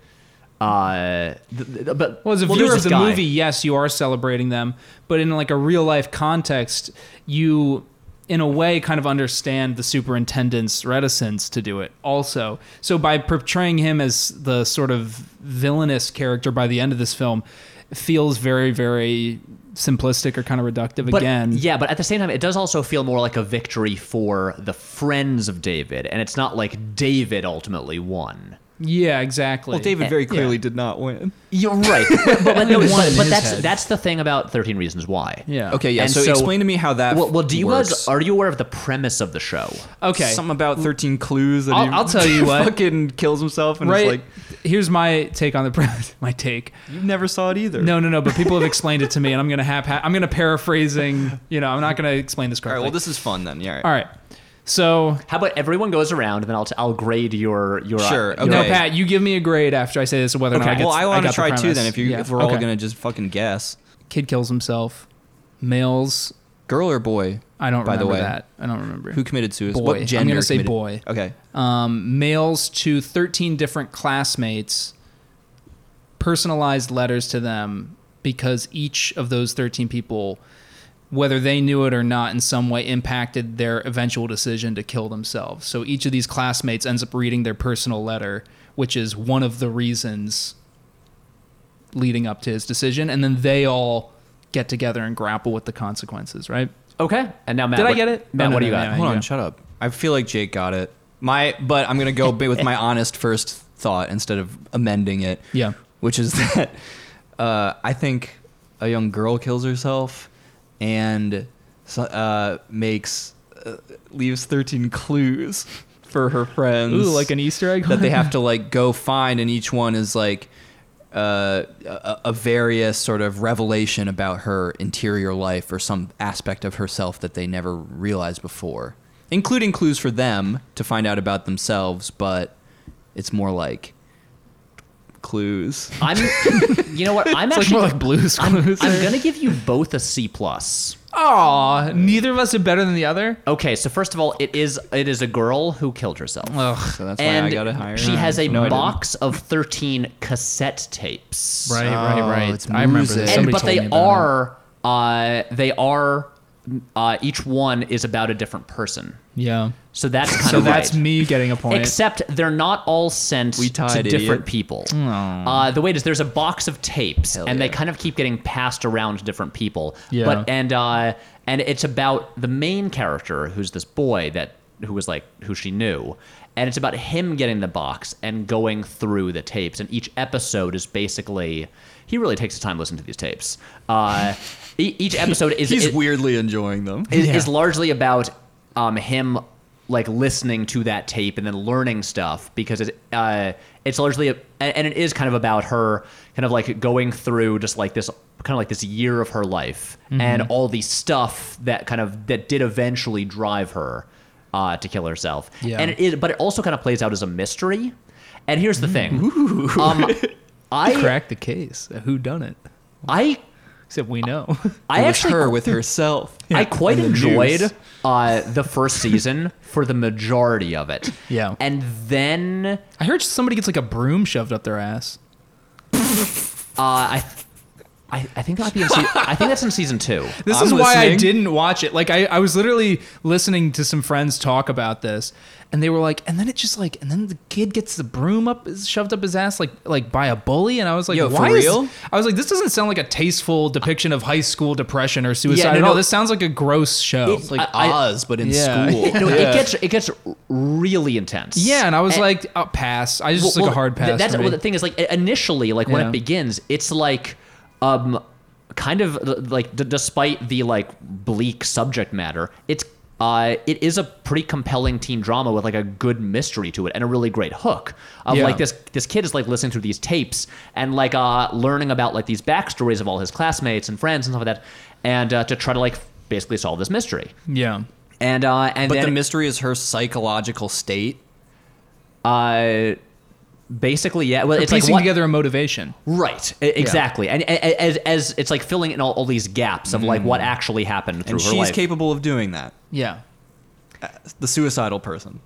Speaker 2: Uh, th- th- but
Speaker 3: Well, as a
Speaker 2: well,
Speaker 3: viewer
Speaker 2: there's
Speaker 3: of the
Speaker 2: this guy.
Speaker 3: movie, yes, you are celebrating them, but in like a real life context, you in a way kind of understand the superintendent's reticence to do it also. So by portraying him as the sort of villainous character by the end of this film feels very very simplistic or kind of reductive
Speaker 2: but,
Speaker 3: again.
Speaker 2: Yeah, but at the same time, it does also feel more like a victory for the friends of David, and it's not like David ultimately won.
Speaker 3: Yeah, exactly.
Speaker 4: well, David very clearly did not win.
Speaker 2: You're right, but, but, but, no,
Speaker 3: Only
Speaker 2: but-
Speaker 3: one in
Speaker 2: but
Speaker 3: his
Speaker 2: that's
Speaker 3: head.
Speaker 2: that's the thing about Thirteen Reasons Why.
Speaker 3: Yeah.
Speaker 4: Okay, yeah.
Speaker 2: And
Speaker 4: So,
Speaker 2: so-
Speaker 4: explain to me how that.
Speaker 2: Well, well, do you
Speaker 4: works. Mm.
Speaker 2: guys are you aware of the premise of the show?
Speaker 3: Okay.
Speaker 4: Something about thirteen clues. That
Speaker 3: I'll-
Speaker 4: he
Speaker 3: I'll tell you what.
Speaker 4: Fucking kills himself and
Speaker 3: right.
Speaker 4: is like,
Speaker 3: Here's my take on the premise. My take.
Speaker 4: you never saw it either.
Speaker 3: No, no, no. But people have explained it to me, and I'm gonna have. I'm gonna paraphrasing. You know, I'm not gonna explain this
Speaker 4: All right.
Speaker 3: correctly.
Speaker 4: Well, this is fun then. Yeah. all right.
Speaker 3: All right. So
Speaker 2: How about everyone goes around, and then I'll t- I'll grade your your
Speaker 4: Sure,
Speaker 2: your-
Speaker 3: no,
Speaker 4: Okay.
Speaker 3: Pat, you give me a grade after I say this whether or not I
Speaker 4: Okay.
Speaker 3: get.
Speaker 4: Well, I want
Speaker 3: got
Speaker 4: to
Speaker 3: the
Speaker 4: try too.
Speaker 3: premise.
Speaker 4: Then, if you
Speaker 3: Yeah.
Speaker 4: if we're all
Speaker 3: Okay.
Speaker 4: gonna just fucking guess,
Speaker 3: kid kills himself, males.
Speaker 4: girl or boy,
Speaker 3: I don't
Speaker 4: By the
Speaker 3: remember
Speaker 4: way,
Speaker 3: that. I don't remember
Speaker 4: who committed suicide?
Speaker 3: Boy.
Speaker 4: What
Speaker 3: I'm
Speaker 4: gender?
Speaker 3: gonna say
Speaker 4: committed-
Speaker 3: boy.
Speaker 4: Okay.
Speaker 3: um, mails to 13 different classmates personalized letters to them because each of those 13 people whether they knew it or not in some way impacted their eventual decision to kill themselves so each of these classmates ends up reading their personal letter which is one of the reasons leading up to his decision and then they all get together and grapple with the consequences right
Speaker 2: Okay, and now Matt,
Speaker 3: Did I
Speaker 2: what-
Speaker 3: get it?
Speaker 2: Matt,
Speaker 3: No, no,
Speaker 2: what do
Speaker 3: no,
Speaker 2: you got?
Speaker 3: no,
Speaker 4: Hold
Speaker 3: you
Speaker 4: on,
Speaker 3: go.
Speaker 4: shut up. I feel like Jake got it. My, but I'm gonna go bi- with my honest first thought instead of amending it.
Speaker 3: Yeah.
Speaker 4: Which is that uh, I think a young girl kills herself and so- uh, makes uh, leaves 13 clues for her friends.
Speaker 3: Ooh, like an Easter egg
Speaker 4: that they have to like go find, and each one is like uh, a, a various sort of revelation about her interior life or some aspect of herself that they never realized before, including clues for them to find out about themselves. But it's more like clues.
Speaker 2: I'm, you know what? I'm
Speaker 3: it's like
Speaker 2: actually
Speaker 3: more like blues
Speaker 2: I'm,
Speaker 3: clues
Speaker 2: I'm gonna give you both a C plus.
Speaker 3: Aw, neither of us are better than the other.
Speaker 2: Okay, so first of all, it is it is a girl who killed herself.
Speaker 3: Ugh.
Speaker 4: So that's
Speaker 2: and
Speaker 4: why I got it higher.
Speaker 2: she has a
Speaker 4: No, I didn't.
Speaker 2: box of 13 cassette tapes.
Speaker 3: Right, right,
Speaker 4: Oh,
Speaker 3: right.
Speaker 4: it's
Speaker 3: I remember
Speaker 4: music.
Speaker 3: this.
Speaker 2: And,
Speaker 3: Somebody
Speaker 2: but
Speaker 3: told me
Speaker 2: they
Speaker 3: about
Speaker 2: are, uh, they are, uh, each one is about a different person.
Speaker 3: it. Yeah.
Speaker 2: So that's kind
Speaker 3: So
Speaker 2: of
Speaker 3: that's
Speaker 2: right.
Speaker 3: me getting a point.
Speaker 2: Except they're not all sent
Speaker 4: We
Speaker 2: to
Speaker 4: tied,
Speaker 2: different
Speaker 4: idiot.
Speaker 2: people. Uh, the way it is, there's a box of tapes,
Speaker 4: Hell
Speaker 2: and they
Speaker 4: yeah.
Speaker 2: kind of keep getting passed around to different people.
Speaker 3: Yeah.
Speaker 2: But and uh, and it's about the main character, who's this boy that who was like who she knew, and it's about him getting the box and going through the tapes. And each episode is basically he really takes his time to listen to these tapes. Uh, e- each episode is
Speaker 4: He's
Speaker 2: is-
Speaker 4: weirdly enjoying them.
Speaker 2: is, is largely about um, him like listening to that tape and then learning stuff because it, uh, it's largely a, and and it is kind of about her kind of like going through just like this kind of like this year of her life
Speaker 4: Mm-hmm.
Speaker 2: and all the stuff that kind of that did eventually drive her uh, to kill herself
Speaker 3: Yeah.
Speaker 4: Mm-hmm.
Speaker 2: and it is but it also kind of plays out as a mystery and here's the thing um, I
Speaker 3: Crack the case. Who done it?
Speaker 2: I
Speaker 3: Except we know.
Speaker 2: I
Speaker 4: it
Speaker 2: actually
Speaker 4: was her with herself.
Speaker 2: I quite
Speaker 3: the
Speaker 2: enjoyed
Speaker 3: news.
Speaker 2: uh, the first season for the majority of it.
Speaker 3: Yeah.
Speaker 2: And then
Speaker 3: I heard somebody gets like a broom shoved up their ass.
Speaker 2: uh, I, I I think that might be in se- I think that's in season two.
Speaker 3: This
Speaker 4: I'm
Speaker 3: is why I
Speaker 4: listening.
Speaker 3: didn't watch it. Like I, I was literally listening to some friends talk about this, and they were like, and then it just like, and then the kid gets the broom up shoved up his ass like like by a bully, and I was like,
Speaker 4: Yo, for
Speaker 3: why is-
Speaker 4: real?
Speaker 3: I was like, this doesn't sound like a tasteful depiction of high school depression or suicide
Speaker 2: no,
Speaker 3: at all.
Speaker 2: no.
Speaker 3: This sounds like a gross show.
Speaker 2: It's
Speaker 4: It's like
Speaker 2: I- I-
Speaker 4: Oz, but in
Speaker 3: Yeah.
Speaker 4: school.
Speaker 2: No,
Speaker 4: Yeah.
Speaker 2: it gets it gets really intense.
Speaker 3: yeah, and I was
Speaker 2: And-
Speaker 3: like, oh, pass. I just
Speaker 2: Well,
Speaker 3: took
Speaker 2: well,
Speaker 3: a hard
Speaker 2: th-
Speaker 3: pass.
Speaker 2: that's
Speaker 3: for me.
Speaker 2: well, the thing is like i- initially, like when
Speaker 3: Yeah.
Speaker 2: it begins, it's like, um, kind of uh, like d- despite the like bleak subject matter, it's uh, it is a pretty compelling teen drama with like a good mystery to it and a really great hook. Of
Speaker 3: Yeah.
Speaker 2: like this this kid is like listening through these tapes and like uh learning about like these backstories of all his classmates and friends and stuff like that, and uh, to try to like basically solve this mystery.
Speaker 3: yeah.
Speaker 2: And uh, and
Speaker 4: But
Speaker 2: then
Speaker 4: the mystery is her psychological state.
Speaker 2: uh, basically yeah, well, it's like
Speaker 3: piecing
Speaker 2: what,
Speaker 3: together a motivation.
Speaker 2: Right, e- exactly, and, and as, as it's like filling in all, all these gaps of like what actually happened through
Speaker 4: Mm. And
Speaker 2: her
Speaker 4: she's
Speaker 2: life.
Speaker 4: capable of doing that. Uh,
Speaker 3: Yeah.
Speaker 4: The suicidal person.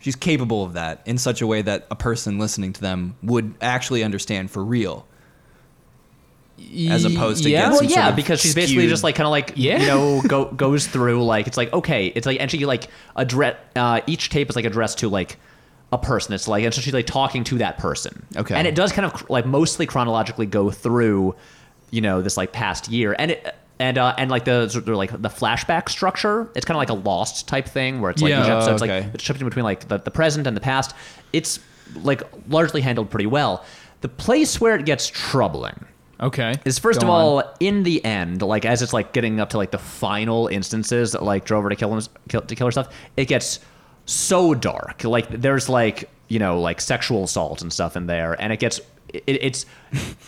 Speaker 4: She's capable of that in such a way that a person listening to them would actually understand for real. As opposed to
Speaker 3: yeah.
Speaker 4: get
Speaker 2: well,
Speaker 4: some
Speaker 2: yeah,
Speaker 4: sort of
Speaker 2: because she's basically
Speaker 4: skewed-
Speaker 2: just like kind of like
Speaker 3: Yeah.
Speaker 2: you know go, goes through like it's like okay, it's like and she like address uh, each tape is like addressed to like a person. It's like and so she's like talking to that person.
Speaker 4: Okay.
Speaker 2: and it does kind of cr- like mostly chronologically go through you know this like past year and it. And, uh, and like the sort of like the flashback structure, it's kind of like a lost type thing where it's like
Speaker 3: Yeah.
Speaker 2: each episode,
Speaker 4: Oh,
Speaker 2: it's
Speaker 4: okay.
Speaker 2: like it's shifting between like the, the present and the past. It's like largely handled pretty well. The place where it gets troubling
Speaker 3: Okay.
Speaker 2: is first
Speaker 3: Go
Speaker 2: of
Speaker 3: on.
Speaker 2: all in the end, like as it's like getting up to like the final instances that like drove her to kill him kill, to kill herself. It gets so dark. Like there's like you know like sexual assault and stuff in there, and it gets it, it's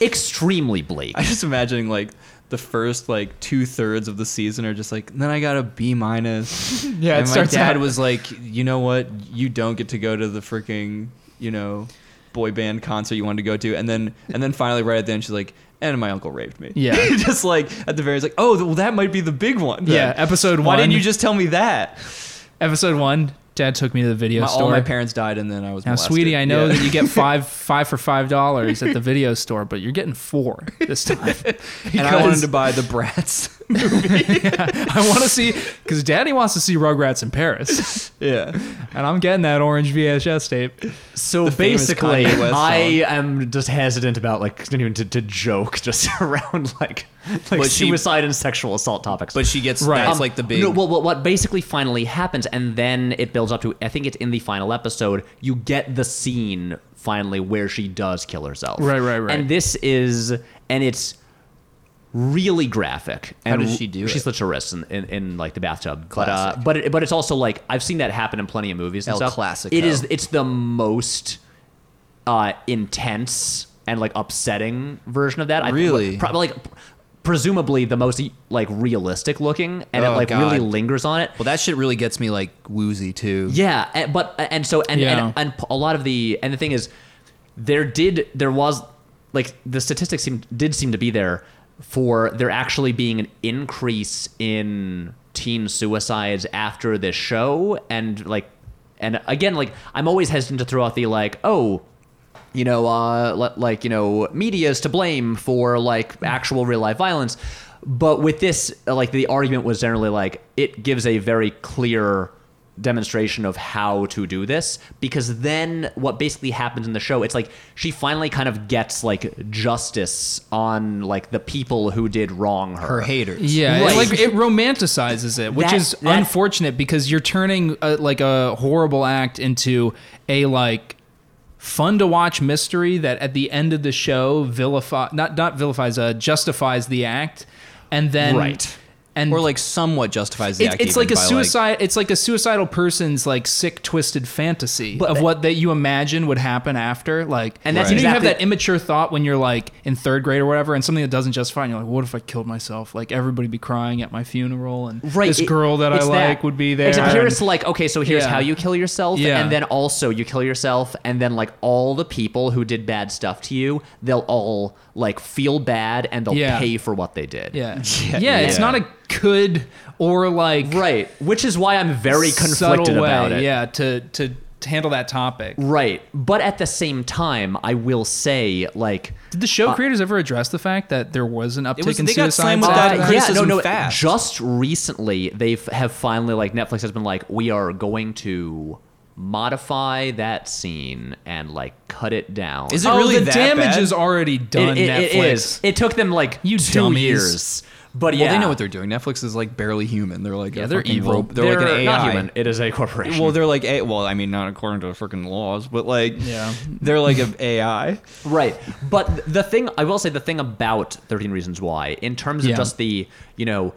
Speaker 2: extremely bleak.
Speaker 4: I'm just imagining like the first like two thirds of the season are just like. Then I got a B minus.
Speaker 3: Yeah, it
Speaker 4: and my
Speaker 3: starts
Speaker 4: dad
Speaker 3: out-
Speaker 4: was like, you know what? You don't get to go to the freaking you know boy band concert you wanted to go to, and then and then finally right at the end she's like, and my uncle raped me.
Speaker 3: Yeah.
Speaker 4: just like at the very it's like, oh well that might be the big one. then.
Speaker 3: Yeah, episode
Speaker 4: Why didn't
Speaker 3: one.
Speaker 4: you just tell me that?
Speaker 3: Episode one. Dad took me to the video
Speaker 4: My,
Speaker 3: store.
Speaker 4: all my parents died, and then I was
Speaker 3: Now,
Speaker 4: molested.
Speaker 3: sweetie, I know
Speaker 4: Yeah.
Speaker 3: that you get five five for five dollars at the video store, but you're getting four this time.
Speaker 4: and I wanted to buy the brats.
Speaker 3: I want to see because Daddy wants to see Rugrats in Paris,
Speaker 4: yeah,
Speaker 3: and I'm getting that orange VHS tape.
Speaker 2: So
Speaker 4: famous
Speaker 2: basically,
Speaker 4: Kanye West
Speaker 2: I
Speaker 4: song.
Speaker 2: am just hesitant about like continuing to, to joke just around like like
Speaker 4: But she-
Speaker 2: suicide and sexual assault topics.
Speaker 4: but she gets
Speaker 3: Right.
Speaker 4: that's
Speaker 2: Um,
Speaker 4: like the big.
Speaker 2: No, well, well, what basically finally happens, and then it builds up to. I think it's in the final episode. You get the scene finally where she does kill herself.
Speaker 3: Right, right, right.
Speaker 2: And this is, and it's really graphic.
Speaker 4: How
Speaker 2: and
Speaker 4: does she do
Speaker 2: She
Speaker 4: it?
Speaker 2: slits her wrists in, in, in like the bathtub. But uh,
Speaker 4: Classic.
Speaker 2: but it, but it's also like I've seen that happen in plenty of movies and
Speaker 4: El
Speaker 2: stuff.
Speaker 4: Clasico.
Speaker 2: It is. It's the most uh, intense and like upsetting version of that. I think,
Speaker 4: Really?
Speaker 2: like, probably like presumably the most like realistic looking, and
Speaker 4: Oh,
Speaker 2: it like really
Speaker 4: God.
Speaker 2: lingers on it.
Speaker 4: Well, that shit really gets me like woozy too.
Speaker 2: Yeah, and, but and so and,
Speaker 3: Yeah.
Speaker 2: and and a lot of the and the thing is, there did there was like the statistics seemed did seem to be there for there actually being an increase in teen suicides after this show and like and again like I'm always hesitant to throw out the like oh you know, uh, li- like you know, media is to blame for like actual real life violence. But with this, uh, like the argument was generally like it gives a very clear demonstration of how to do this because then what basically happens in the show it's like she finally kind of gets like justice on like the people who did wrong her,
Speaker 4: Her haters.
Speaker 3: Yeah,
Speaker 2: Right.
Speaker 3: it, like it romanticizes it, which
Speaker 2: That-
Speaker 3: is
Speaker 2: that-
Speaker 3: unfortunate because you're turning a, like a horrible act into a like fun to watch mystery that at the end of the show vilify not not vilifies uh, justifies the act, and then
Speaker 2: Right.
Speaker 3: and
Speaker 4: or like somewhat justifies the
Speaker 3: it's,
Speaker 4: act.
Speaker 3: it's
Speaker 4: even
Speaker 3: like a
Speaker 4: by,
Speaker 3: suicide. it's like a suicidal person's like sick, twisted fantasy of what that you imagine would happen after. Like,
Speaker 2: And that's
Speaker 3: you know, you
Speaker 2: exactly-
Speaker 3: have that immature thought when you're like in third grade or whatever, and something that doesn't justify. And you're like, what if I killed myself? Like everybody be crying at my funeral, and
Speaker 2: Right,
Speaker 3: this
Speaker 2: it-
Speaker 3: girl that I
Speaker 2: it's
Speaker 3: like would be there.
Speaker 2: Except here
Speaker 3: and-
Speaker 2: it's like, okay, so here's
Speaker 3: Yeah.
Speaker 2: how you kill yourself,
Speaker 3: Yeah.
Speaker 2: and then also you kill yourself, and then like all the people who did bad stuff to you, they'll all like feel bad and they'll
Speaker 3: Yeah.
Speaker 2: pay for what they did.
Speaker 3: yeah.
Speaker 4: Yeah,
Speaker 3: yeah, It's
Speaker 4: yeah.
Speaker 3: not a good or like
Speaker 2: Right. Which is why I'm very
Speaker 3: subtle
Speaker 2: conflicted
Speaker 3: way,
Speaker 2: about it.
Speaker 3: Yeah, to to to handle that topic.
Speaker 2: Right. But at the same time, I will say, like,
Speaker 3: Did the show creators ever address the fact that there was an uptick
Speaker 4: was-
Speaker 3: in
Speaker 4: they got
Speaker 3: suicides?
Speaker 4: slammed with
Speaker 3: after
Speaker 4: that
Speaker 3: that?
Speaker 4: criticism. fast.
Speaker 2: Just recently, they have finally like Netflix has been like, we are going to modify that scene and like cut it down.
Speaker 4: Is it
Speaker 3: Oh,
Speaker 4: really
Speaker 3: the
Speaker 4: that
Speaker 3: damage
Speaker 4: bad?
Speaker 3: is already done.
Speaker 2: It, it-
Speaker 3: Netflix.
Speaker 2: it is. It took them like
Speaker 3: You
Speaker 2: two
Speaker 3: dummies.
Speaker 2: years, but yeah,
Speaker 4: Well, they know what they're doing. Netflix is like barely human. They're like
Speaker 3: Yeah,
Speaker 4: a
Speaker 3: they're
Speaker 4: fucking
Speaker 3: evil.
Speaker 4: rope- They're, like an AI.
Speaker 2: not human. It is a corporation.
Speaker 4: Well, they're like a- well, I mean, not according to the freaking laws, but like
Speaker 3: Yeah.
Speaker 4: they're like an AI.
Speaker 2: Right. But th- the thing I will say the thing about 13 Reasons Why in terms of
Speaker 3: Yeah.
Speaker 2: just the, you know,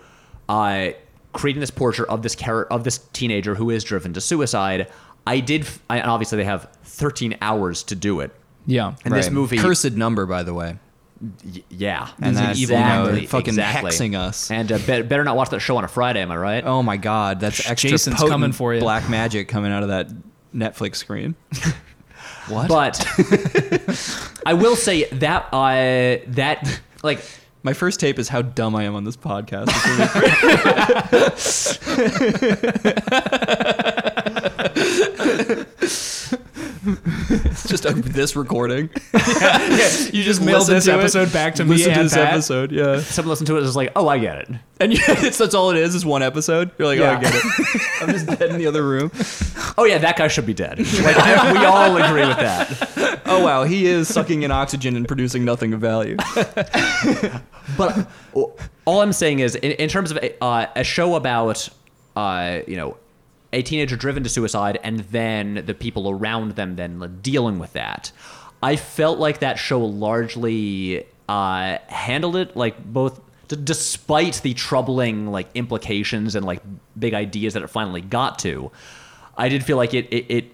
Speaker 2: uh creating this portrait of this character of this teenager who is driven to suicide, I did f- I, and obviously they have 13 hours to do it.
Speaker 3: Yeah.
Speaker 2: And this movie
Speaker 4: cursed number, by the way.
Speaker 2: y- yeah.
Speaker 4: And that evil note
Speaker 2: Exactly,
Speaker 4: fucking
Speaker 2: exactly.
Speaker 4: hexing us.
Speaker 2: And uh, bet better not watch that show on a Friday, am I right?
Speaker 4: Oh my God, that's extra
Speaker 3: Jason's
Speaker 4: potent
Speaker 3: coming for you.
Speaker 4: Black magic coming out of that Netflix screen. what?
Speaker 2: But I will say that uh that like
Speaker 4: my first tape is how dumb I am on this podcast. It's just a, this recording.
Speaker 3: You just
Speaker 4: mail
Speaker 3: mailed this episode back to me
Speaker 4: Listen to
Speaker 3: and
Speaker 4: this
Speaker 3: Pat.
Speaker 4: episode, yeah.
Speaker 2: some listen to it is like, "Oh, I get it."
Speaker 4: And you, it's, that's all it is, is one episode. You're like, oh,
Speaker 2: Yeah.
Speaker 4: I get it. I'm just dead in the other room.
Speaker 2: Oh yeah, that guy should be dead. Like I- we all agree with that.
Speaker 4: Oh, wow, he is sucking in oxygen and producing nothing of value.
Speaker 2: But all I'm saying is, in, in terms of a, uh, a show about, uh, you know, a teenager driven to suicide and then the people around them then like, dealing with that, I felt like that show largely uh, handled it like both. d- Despite the troubling like implications and like big ideas that it finally got to, I did feel like it it, it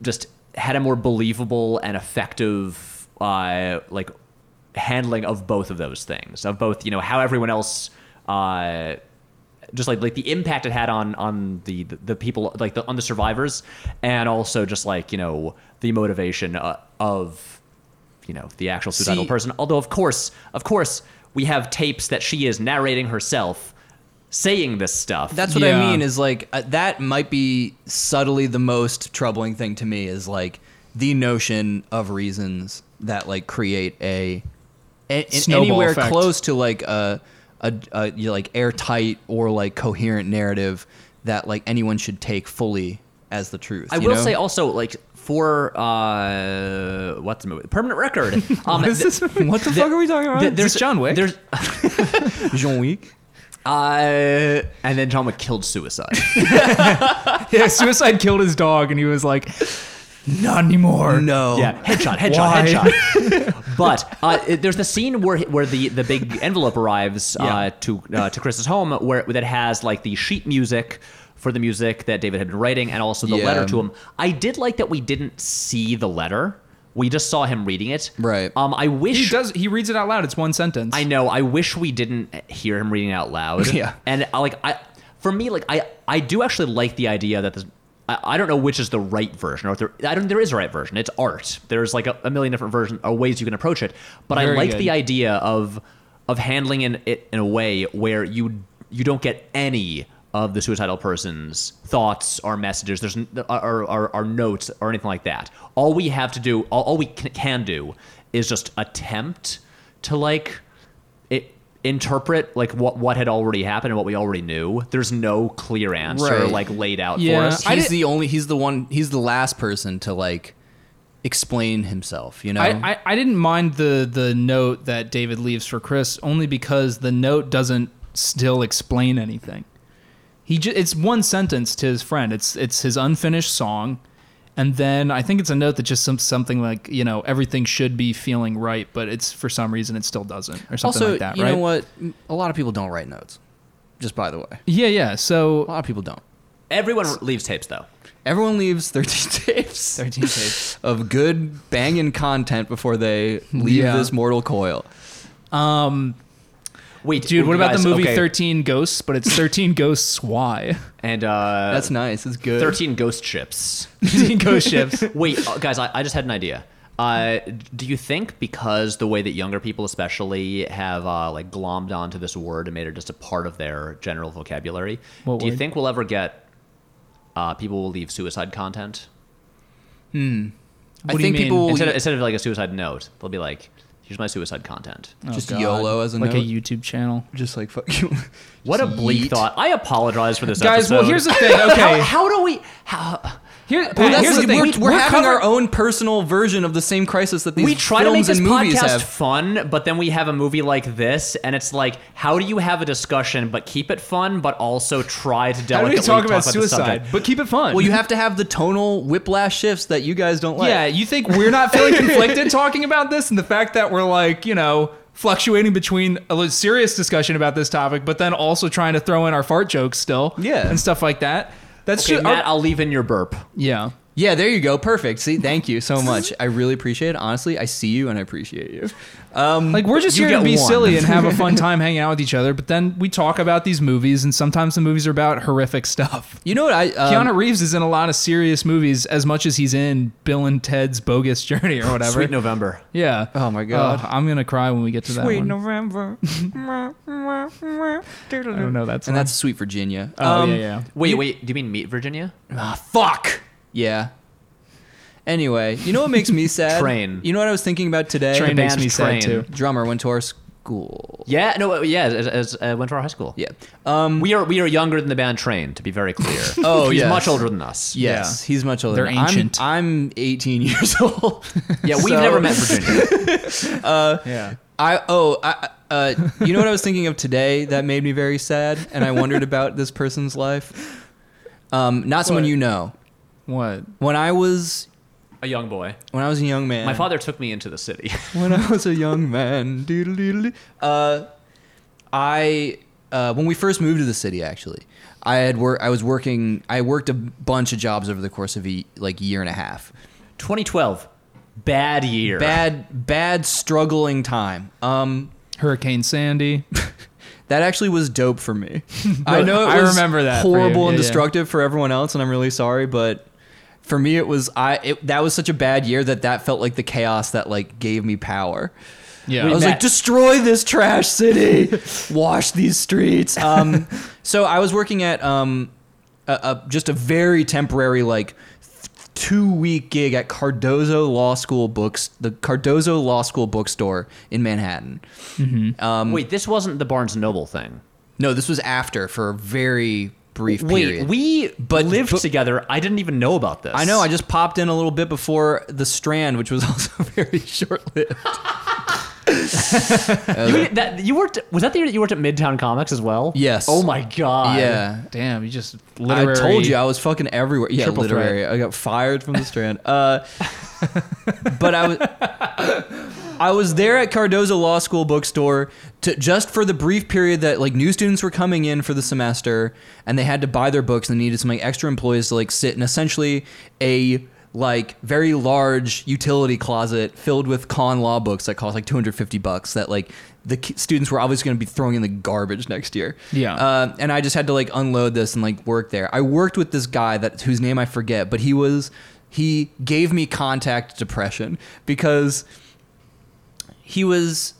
Speaker 2: just had a more believable and effective uh, like handling of both of those things of both you know how everyone else uh, just like like the impact it had on on the the, the people like the, on the survivors and also just like you know the motivation uh, of you know the actual suicidal
Speaker 4: See-
Speaker 2: person although of course of course we have tapes that she is narrating herself saying this stuff
Speaker 4: That's what
Speaker 3: Yeah.
Speaker 4: I mean. Is like uh, that might be subtly the most troubling thing to me is like the notion of reasons that like create a, a- in-
Speaker 3: Snowball
Speaker 4: anywhere
Speaker 3: effect.
Speaker 4: close to like a a, a you know, like airtight or like coherent narrative that like anyone should take fully as the truth.
Speaker 2: I
Speaker 4: you
Speaker 2: will
Speaker 4: know?
Speaker 2: say oh, also like for uh what's the movie Permanent Record. Um,
Speaker 3: What is
Speaker 2: th-
Speaker 3: this movie?
Speaker 4: what the fuck are we talking about?
Speaker 2: th-
Speaker 3: Is this John Wick?
Speaker 2: There's
Speaker 4: Jean Week.
Speaker 2: uh, and then John Wick killed suicide.
Speaker 3: yeah, suicide killed his dog, and he was like, "Not anymore."
Speaker 4: No.
Speaker 2: yeah, headshot, headshot,
Speaker 3: Why?
Speaker 2: headshot. but uh, it- there's the scene where where the, the big envelope arrives uh,
Speaker 4: Yeah.
Speaker 2: to uh, to Chris's home where that has like the sheet music for the music that David had been writing and also the
Speaker 4: Yeah.
Speaker 2: letter to him. I did like that we didn't see the letter. We just saw him reading it.
Speaker 4: Right.
Speaker 2: Um, I wish
Speaker 3: He does. He reads it out loud. It's one sentence.
Speaker 2: I know. I wish we didn't hear him reading out loud.
Speaker 4: Yeah.
Speaker 2: And uh, like I, for me, like I, I do actually like the idea that this. I, I don't know which is the right version, or if there, I don't. There is a right version. It's art. There's like a, a million different versions or ways you can approach it. But I
Speaker 3: Very
Speaker 2: like
Speaker 3: good.
Speaker 2: the idea of of handling in, it in a way where you you don't get any of the suicidal person's thoughts or messages. There's n- uh, or, or, or notes or anything like that. All we have to do, all, all we can, can do, is just attempt to like it interpret like what what had already happened and what we already knew. There's no clear answer
Speaker 4: Right.
Speaker 2: like laid out for
Speaker 3: Yeah.
Speaker 2: us.
Speaker 3: I
Speaker 4: He's
Speaker 3: did-
Speaker 4: the only. He's the one. He's the last person to like explain himself. You know.
Speaker 3: I, I, I didn't mind the the note that David leaves for Chris only because the note doesn't still explain anything. He ju- it's one sentence to his friend. It's it's his unfinished song, and then I think it's a note that just some something like you know everything should be feeling right, but it's for some reason it still doesn't or something
Speaker 4: also,
Speaker 3: like that.
Speaker 4: you
Speaker 3: right?
Speaker 4: know what? A lot of people don't write notes. Just by the way,
Speaker 3: Yeah, yeah.
Speaker 4: a
Speaker 3: So
Speaker 4: lot of people don't.
Speaker 2: Everyone leaves tapes though.
Speaker 4: Everyone leaves 13 tapes.
Speaker 3: 13 tapes.
Speaker 4: of good banging content before they leave
Speaker 3: Yeah.
Speaker 4: this mortal coil.
Speaker 3: Um,
Speaker 2: Wait,
Speaker 3: dude, what about
Speaker 2: guys,
Speaker 3: the movie
Speaker 2: okay.
Speaker 3: 13 Ghosts? But it's 13 Ghosts Why?
Speaker 2: And uh,
Speaker 4: That's nice. It's good.
Speaker 2: thirteen ghost ships.
Speaker 3: 13 Ghost Ships.
Speaker 2: Wait, uh, guys, I, I just had an idea. Uh, do you think because the way that younger people, especially, have uh, like glommed onto this word and made it just a part of their general vocabulary,
Speaker 3: What
Speaker 2: do you
Speaker 3: word?
Speaker 2: think we'll ever get uh, people will leave suicide content
Speaker 4: I
Speaker 3: What do you
Speaker 4: think
Speaker 3: mean?
Speaker 4: people will
Speaker 2: instead of, instead of like a suicide note? They'll be like, "Here's my suicide content."
Speaker 4: just
Speaker 3: oh, God.
Speaker 4: YOLO as a
Speaker 3: like
Speaker 4: note.
Speaker 3: a YouTube channel.
Speaker 4: just like fuck you.
Speaker 2: What a bleak
Speaker 4: Yeet.
Speaker 2: thought. I apologize for this,
Speaker 3: Guys, well,
Speaker 2: episode.
Speaker 3: here's the thing.
Speaker 2: How,
Speaker 3: Okay,
Speaker 2: how do we? How,
Speaker 3: Here,
Speaker 4: Well,
Speaker 3: Pat,
Speaker 4: that's
Speaker 3: here's
Speaker 4: the-
Speaker 3: the thing.
Speaker 4: We're, we're having
Speaker 3: covered-
Speaker 4: our own personal version of the same crisis that these
Speaker 2: we try to
Speaker 4: films
Speaker 2: make this
Speaker 4: and movies
Speaker 2: podcast
Speaker 4: have.
Speaker 2: fun, but then we have a movie like this, and it's like, how do you have a discussion but keep it fun, but also try to
Speaker 3: How do
Speaker 2: delicately
Speaker 3: we talk about
Speaker 2: the
Speaker 3: suicide?
Speaker 2: subject?
Speaker 3: But keep it fun.
Speaker 4: well, you have to have the tonal whiplash shifts that you guys don't like.
Speaker 3: yeah, you think we're not feeling conflicted talking about this, and the fact that we're like, you know, fluctuating between a li- serious discussion about this topic, but then also trying to throw in our fart jokes still,
Speaker 4: Yeah.
Speaker 3: and stuff like that. That's
Speaker 2: Okay,
Speaker 3: ju-
Speaker 2: Matt,
Speaker 3: our-
Speaker 2: I'll leave in your burp.
Speaker 3: yeah.
Speaker 4: Yeah, there you go. Perfect. See, thank you so much. I really appreciate it. Honestly, I see you and I appreciate you. Um,
Speaker 3: Like we're just
Speaker 2: You
Speaker 3: here to
Speaker 2: get
Speaker 3: be
Speaker 2: one.
Speaker 3: silly and have a fun time hanging out with each other, but then we talk about these movies, and sometimes the movies are about horrific stuff.
Speaker 4: you know what I? Um,
Speaker 3: Keanu Reeves is in a lot of serious movies as much as he's in Bill and Ted's Bogus Journey or whatever.
Speaker 2: Sweet November.
Speaker 3: Yeah.
Speaker 4: Oh my God.
Speaker 3: Ugh, I'm gonna cry when we get to that
Speaker 5: Sweet
Speaker 3: one.
Speaker 5: November.
Speaker 3: I don't know that song.
Speaker 4: and that's Sweet Virginia.
Speaker 3: oh
Speaker 4: Um,
Speaker 3: yeah, yeah.
Speaker 2: Wait, wait. Do you mean meet Virginia?
Speaker 4: Ah, fuck. Yeah. Anyway, you know what makes me sad?
Speaker 2: Train.
Speaker 4: You know what I was thinking about today?
Speaker 3: Train
Speaker 2: the
Speaker 3: makes
Speaker 2: band's
Speaker 3: me
Speaker 2: Train.
Speaker 3: sad too.
Speaker 4: Drummer went to our school.
Speaker 2: Yeah, no, yeah. As, as uh, went to our high school.
Speaker 4: Yeah. Um.
Speaker 2: We are we are younger than the band Train, to be very clear.
Speaker 4: Oh,
Speaker 2: he's
Speaker 4: yes.
Speaker 2: much older than us.
Speaker 4: Yes, he's much older.
Speaker 3: They're
Speaker 4: than- I'm-
Speaker 3: ancient.
Speaker 4: I'm, 18 years old.
Speaker 2: yeah. We've
Speaker 4: So-
Speaker 2: never met Virginia.
Speaker 3: Yeah.
Speaker 4: I oh I uh. You know what I was thinking of today that made me very sad, and I wondered about this person's life. Um, not someone
Speaker 3: What?
Speaker 4: you know.
Speaker 3: What?
Speaker 4: When I was
Speaker 2: a young boy.
Speaker 4: when I was a young man.
Speaker 2: My father took me into the city.
Speaker 4: when I was a young man. doodle-doodle-doo. Uh, I uh, when we first moved to the city, actually, I had work. I was working. I worked a bunch of jobs over the course of a, like year and a half.
Speaker 2: 2012, bad year.
Speaker 4: Bad, bad, struggling time. Um,
Speaker 3: Hurricane Sandy.
Speaker 4: that actually was dope for me. I know it
Speaker 3: I
Speaker 4: was
Speaker 3: remember that for you.
Speaker 4: horrible and
Speaker 3: Yeah, yeah.
Speaker 4: destructive for everyone else, and I'm really sorry, but. For me, it was I. It, that was such a bad year that that felt like the chaos that like gave me power.
Speaker 3: Yeah.
Speaker 4: I was like, destroy this trash city, wash these streets. Um, so I was working at um, a, a, just a very temporary, like two week gig at Cardozo Law School books, the Cardozo Law School bookstore in Manhattan.
Speaker 2: Wait, Um, this wasn't the Barnes Noble thing.
Speaker 4: No, this was after for a very brief
Speaker 2: Wait,
Speaker 4: period.
Speaker 2: we
Speaker 4: But-
Speaker 2: lived
Speaker 4: but-
Speaker 2: together. I didn't even know about this.
Speaker 4: I know. I just popped in a little bit before the Strand, which was also very short lived.
Speaker 2: you, that, you worked. Was that the year that you worked at Midtown Comics as well?
Speaker 4: Yes.
Speaker 2: Oh my god.
Speaker 4: Yeah.
Speaker 3: damn, you just literary.
Speaker 4: I told you I was fucking everywhere. Yeah,
Speaker 3: Triple
Speaker 4: literary. I got fired from the Strand. Uh, but I was I was there at Cardozo Law School bookstore to just for the brief period that like new students were coming in for the semester and they had to buy their books and they needed some like extra employees to like sit in essentially a like very large utility closet filled with con law books that cost like 250 bucks that like the ki- students were obviously going to be throwing in the garbage next year.
Speaker 3: Yeah.
Speaker 4: Uh, and I just had to like unload this and like work there. I worked with this guy that whose name I forget, but he was he gave me contact depression because he was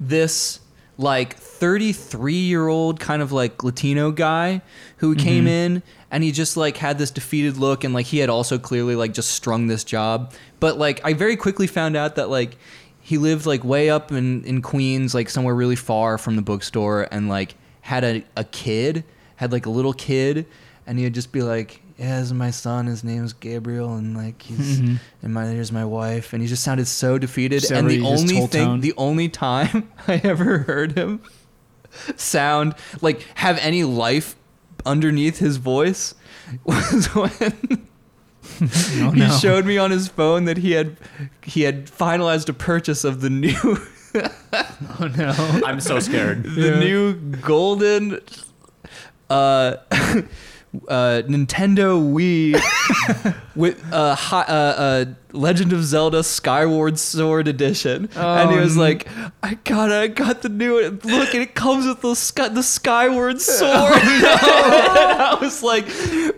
Speaker 4: this like 33 year old kind of like Latino guy who came in and he just like had this defeated look and like he had also clearly like just strung this job. But like I very quickly found out that like he lived like way up in, in Queens, like somewhere really far from the bookstore and like had a, a kid, had like a little kid, and he'd just be like, yeah, this is my son. His name's Gabriel, and like he's and my here's my wife, and he just sounded so defeated.
Speaker 3: So
Speaker 4: and the
Speaker 3: really his
Speaker 4: only
Speaker 3: whole
Speaker 4: thing,
Speaker 3: tone.
Speaker 4: the only time I ever heard him sound like have any life underneath his voice was when
Speaker 3: Oh,
Speaker 4: he
Speaker 3: no.
Speaker 4: showed me on his phone that he had he had finalized a purchase of the new
Speaker 3: Oh, no.
Speaker 2: I'm so scared.
Speaker 4: the
Speaker 3: Yeah.
Speaker 4: new golden uh, uh, Nintendo Wii with uh, hi, uh, uh, Legend of Zelda Skyward Sword Edition, and he
Speaker 3: Oh,
Speaker 4: was
Speaker 3: n-
Speaker 4: like, "I got, I got the new look, and it comes with the sky, the
Speaker 3: Oh,
Speaker 4: Skyward Sword." and I was like,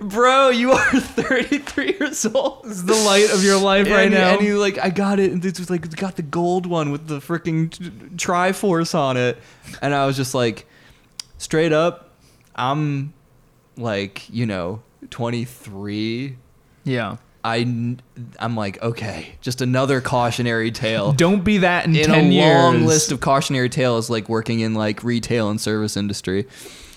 Speaker 4: "Bro, you are 33 years old."
Speaker 3: It's the light of your life
Speaker 4: And,
Speaker 3: right
Speaker 4: he-
Speaker 3: now.
Speaker 4: and he like, I got it, and this was like, got the gold one with the freaking t- Triforce on it, and I was just like, straight up, I'm like, you know, 23.
Speaker 3: yeah.
Speaker 4: I kn- I'm like, okay, just another cautionary tale.
Speaker 3: Don't be that in,
Speaker 4: in
Speaker 3: 10
Speaker 4: a
Speaker 3: years.
Speaker 4: long list of cautionary tales, like working in like retail and service industry.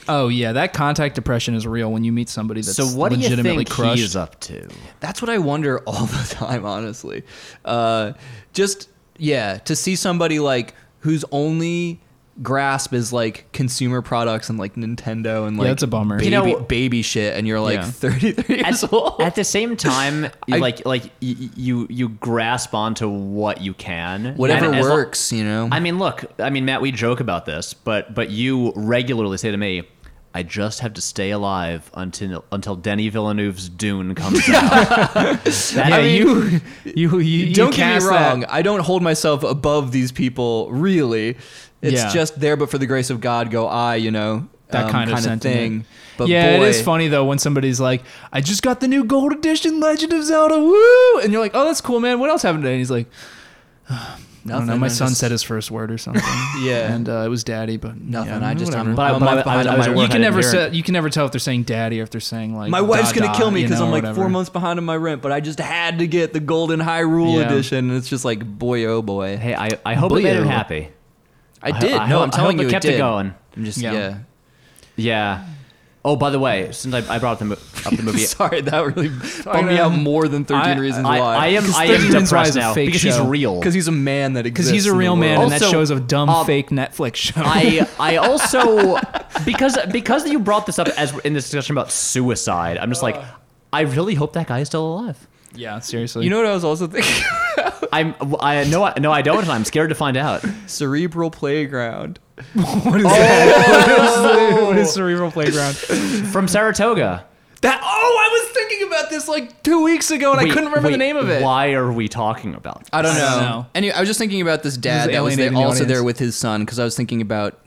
Speaker 3: Oh yeah, that contact depression is real when you meet somebody that's
Speaker 2: so what do you
Speaker 3: legitimately
Speaker 2: think
Speaker 3: crushed.
Speaker 2: he is up to?
Speaker 4: That's what I wonder all the time, honestly. Uh, just yeah, to see somebody like whose only grasp is like consumer products and like Nintendo and
Speaker 3: Yeah,
Speaker 4: like
Speaker 3: that's a bummer.
Speaker 4: baby,
Speaker 3: You
Speaker 2: know-
Speaker 4: baby shit, and you're like
Speaker 3: Yeah.
Speaker 4: 33 years
Speaker 2: At,
Speaker 4: old.
Speaker 2: at the same time,
Speaker 4: I-
Speaker 2: like like y- y- you you grasp onto what you can,
Speaker 4: Whatever
Speaker 2: And as lo-
Speaker 4: works, you know.
Speaker 2: I mean, look, I mean, Matt, we joke about this, but but you regularly say to me, "I just have to stay alive until until Denny Villeneuve's Dune comes out." That-
Speaker 3: Yeah,
Speaker 2: I mean,
Speaker 3: you, you, you, you
Speaker 4: don't get
Speaker 3: cast
Speaker 4: me
Speaker 3: that-
Speaker 4: wrong. I don't hold myself above these people, really. It's
Speaker 3: Yeah.
Speaker 4: just there, but for the grace of God, go I. You know
Speaker 3: that
Speaker 4: um,
Speaker 3: kind of
Speaker 4: kinda
Speaker 3: sentiment.
Speaker 4: thing. But
Speaker 3: yeah,
Speaker 4: boy,
Speaker 3: it is funny though when somebody's like, "I just got the new Gold Edition Legend of Zelda, woo!" and you're like, "Oh, that's cool, man. What else happened today?" And he's like, "I don't know.
Speaker 4: Nothing,
Speaker 3: My
Speaker 4: I
Speaker 3: son
Speaker 4: just-
Speaker 3: said his first word or something,
Speaker 4: Yeah.
Speaker 3: and uh, it was daddy, but
Speaker 4: Nothing,
Speaker 3: yeah,
Speaker 4: I just-
Speaker 3: whatever.
Speaker 4: I'm-
Speaker 2: but I-
Speaker 4: I'm
Speaker 2: but I-
Speaker 4: up behind-
Speaker 2: I- I
Speaker 4: I'm
Speaker 2: was
Speaker 4: at work,
Speaker 2: at work,
Speaker 3: you
Speaker 2: I didn't
Speaker 3: can never
Speaker 2: hear it.
Speaker 3: say, you can never tell if they're saying daddy or if they're saying like
Speaker 4: My wife's
Speaker 3: da,
Speaker 4: gonna
Speaker 3: da,
Speaker 4: kill me
Speaker 3: you
Speaker 4: because
Speaker 3: know,
Speaker 4: I'm like
Speaker 3: whatever.
Speaker 4: four months behind on my rent, but I just had to get the Golden Hyrule
Speaker 3: Yeah.
Speaker 4: edition, and it's just like boy, oh boy.
Speaker 2: Hey, I, I hope it made him
Speaker 3: Boo.
Speaker 2: happy.
Speaker 4: I did.
Speaker 2: I
Speaker 4: no,
Speaker 2: hope-
Speaker 4: I'm
Speaker 2: I
Speaker 4: telling
Speaker 2: hope
Speaker 4: you,
Speaker 2: it kept
Speaker 4: it,
Speaker 2: it
Speaker 4: did.
Speaker 2: going.
Speaker 4: I'm just
Speaker 3: Yeah.
Speaker 4: yeah.
Speaker 2: Yeah. Oh, by the way, since I, I brought up the, mo- up the movie,
Speaker 4: Sorry, that really bumped me
Speaker 3: know.
Speaker 4: out more than 13
Speaker 3: I-
Speaker 4: Reasons
Speaker 2: I,
Speaker 4: Why.
Speaker 2: I am I
Speaker 3: 13
Speaker 2: am
Speaker 3: Reasons Why
Speaker 2: depressed
Speaker 3: is a
Speaker 2: now
Speaker 3: fake
Speaker 2: because he's
Speaker 3: show.
Speaker 2: real.
Speaker 4: because he's a man that exists.
Speaker 3: because he's a
Speaker 4: in the
Speaker 3: real man,
Speaker 4: world.
Speaker 3: and that
Speaker 2: Also,
Speaker 3: show's a dumb
Speaker 2: uh,
Speaker 3: fake Netflix show.
Speaker 2: I I also because because you brought this up as we're in this discussion about suicide, I'm just like,
Speaker 4: Uh.
Speaker 2: I really hope that guy is still alive.
Speaker 3: yeah, seriously.
Speaker 4: You know what I was also thinking?
Speaker 2: I'm I no I, no I don't. and I'm scared to find out.
Speaker 4: Cerebral Playground.
Speaker 3: what
Speaker 4: Oh.
Speaker 3: is that? what is cerebral playground?
Speaker 2: From Saratoga.
Speaker 4: That oh, I was thinking about this like two weeks ago, and
Speaker 2: Wait,
Speaker 4: I couldn't remember
Speaker 2: wait,
Speaker 4: the name of it.
Speaker 2: Why are we talking about?
Speaker 4: I don't
Speaker 3: I
Speaker 4: know.
Speaker 3: don't know.
Speaker 4: Anyway, I was just thinking about this
Speaker 3: is
Speaker 4: dad that was there,
Speaker 3: alienating the
Speaker 4: also there
Speaker 3: audience.
Speaker 4: with his son because I was thinking about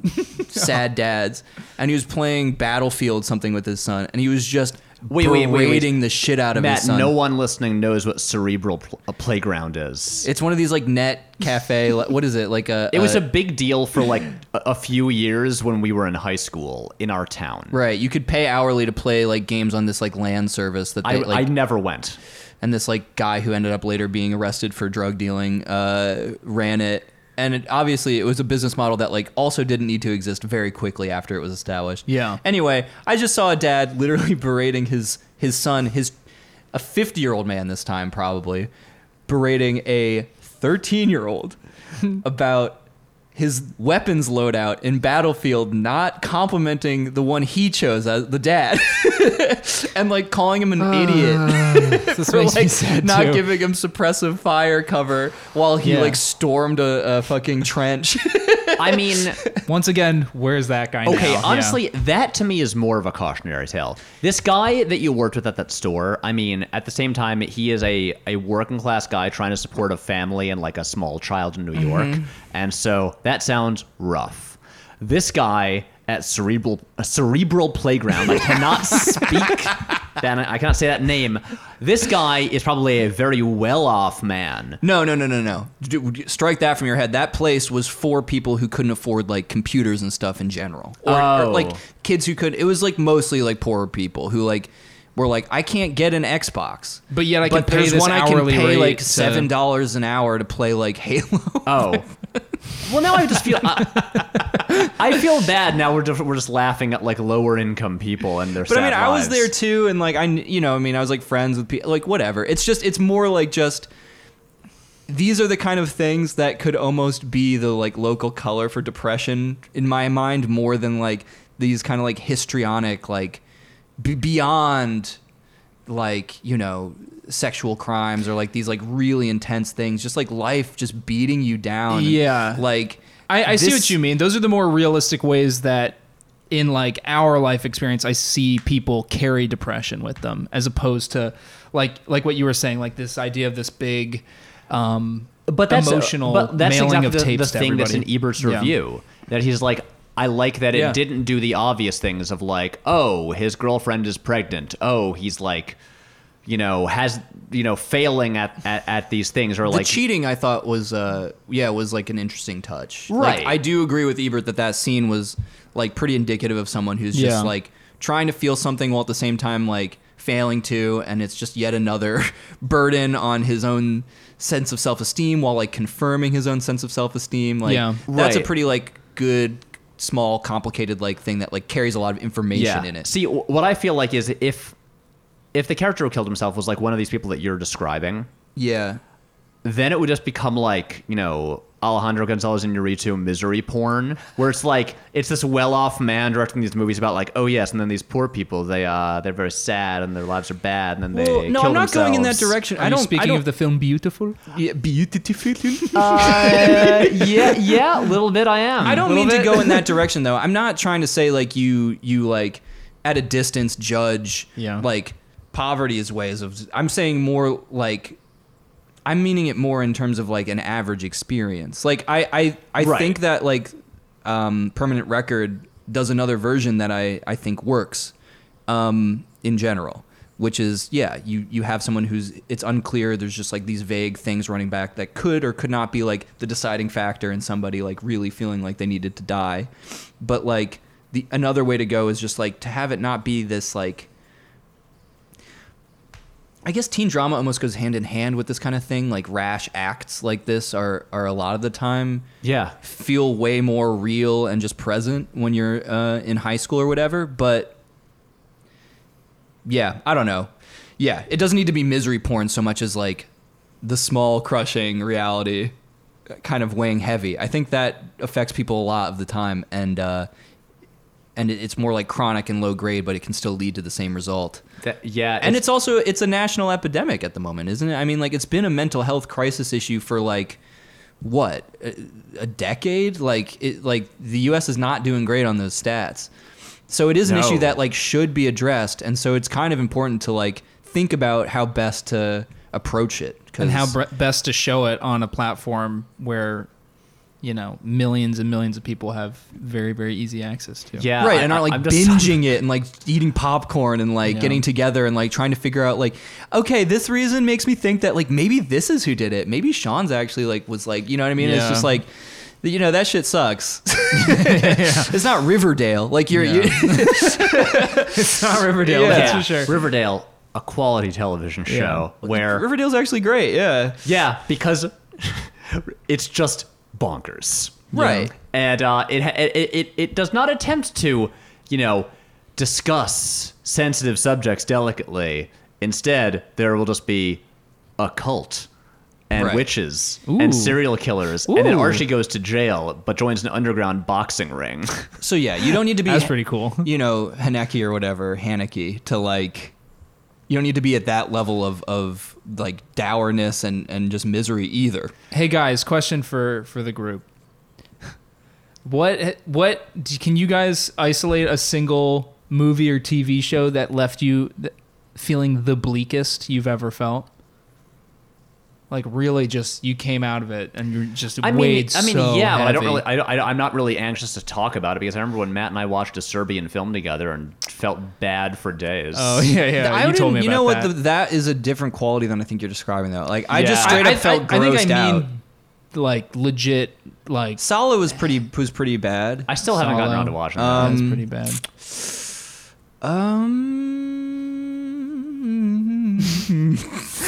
Speaker 4: sad dads, and he was playing Battlefield something with his son, and he was just
Speaker 2: Wait,
Speaker 4: wait,
Speaker 2: wait, wait, wait.
Speaker 4: the shit out of
Speaker 2: Matt,
Speaker 4: his son.
Speaker 2: no one listening knows what cerebral pl- a playground is. Uh,
Speaker 4: it's one of these like net cafe. like, what is it like a?
Speaker 2: It was a big deal for like a, a few years when we were in high school in our town.
Speaker 4: right. You could pay hourly to play like games on this like land service that
Speaker 2: I,
Speaker 4: they like,
Speaker 2: I never went.
Speaker 4: and this like guy who ended up later being arrested for drug dealing uh, ran it. And it, obviously, it was a business model that like also didn't need to exist very quickly after it was established.
Speaker 3: Yeah.
Speaker 4: Anyway, I just saw a dad literally berating his his son, his a fifty year old man this time probably, berating a thirteen year old about his weapons loadout in Battlefield, not complimenting the one he chose as the dad, and like calling him an idiot
Speaker 3: This
Speaker 4: for
Speaker 3: makes me
Speaker 4: like
Speaker 3: sad
Speaker 4: not
Speaker 3: too.
Speaker 4: giving him suppressive fire cover while he
Speaker 3: Yeah.
Speaker 4: like stormed a, a fucking trench.
Speaker 2: I mean,
Speaker 3: Once again, where's that guy?
Speaker 2: Okay,
Speaker 3: now? Yeah.
Speaker 2: honestly, that to me is more of a cautionary tale. This guy that you worked with at that store, I mean, at the same time, he is a, a working class guy trying to support a family and like a small child in New York.
Speaker 3: Mm-hmm.
Speaker 2: And so that sounds rough. This guy at cerebral a cerebral playground, I cannot speak that I cannot say that name. This guy is probably a very well off man.
Speaker 4: no, no, no, no, no. D- Strike that from your head. That place was for people who couldn't afford like computers and stuff in general, or, or,
Speaker 2: Oh.
Speaker 4: like kids who could. It was like mostly like poorer people who like were like, I can't get an Xbox,
Speaker 3: But yet I can
Speaker 4: but
Speaker 3: pay
Speaker 4: there's
Speaker 3: this
Speaker 4: one I can
Speaker 3: hourly
Speaker 4: pay
Speaker 3: rate
Speaker 4: like
Speaker 3: to-
Speaker 4: seven dollars an hour to play like Halo.
Speaker 2: Oh. well, now I just feel. I, I feel bad now. We're just, we're just laughing at like lower income people and their.
Speaker 4: But I mean, I was there too, and like I, kn- you know, I mean, I was like friends with people, like whatever. It's just, it's more like just. These are the kind of things that could almost be the like local color for depression in my mind, more than like these kind of like histrionic, like b- beyond, like you know, sexual crimes or like these like really intense things. Just like life just beating you down.
Speaker 3: Yeah.
Speaker 4: like
Speaker 3: I, I see
Speaker 4: this-
Speaker 3: what you mean. Those are the more realistic ways that in like our life experience, I see people carry depression with them as opposed to like like what you were saying, like this idea of this big um
Speaker 2: but that's
Speaker 3: emotional
Speaker 2: but that's
Speaker 3: mailing
Speaker 2: exactly
Speaker 3: of
Speaker 2: the,
Speaker 3: tapes
Speaker 2: the
Speaker 3: to
Speaker 2: thing that's in
Speaker 3: everybody.
Speaker 2: Ebert's
Speaker 3: Yeah.
Speaker 2: review that he's like I like that it
Speaker 4: Yeah.
Speaker 2: didn't do the obvious things of like oh his girlfriend is pregnant oh he's like you know has you know failing at at, at these things or
Speaker 4: The
Speaker 2: like
Speaker 4: cheating, I thought was, uh, yeah, was like an interesting touch. Like,
Speaker 2: Right.
Speaker 4: I do agree with Ebert that that scene was like pretty indicative of someone who's
Speaker 3: Yeah.
Speaker 4: just like trying to feel something while at the same time like failing to, and it's just yet another burden on his own sense of self esteem while like confirming his own sense of self esteem. Like
Speaker 3: Yeah.
Speaker 4: that's a
Speaker 2: Right.
Speaker 4: pretty like good, small, complicated like thing that like carries a lot of information in it.
Speaker 2: See, w- what I feel like is if if the character who killed himself was like one of these people that you're describing,
Speaker 4: yeah.
Speaker 2: then it would just become like you know Alejandro Gonzalez and Yuritu misery porn, where it's like it's this well-off man directing these movies about like oh yes, and then these poor people they uh they're very sad and their lives are bad, and then they
Speaker 4: no,
Speaker 2: kill
Speaker 4: I'm not going in that
Speaker 2: themselves.
Speaker 4: direction.
Speaker 3: Are
Speaker 4: I
Speaker 3: you
Speaker 4: don't.
Speaker 3: speaking of the film Beautiful?
Speaker 4: the beautiful.
Speaker 2: Uh, yeah, yeah, a little bit I am.
Speaker 4: I don't
Speaker 2: Little
Speaker 4: mean to
Speaker 2: bit.
Speaker 4: go in that direction though. I'm not trying to say like you you like at a distance judge
Speaker 3: Yeah.
Speaker 4: like poverty as ways of I'm saying more like I'm meaning it more in terms of like an average experience. Like I I, I
Speaker 2: Right.
Speaker 4: think that like um, permanent record does another version that I, I think works um, in general, which is yeah you you have someone who's it's unclear. There's just like these vague things running back that could or could not be like the deciding factor in somebody like really feeling like they needed to die, but like the another way to go is just like to have it not be this like I guess teen drama almost goes hand in hand with this kind of thing. Like rash acts like this are are a lot of the time
Speaker 2: Yeah,
Speaker 4: feel way more real and just present when you're uh, in high school or whatever. But yeah, I don't know. Yeah, it doesn't need to be misery porn so much as like the small crushing reality kind of weighing heavy. I think that affects people a lot of the time, and uh, and it- it's more like chronic and low grade, but it can still lead to the same result.
Speaker 2: That- yeah,
Speaker 4: And it's also it's a national epidemic at the moment, isn't it? I mean, like it's been a mental health crisis issue for like what a, a decade. Like it, like the U.S. is not doing great on those stats, so it is an
Speaker 2: No.
Speaker 4: issue that like should be addressed, and so it's kind of important to like think about how best to approach it 'cause-
Speaker 3: and how bre- best to show it on a platform where you know millions and millions of people have very very easy access to
Speaker 2: yeah,
Speaker 4: right
Speaker 2: I-
Speaker 4: and aren't like
Speaker 2: I'm just-
Speaker 4: binging it and like eating popcorn and like
Speaker 3: Yeah.
Speaker 4: getting together and like trying to figure out like okay this reason makes me think that like maybe this is who did it maybe sean's actually like was like you know what i mean it's
Speaker 3: Yeah.
Speaker 4: just like you know that shit sucks it's not riverdale like you're,
Speaker 3: Yeah.
Speaker 4: you
Speaker 3: it's not riverdale that's
Speaker 2: yeah.
Speaker 3: for sure
Speaker 2: Riverdale, a quality television show where
Speaker 4: riverdale's actually great yeah
Speaker 2: Yeah, because it's just bonkers.
Speaker 4: Right.
Speaker 2: And uh, it, ha- it, it, it does not attempt to, you know, discuss sensitive subjects delicately. Instead, there will just be a cult and
Speaker 4: Right.
Speaker 2: witches
Speaker 3: Ooh.
Speaker 2: and serial killers. And then
Speaker 3: Ooh.
Speaker 2: Archie goes to jail but joins an underground boxing ring.
Speaker 4: so yeah you don't need to be
Speaker 3: that's pretty cool
Speaker 4: you know hanaki or whatever hanaki to like you don't need to be at that level of of like dourness and and just misery either
Speaker 3: hey guys question for for the group what what do- can you guys isolate a single movie or tv show that left you th- feeling the bleakest you've ever felt like really just you came out of it and you're just
Speaker 2: I mean,
Speaker 3: weighed
Speaker 2: I mean,
Speaker 3: so
Speaker 2: yeah, but I don't
Speaker 3: heavy.
Speaker 2: really, I don't, I don't- I'm not really anxious to talk about it because I remember when Matt and I watched a Serbian film together and felt bad for days.
Speaker 3: oh yeah yeah
Speaker 4: I
Speaker 3: you
Speaker 4: wouldn't-
Speaker 3: told me
Speaker 4: you
Speaker 3: about
Speaker 4: know
Speaker 3: that.
Speaker 4: what? The, that is a different quality than I think you're describing, though. Like I just
Speaker 2: Yeah.
Speaker 4: straight up felt grossed
Speaker 3: I think I
Speaker 4: out.
Speaker 3: mean, like legit, like
Speaker 4: Solo was pretty was pretty bad.
Speaker 2: I still haven't gotten
Speaker 3: Solo.
Speaker 2: around to watching that.
Speaker 4: Um,
Speaker 3: that's pretty bad.
Speaker 4: um.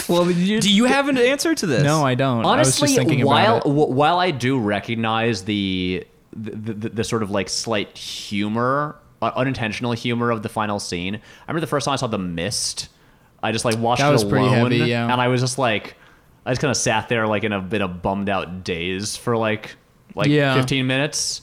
Speaker 3: Well, you,
Speaker 4: Do you have an answer to this?
Speaker 3: no, I don't. I was just
Speaker 2: Honestly,
Speaker 3: thinking
Speaker 2: while
Speaker 3: about it.
Speaker 2: wh- while I do recognize the the, the the sort of like slight humor, uh, unintentional humor of the final scene, I remember the first time I saw The Mist. I just like watched
Speaker 3: That was
Speaker 2: it
Speaker 3: pretty
Speaker 2: alone,
Speaker 3: heavy, yeah.
Speaker 2: and I was just like, I just kind of sat there like in a bit of bummed out daze for like like
Speaker 3: Yeah.
Speaker 2: 15 minutes.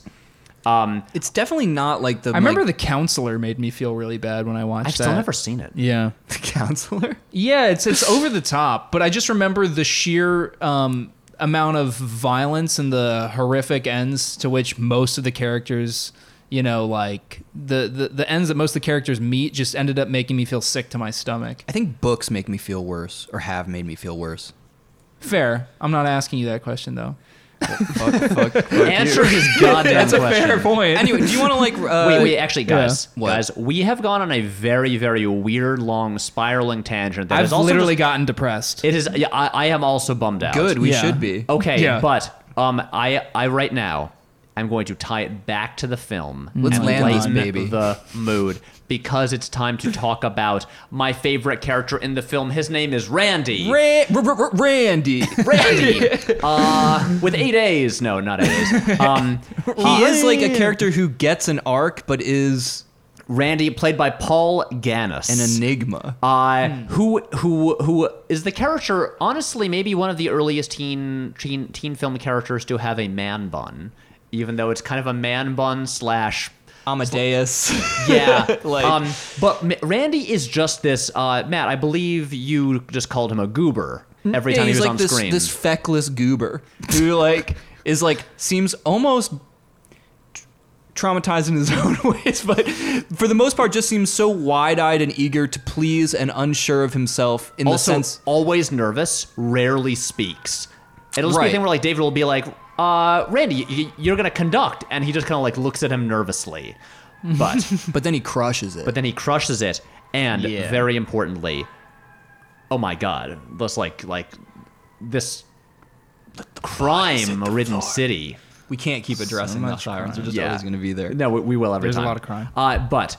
Speaker 2: Um,
Speaker 4: It's definitely not like the.
Speaker 3: I remember
Speaker 4: like,
Speaker 3: the counselor made me feel really bad when I watched
Speaker 2: I've
Speaker 3: that.
Speaker 2: still never seen it.
Speaker 3: Yeah.
Speaker 4: the counselor.
Speaker 3: Yeah, it's it's over the top, but I just remember the sheer um, amount of violence and the horrific ends to which most of the characters you know, like the, the the ends that most of the characters meet just ended up making me feel sick to my stomach.
Speaker 4: I think books make me feel worse, or have made me feel worse.
Speaker 3: Fair. I'm not asking you that question though.
Speaker 4: fuck, fuck, fuck you.
Speaker 2: Answer his goddamn
Speaker 3: That's a
Speaker 2: question.
Speaker 3: fair point.
Speaker 4: Anyway, do you want to like? Uh,
Speaker 2: wait, wait, actually, guys,
Speaker 4: What?
Speaker 2: guys, we have gone on a very, very weird, long, spiraling tangent. That
Speaker 3: I've
Speaker 2: is also
Speaker 3: literally
Speaker 2: just-
Speaker 3: gotten depressed.
Speaker 2: it is. Yeah, I, I am also bummed out.
Speaker 4: Good, we
Speaker 3: Yeah. Oh,
Speaker 4: should be.
Speaker 2: Okay,
Speaker 3: Yeah.
Speaker 2: but um, I, I right now, I'm going to tie it back to the film.
Speaker 4: Mm. Let's
Speaker 2: and
Speaker 4: land
Speaker 2: lighten
Speaker 4: on it, baby.
Speaker 2: The mood because it's time to talk about my favorite character in the film. His name is Randy.
Speaker 4: Ran- R- R- R- Randy.
Speaker 2: Randy, uh, with eight A's. No, not eight A's. Um,
Speaker 4: he is like a character who gets an arc, but is
Speaker 2: Randy, played by Paul Gannis.
Speaker 4: an enigma.
Speaker 2: uh,
Speaker 4: Hmm.
Speaker 2: who who who is the character? Honestly, maybe one of the earliest teen teen teen film characters to have a man bun, even though it's kind of a man bun slash
Speaker 4: Amadeus.
Speaker 2: yeah.
Speaker 4: Like-
Speaker 2: um, but M- Randy is just this. Uh, Matt, I believe you just called him a goober every
Speaker 4: Mm, Yeah,
Speaker 2: time he
Speaker 4: he's
Speaker 2: was
Speaker 4: like
Speaker 2: on
Speaker 4: this,
Speaker 2: screen.
Speaker 4: this feckless goober who like is like seems almost tr- traumatized in his own ways, but for the most part, just seems so wide-eyed and eager to please and unsure of himself in
Speaker 2: also,
Speaker 4: the sense.
Speaker 2: always nervous, rarely speaks. It'll just be a
Speaker 4: Right.
Speaker 2: thing where like David will be like, uh, "Randy, y- y- you're gonna conduct," and he just kind of like looks at him nervously. But
Speaker 4: But then he crushes it.
Speaker 2: but then he crushes it, and
Speaker 4: Yeah.
Speaker 2: very importantly, oh my god, this like like this crime-ridden city.
Speaker 4: we can't keep addressing the
Speaker 3: much
Speaker 4: sirens; they're
Speaker 3: crime.
Speaker 4: just
Speaker 2: Yeah.
Speaker 4: always going to be there.
Speaker 2: No, we, we will every
Speaker 3: There's a
Speaker 2: time.
Speaker 3: lot of crime.
Speaker 2: Uh, but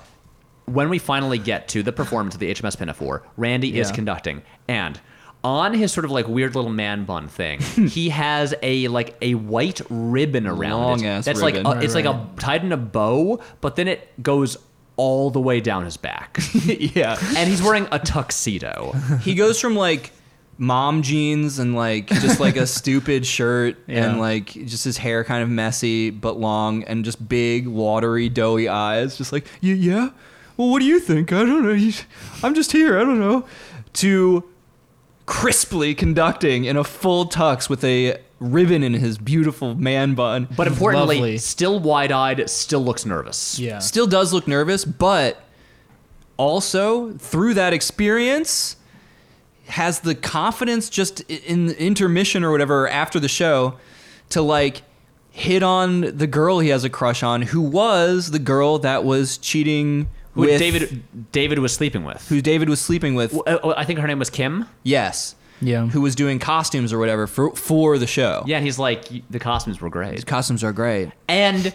Speaker 2: when we finally get to the performance of the HMS Pinafore, Randy is
Speaker 3: Yeah.
Speaker 2: conducting, and on his sort of like weird little man bun thing, he has a like a white ribbon around it.
Speaker 4: Long-ass
Speaker 2: That's
Speaker 4: ribbon.
Speaker 2: like a,
Speaker 4: Right,
Speaker 2: it's like a tied in a bow, but then it goes all the way down his back,
Speaker 4: yeah.
Speaker 2: and he's wearing a tuxedo.
Speaker 4: he goes from like mom jeans and like just like a stupid shirt
Speaker 3: Yeah.
Speaker 4: and like just his hair kind of messy but long and just big watery doughy eyes just like yeah yeah well what do you think i don't know You sh- i'm just here i don't know to crisply conducting in a full tux with a ribbon in his beautiful man bun
Speaker 2: But importantly,
Speaker 3: Lovely.
Speaker 2: still wide-eyed, still looks nervous.
Speaker 3: yeah.
Speaker 4: still does look nervous, but also through that experience has the confidence just i- in the intermission or whatever after the show to like hit on the girl he has a crush on who was the girl that was cheating
Speaker 2: Who
Speaker 4: with
Speaker 2: David David was sleeping with.
Speaker 4: who David was sleeping with.
Speaker 2: Uh, oh, I think her name was Kim.
Speaker 4: yes.
Speaker 3: Yeah.
Speaker 4: Who was doing costumes or whatever for for the show.
Speaker 2: Yeah, and he's like, "Y- the costumes were great.
Speaker 4: Costumes are great.
Speaker 2: And,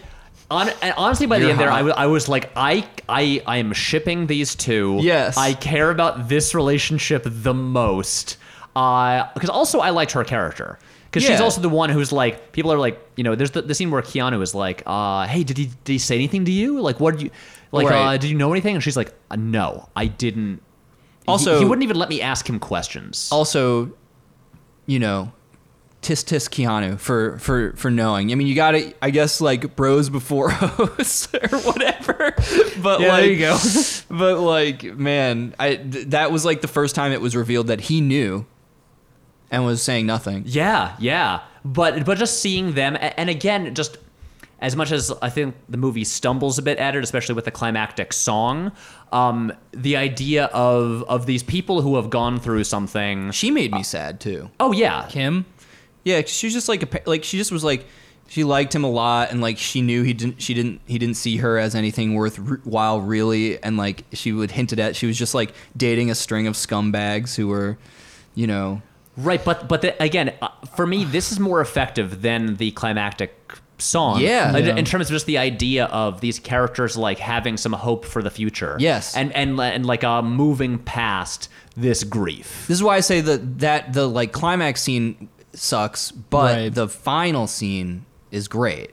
Speaker 2: on, and honestly, by the
Speaker 4: You're
Speaker 2: end there, I
Speaker 4: hot.
Speaker 2: wa- I was like, I, I, I am shipping these two.
Speaker 4: Yes.
Speaker 2: I care about this relationship the most. Because also, I liked her character. Because she's
Speaker 4: Yeah.
Speaker 2: also the one who's like, people are like, you know, there's the, the scene where Keanu is like, uh, hey, did he, did he say anything to you? Like, what did you, like,
Speaker 4: Right.
Speaker 2: uh, did you know anything? And she's like, uh, no, I didn't. He-
Speaker 4: Also-
Speaker 2: he wouldn't even let me ask him questions.
Speaker 4: also, you know, tis tis Keanu for for for knowing. I mean, you got to I guess like bros before hoes or whatever. But
Speaker 3: Yeah,
Speaker 4: like,
Speaker 3: there you go.
Speaker 4: but like, man, I th- that was like the first time it was revealed that he knew, and was saying nothing.
Speaker 2: Yeah, yeah. But but just seeing them, a- and again, just as much as I think the movie stumbles a bit at it, especially with the climactic song, um, the idea of of these people who have gone through something.
Speaker 4: She made me sad too.
Speaker 2: Oh yeah,
Speaker 3: Kim.
Speaker 4: Yeah, 'cause she was just like a, pa- like she just was like she liked him a lot and like she knew he didn't she didn't he didn't see her as anything worthwhile really and like she would hinted at she was just like dating a string of scumbags who were you know
Speaker 2: right. But but the, again, uh, for me, this is more effective than the climactic song.
Speaker 4: Yeah.
Speaker 2: Like,
Speaker 3: Yeah.
Speaker 2: in terms of just the idea of these characters like having some hope for the future.
Speaker 4: Yes.
Speaker 2: and and and like uh, moving past this grief.
Speaker 4: this is why I say that that the like climax scene sucks but
Speaker 3: Right.
Speaker 4: the final scene is great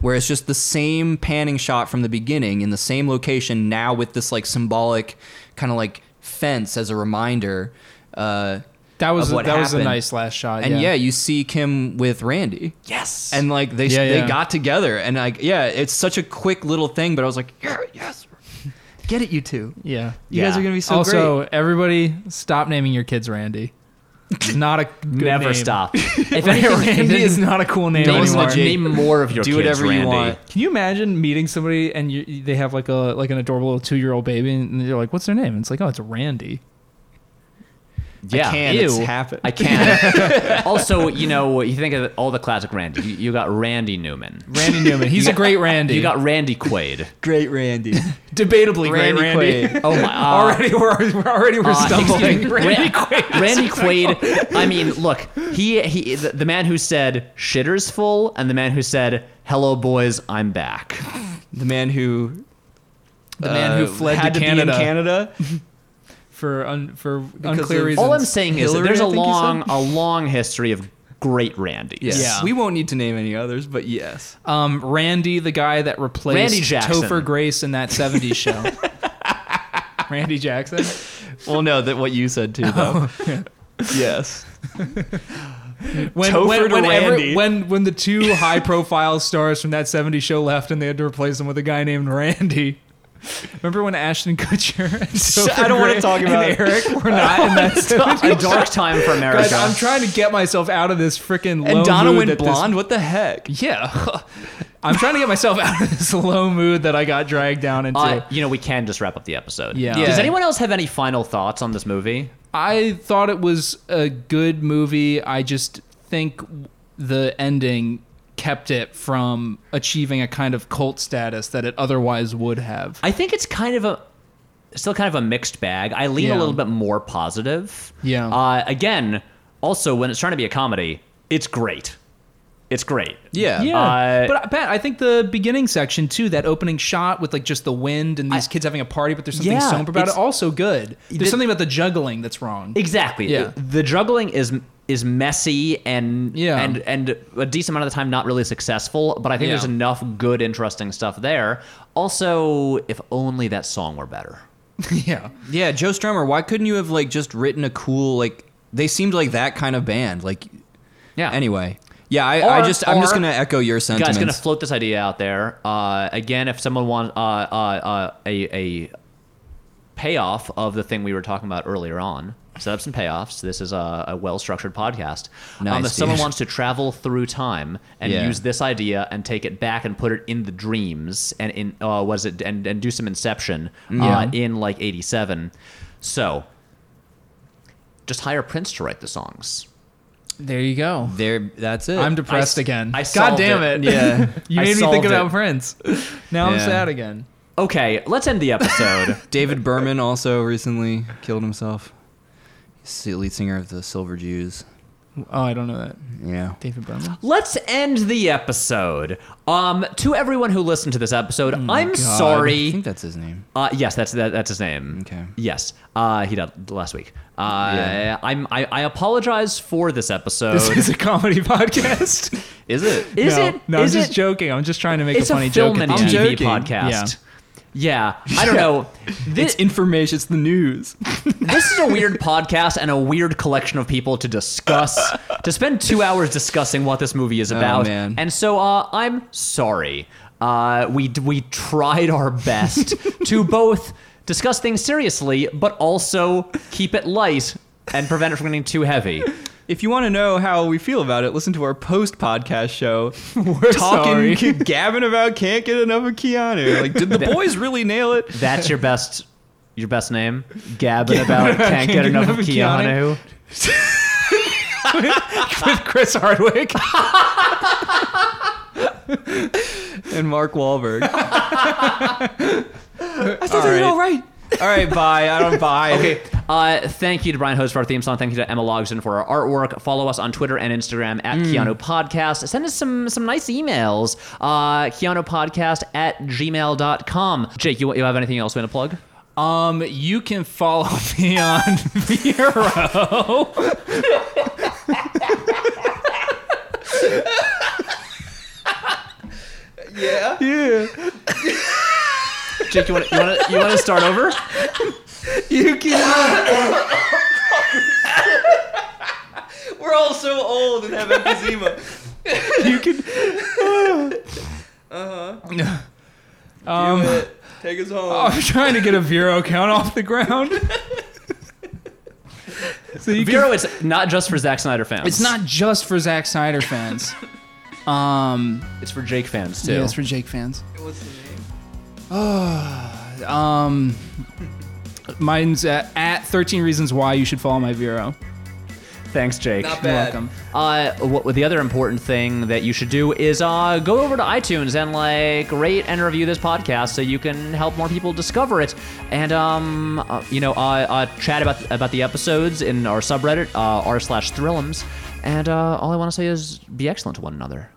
Speaker 4: where it's just the same panning shot from the beginning in the same location now with this like symbolic kind of like fence as a reminder uh
Speaker 3: That was
Speaker 4: of what
Speaker 3: that was a
Speaker 4: happened.
Speaker 3: nice last shot.
Speaker 4: and yeah.
Speaker 3: yeah.
Speaker 4: you see Kim with Randy,
Speaker 2: Yes.
Speaker 4: and like they
Speaker 3: Yeah,
Speaker 4: they
Speaker 3: yeah.
Speaker 4: got together, and like yeah, it's such a quick little thing, but I was like, yeah, yes, get it, you two,
Speaker 3: Yeah.
Speaker 4: you guys
Speaker 2: Yeah.
Speaker 4: are gonna be so
Speaker 3: also,
Speaker 4: great.
Speaker 3: everybody, stop naming your kids Randy. It's not a good
Speaker 2: Never
Speaker 3: name.
Speaker 2: stop. If it
Speaker 3: Randy is not a cool name
Speaker 2: name,
Speaker 3: anymore.
Speaker 2: name more of your
Speaker 4: Do
Speaker 2: kids,
Speaker 4: whatever you
Speaker 2: Randy.
Speaker 4: want.
Speaker 3: Can you imagine meeting somebody and you, they have like a like an adorable little two year old baby and you're like, "What's their name?" And it's like, "Oh, it's Randy."
Speaker 2: Yeah,
Speaker 4: can.
Speaker 2: ew.
Speaker 4: It's happen-
Speaker 2: I can. also, you know, you think of all the classic Randy. You, you got Randy Newman.
Speaker 3: Randy Newman. He's a great Randy.
Speaker 2: You got Randy Quaid.
Speaker 4: Great Randy.
Speaker 3: debatably
Speaker 4: Randy
Speaker 3: great Randy.
Speaker 4: Quaid.
Speaker 2: Oh my! Uh,
Speaker 3: already, we're, we're already we're
Speaker 2: Uh,
Speaker 3: stumbling.
Speaker 2: excuse me, Randy Quaid. Randy Quaid. I mean, look, he he the, the man who said shitter's full and the man who said hello boys, I'm back.
Speaker 4: the man who
Speaker 3: The man who
Speaker 4: uh,
Speaker 3: fled
Speaker 4: had
Speaker 3: to
Speaker 4: be
Speaker 3: Canada,
Speaker 4: in Canada.
Speaker 3: for un, for
Speaker 4: of-
Speaker 3: unclear reasons.
Speaker 2: All I'm saying is that
Speaker 4: Hillary,
Speaker 2: there's a
Speaker 4: I think you
Speaker 2: long
Speaker 4: said?
Speaker 2: a long history of great Randys.
Speaker 4: Yes.
Speaker 3: Yeah.
Speaker 4: We won't need to name any others, but yes.
Speaker 3: um, Randy, the guy that
Speaker 2: Randy
Speaker 3: replaced
Speaker 2: Jackson.
Speaker 3: Topher Grace in that '70s show. Randy Jackson.
Speaker 4: Well, no, that what you said too, though. yes.
Speaker 3: When,
Speaker 4: Topher
Speaker 3: when,
Speaker 4: to
Speaker 3: when, every-
Speaker 4: Randy.
Speaker 3: when when the two high-profile stars from that '70s show left, and they had to replace them with a guy named Randy. Remember when Ashton Kutcher and Topher
Speaker 4: I don't wanna
Speaker 3: Grace
Speaker 4: talk
Speaker 3: and
Speaker 4: about it.
Speaker 3: Eric were not in that
Speaker 2: a dark time for America.
Speaker 3: Guys, I'm trying to get myself out of this freaking low
Speaker 4: And Donna
Speaker 3: mood
Speaker 4: went
Speaker 3: that this-
Speaker 4: blonde. What the heck?
Speaker 3: yeah. I'm trying to get myself out of this low mood that I got dragged down into.
Speaker 2: Uh, you know, we can just wrap up the episode.
Speaker 3: Yeah.
Speaker 2: Does
Speaker 4: Yeah.
Speaker 2: anyone else have any final thoughts on this movie?
Speaker 3: I thought it was a good movie. I just think the ending kept it from achieving a kind of cult status that it otherwise would have.
Speaker 2: I think it's kind of a still kind of a mixed bag. I lean a
Speaker 3: Yeah.
Speaker 2: little bit more positive.
Speaker 3: Yeah.
Speaker 2: Uh, again, also when it's trying to be a comedy, it's great. It's great.
Speaker 4: Yeah.
Speaker 3: Yeah,
Speaker 2: Uh,
Speaker 3: but Pat, I think the beginning section too, that opening shot with like just the wind and these kids having a party, but there's something
Speaker 2: Yeah,
Speaker 3: somber about it.
Speaker 2: it's-
Speaker 3: Also good. There's
Speaker 2: The-
Speaker 3: something about the juggling that's wrong.
Speaker 2: Exactly.
Speaker 3: Yeah.
Speaker 2: The juggling is is messy and
Speaker 3: Yeah.
Speaker 2: and and a decent amount of the time not really successful, but I think
Speaker 3: Yeah.
Speaker 2: there's enough good interesting stuff there. Also, if only that song were better.
Speaker 3: yeah,
Speaker 4: Yeah, Joe Strummer, why couldn't you have like just written a cool like they seemed like that kind of band. Like
Speaker 2: Yeah.
Speaker 4: anyway. Yeah, I, I
Speaker 2: Or-
Speaker 4: just I'm just
Speaker 2: or-
Speaker 4: gonna echo your
Speaker 2: guys
Speaker 4: sentiments.
Speaker 2: gonna float this idea out there uh, again if someone wants uh, uh, uh, a, a payoff of the thing we were talking about earlier on set up some payoffs this is a, a well-structured podcast um,
Speaker 4: Nice,
Speaker 2: if someone
Speaker 4: dude.
Speaker 2: wants to travel through time and
Speaker 4: Yeah.
Speaker 2: use this idea and take it back and put it in the dreams and in uh, was it and, and do some inception uh, in like 87 so just hire prince to write the songs
Speaker 3: there you go.
Speaker 4: there that's it.
Speaker 3: I'm depressed
Speaker 2: I s-
Speaker 3: again.
Speaker 2: I
Speaker 3: God
Speaker 2: solved
Speaker 3: damn
Speaker 2: it.
Speaker 3: it.
Speaker 4: yeah.
Speaker 3: You
Speaker 2: I
Speaker 3: made me
Speaker 2: solved
Speaker 3: think
Speaker 2: it.
Speaker 3: about Prince. Now I'm
Speaker 4: Yeah.
Speaker 3: sad again.
Speaker 2: okay let's end the episode
Speaker 4: David Berman also recently killed himself. He's the lead singer of the Silver Jews.
Speaker 3: Oh, I don't know that.
Speaker 4: Yeah.
Speaker 3: David Berman.
Speaker 2: Let's end the episode. Um, to everyone who listened to this episode,
Speaker 3: Mm,
Speaker 2: I'm
Speaker 4: God, I
Speaker 2: sorry.
Speaker 4: think that's his name.
Speaker 2: Uh, yes, that's that, that's his name.
Speaker 4: Okay.
Speaker 2: Yes, uh, he died last week. Uh,
Speaker 4: Yeah.
Speaker 2: I'm I, I apologize for this episode.
Speaker 3: This is a comedy podcast.
Speaker 2: Is it? Is
Speaker 3: no,
Speaker 2: it?
Speaker 3: No,
Speaker 2: is
Speaker 3: I'm just
Speaker 2: it?
Speaker 3: joking. I'm just trying to make
Speaker 2: It's
Speaker 3: a funny
Speaker 2: a film
Speaker 3: joke.
Speaker 2: and
Speaker 3: at the
Speaker 4: I'm
Speaker 3: end.
Speaker 2: TV
Speaker 4: joking.
Speaker 2: podcast. Yeah. I don't know. This,
Speaker 4: It's information. It's the news.
Speaker 2: this is a weird podcast and a weird collection of people to discuss to spend two hours discussing what this movie
Speaker 3: Oh,
Speaker 2: is about
Speaker 4: man.
Speaker 2: and so uh, i'm sorry uh, we we tried our best to both discuss things seriously but also keep it light and prevent it from getting too heavy
Speaker 4: If you want to know how we feel about it, listen to our post podcast show.
Speaker 3: We're
Speaker 4: Talking,
Speaker 3: sorry.
Speaker 4: gabbing about can't get enough of Keanu. Like, did the boys really nail it?
Speaker 2: that's your best your best name gabbing about can't get enough of keanu,
Speaker 3: Keanu. with Chris Hardwick.
Speaker 4: And Mark Wahlberg. I thought
Speaker 3: they did all
Speaker 4: right. All right, bye. I don't buy. Okay.
Speaker 2: Uh, thank you to Brian Hose for our theme song. Thank you to Emma Logsdon for our artwork. Follow us on Twitter and Instagram
Speaker 3: Hmm.
Speaker 2: at Keanu Podcast. Send us some some nice emails. Uh, Keanu Podcast at gmail.com. Jake, you, you have anything else you want to plug?
Speaker 3: Um, you can follow me on Vero.
Speaker 4: Yeah. Yeah.
Speaker 2: Jake, you want to you want to you want to start over?
Speaker 4: You can. We're all so old and have emphysema. you can.
Speaker 3: Um,
Speaker 4: Take us home.
Speaker 3: I'm trying to get a Vero count off the ground. So you
Speaker 2: Vero, it's not just for Zack Snyder fans.
Speaker 3: It's not just for Zack Snyder fans. Um,
Speaker 2: It's for Jake fans too.
Speaker 3: yeah, it's for Jake fans.
Speaker 5: What's the name?
Speaker 3: Um, mine's at, at 13 reasons why you should follow my Vero.
Speaker 2: Thanks, Jake.
Speaker 5: Not
Speaker 3: You're
Speaker 5: bad.
Speaker 3: welcome.
Speaker 2: Uh, what, the other important thing that you should do is uh, go over to iTunes and like rate and review this podcast so you can help more people discover it. And um, uh, you know, uh, uh, chat about about the episodes in our subreddit uh, r slash Thrillums. And uh, all I want to say is be excellent to one another.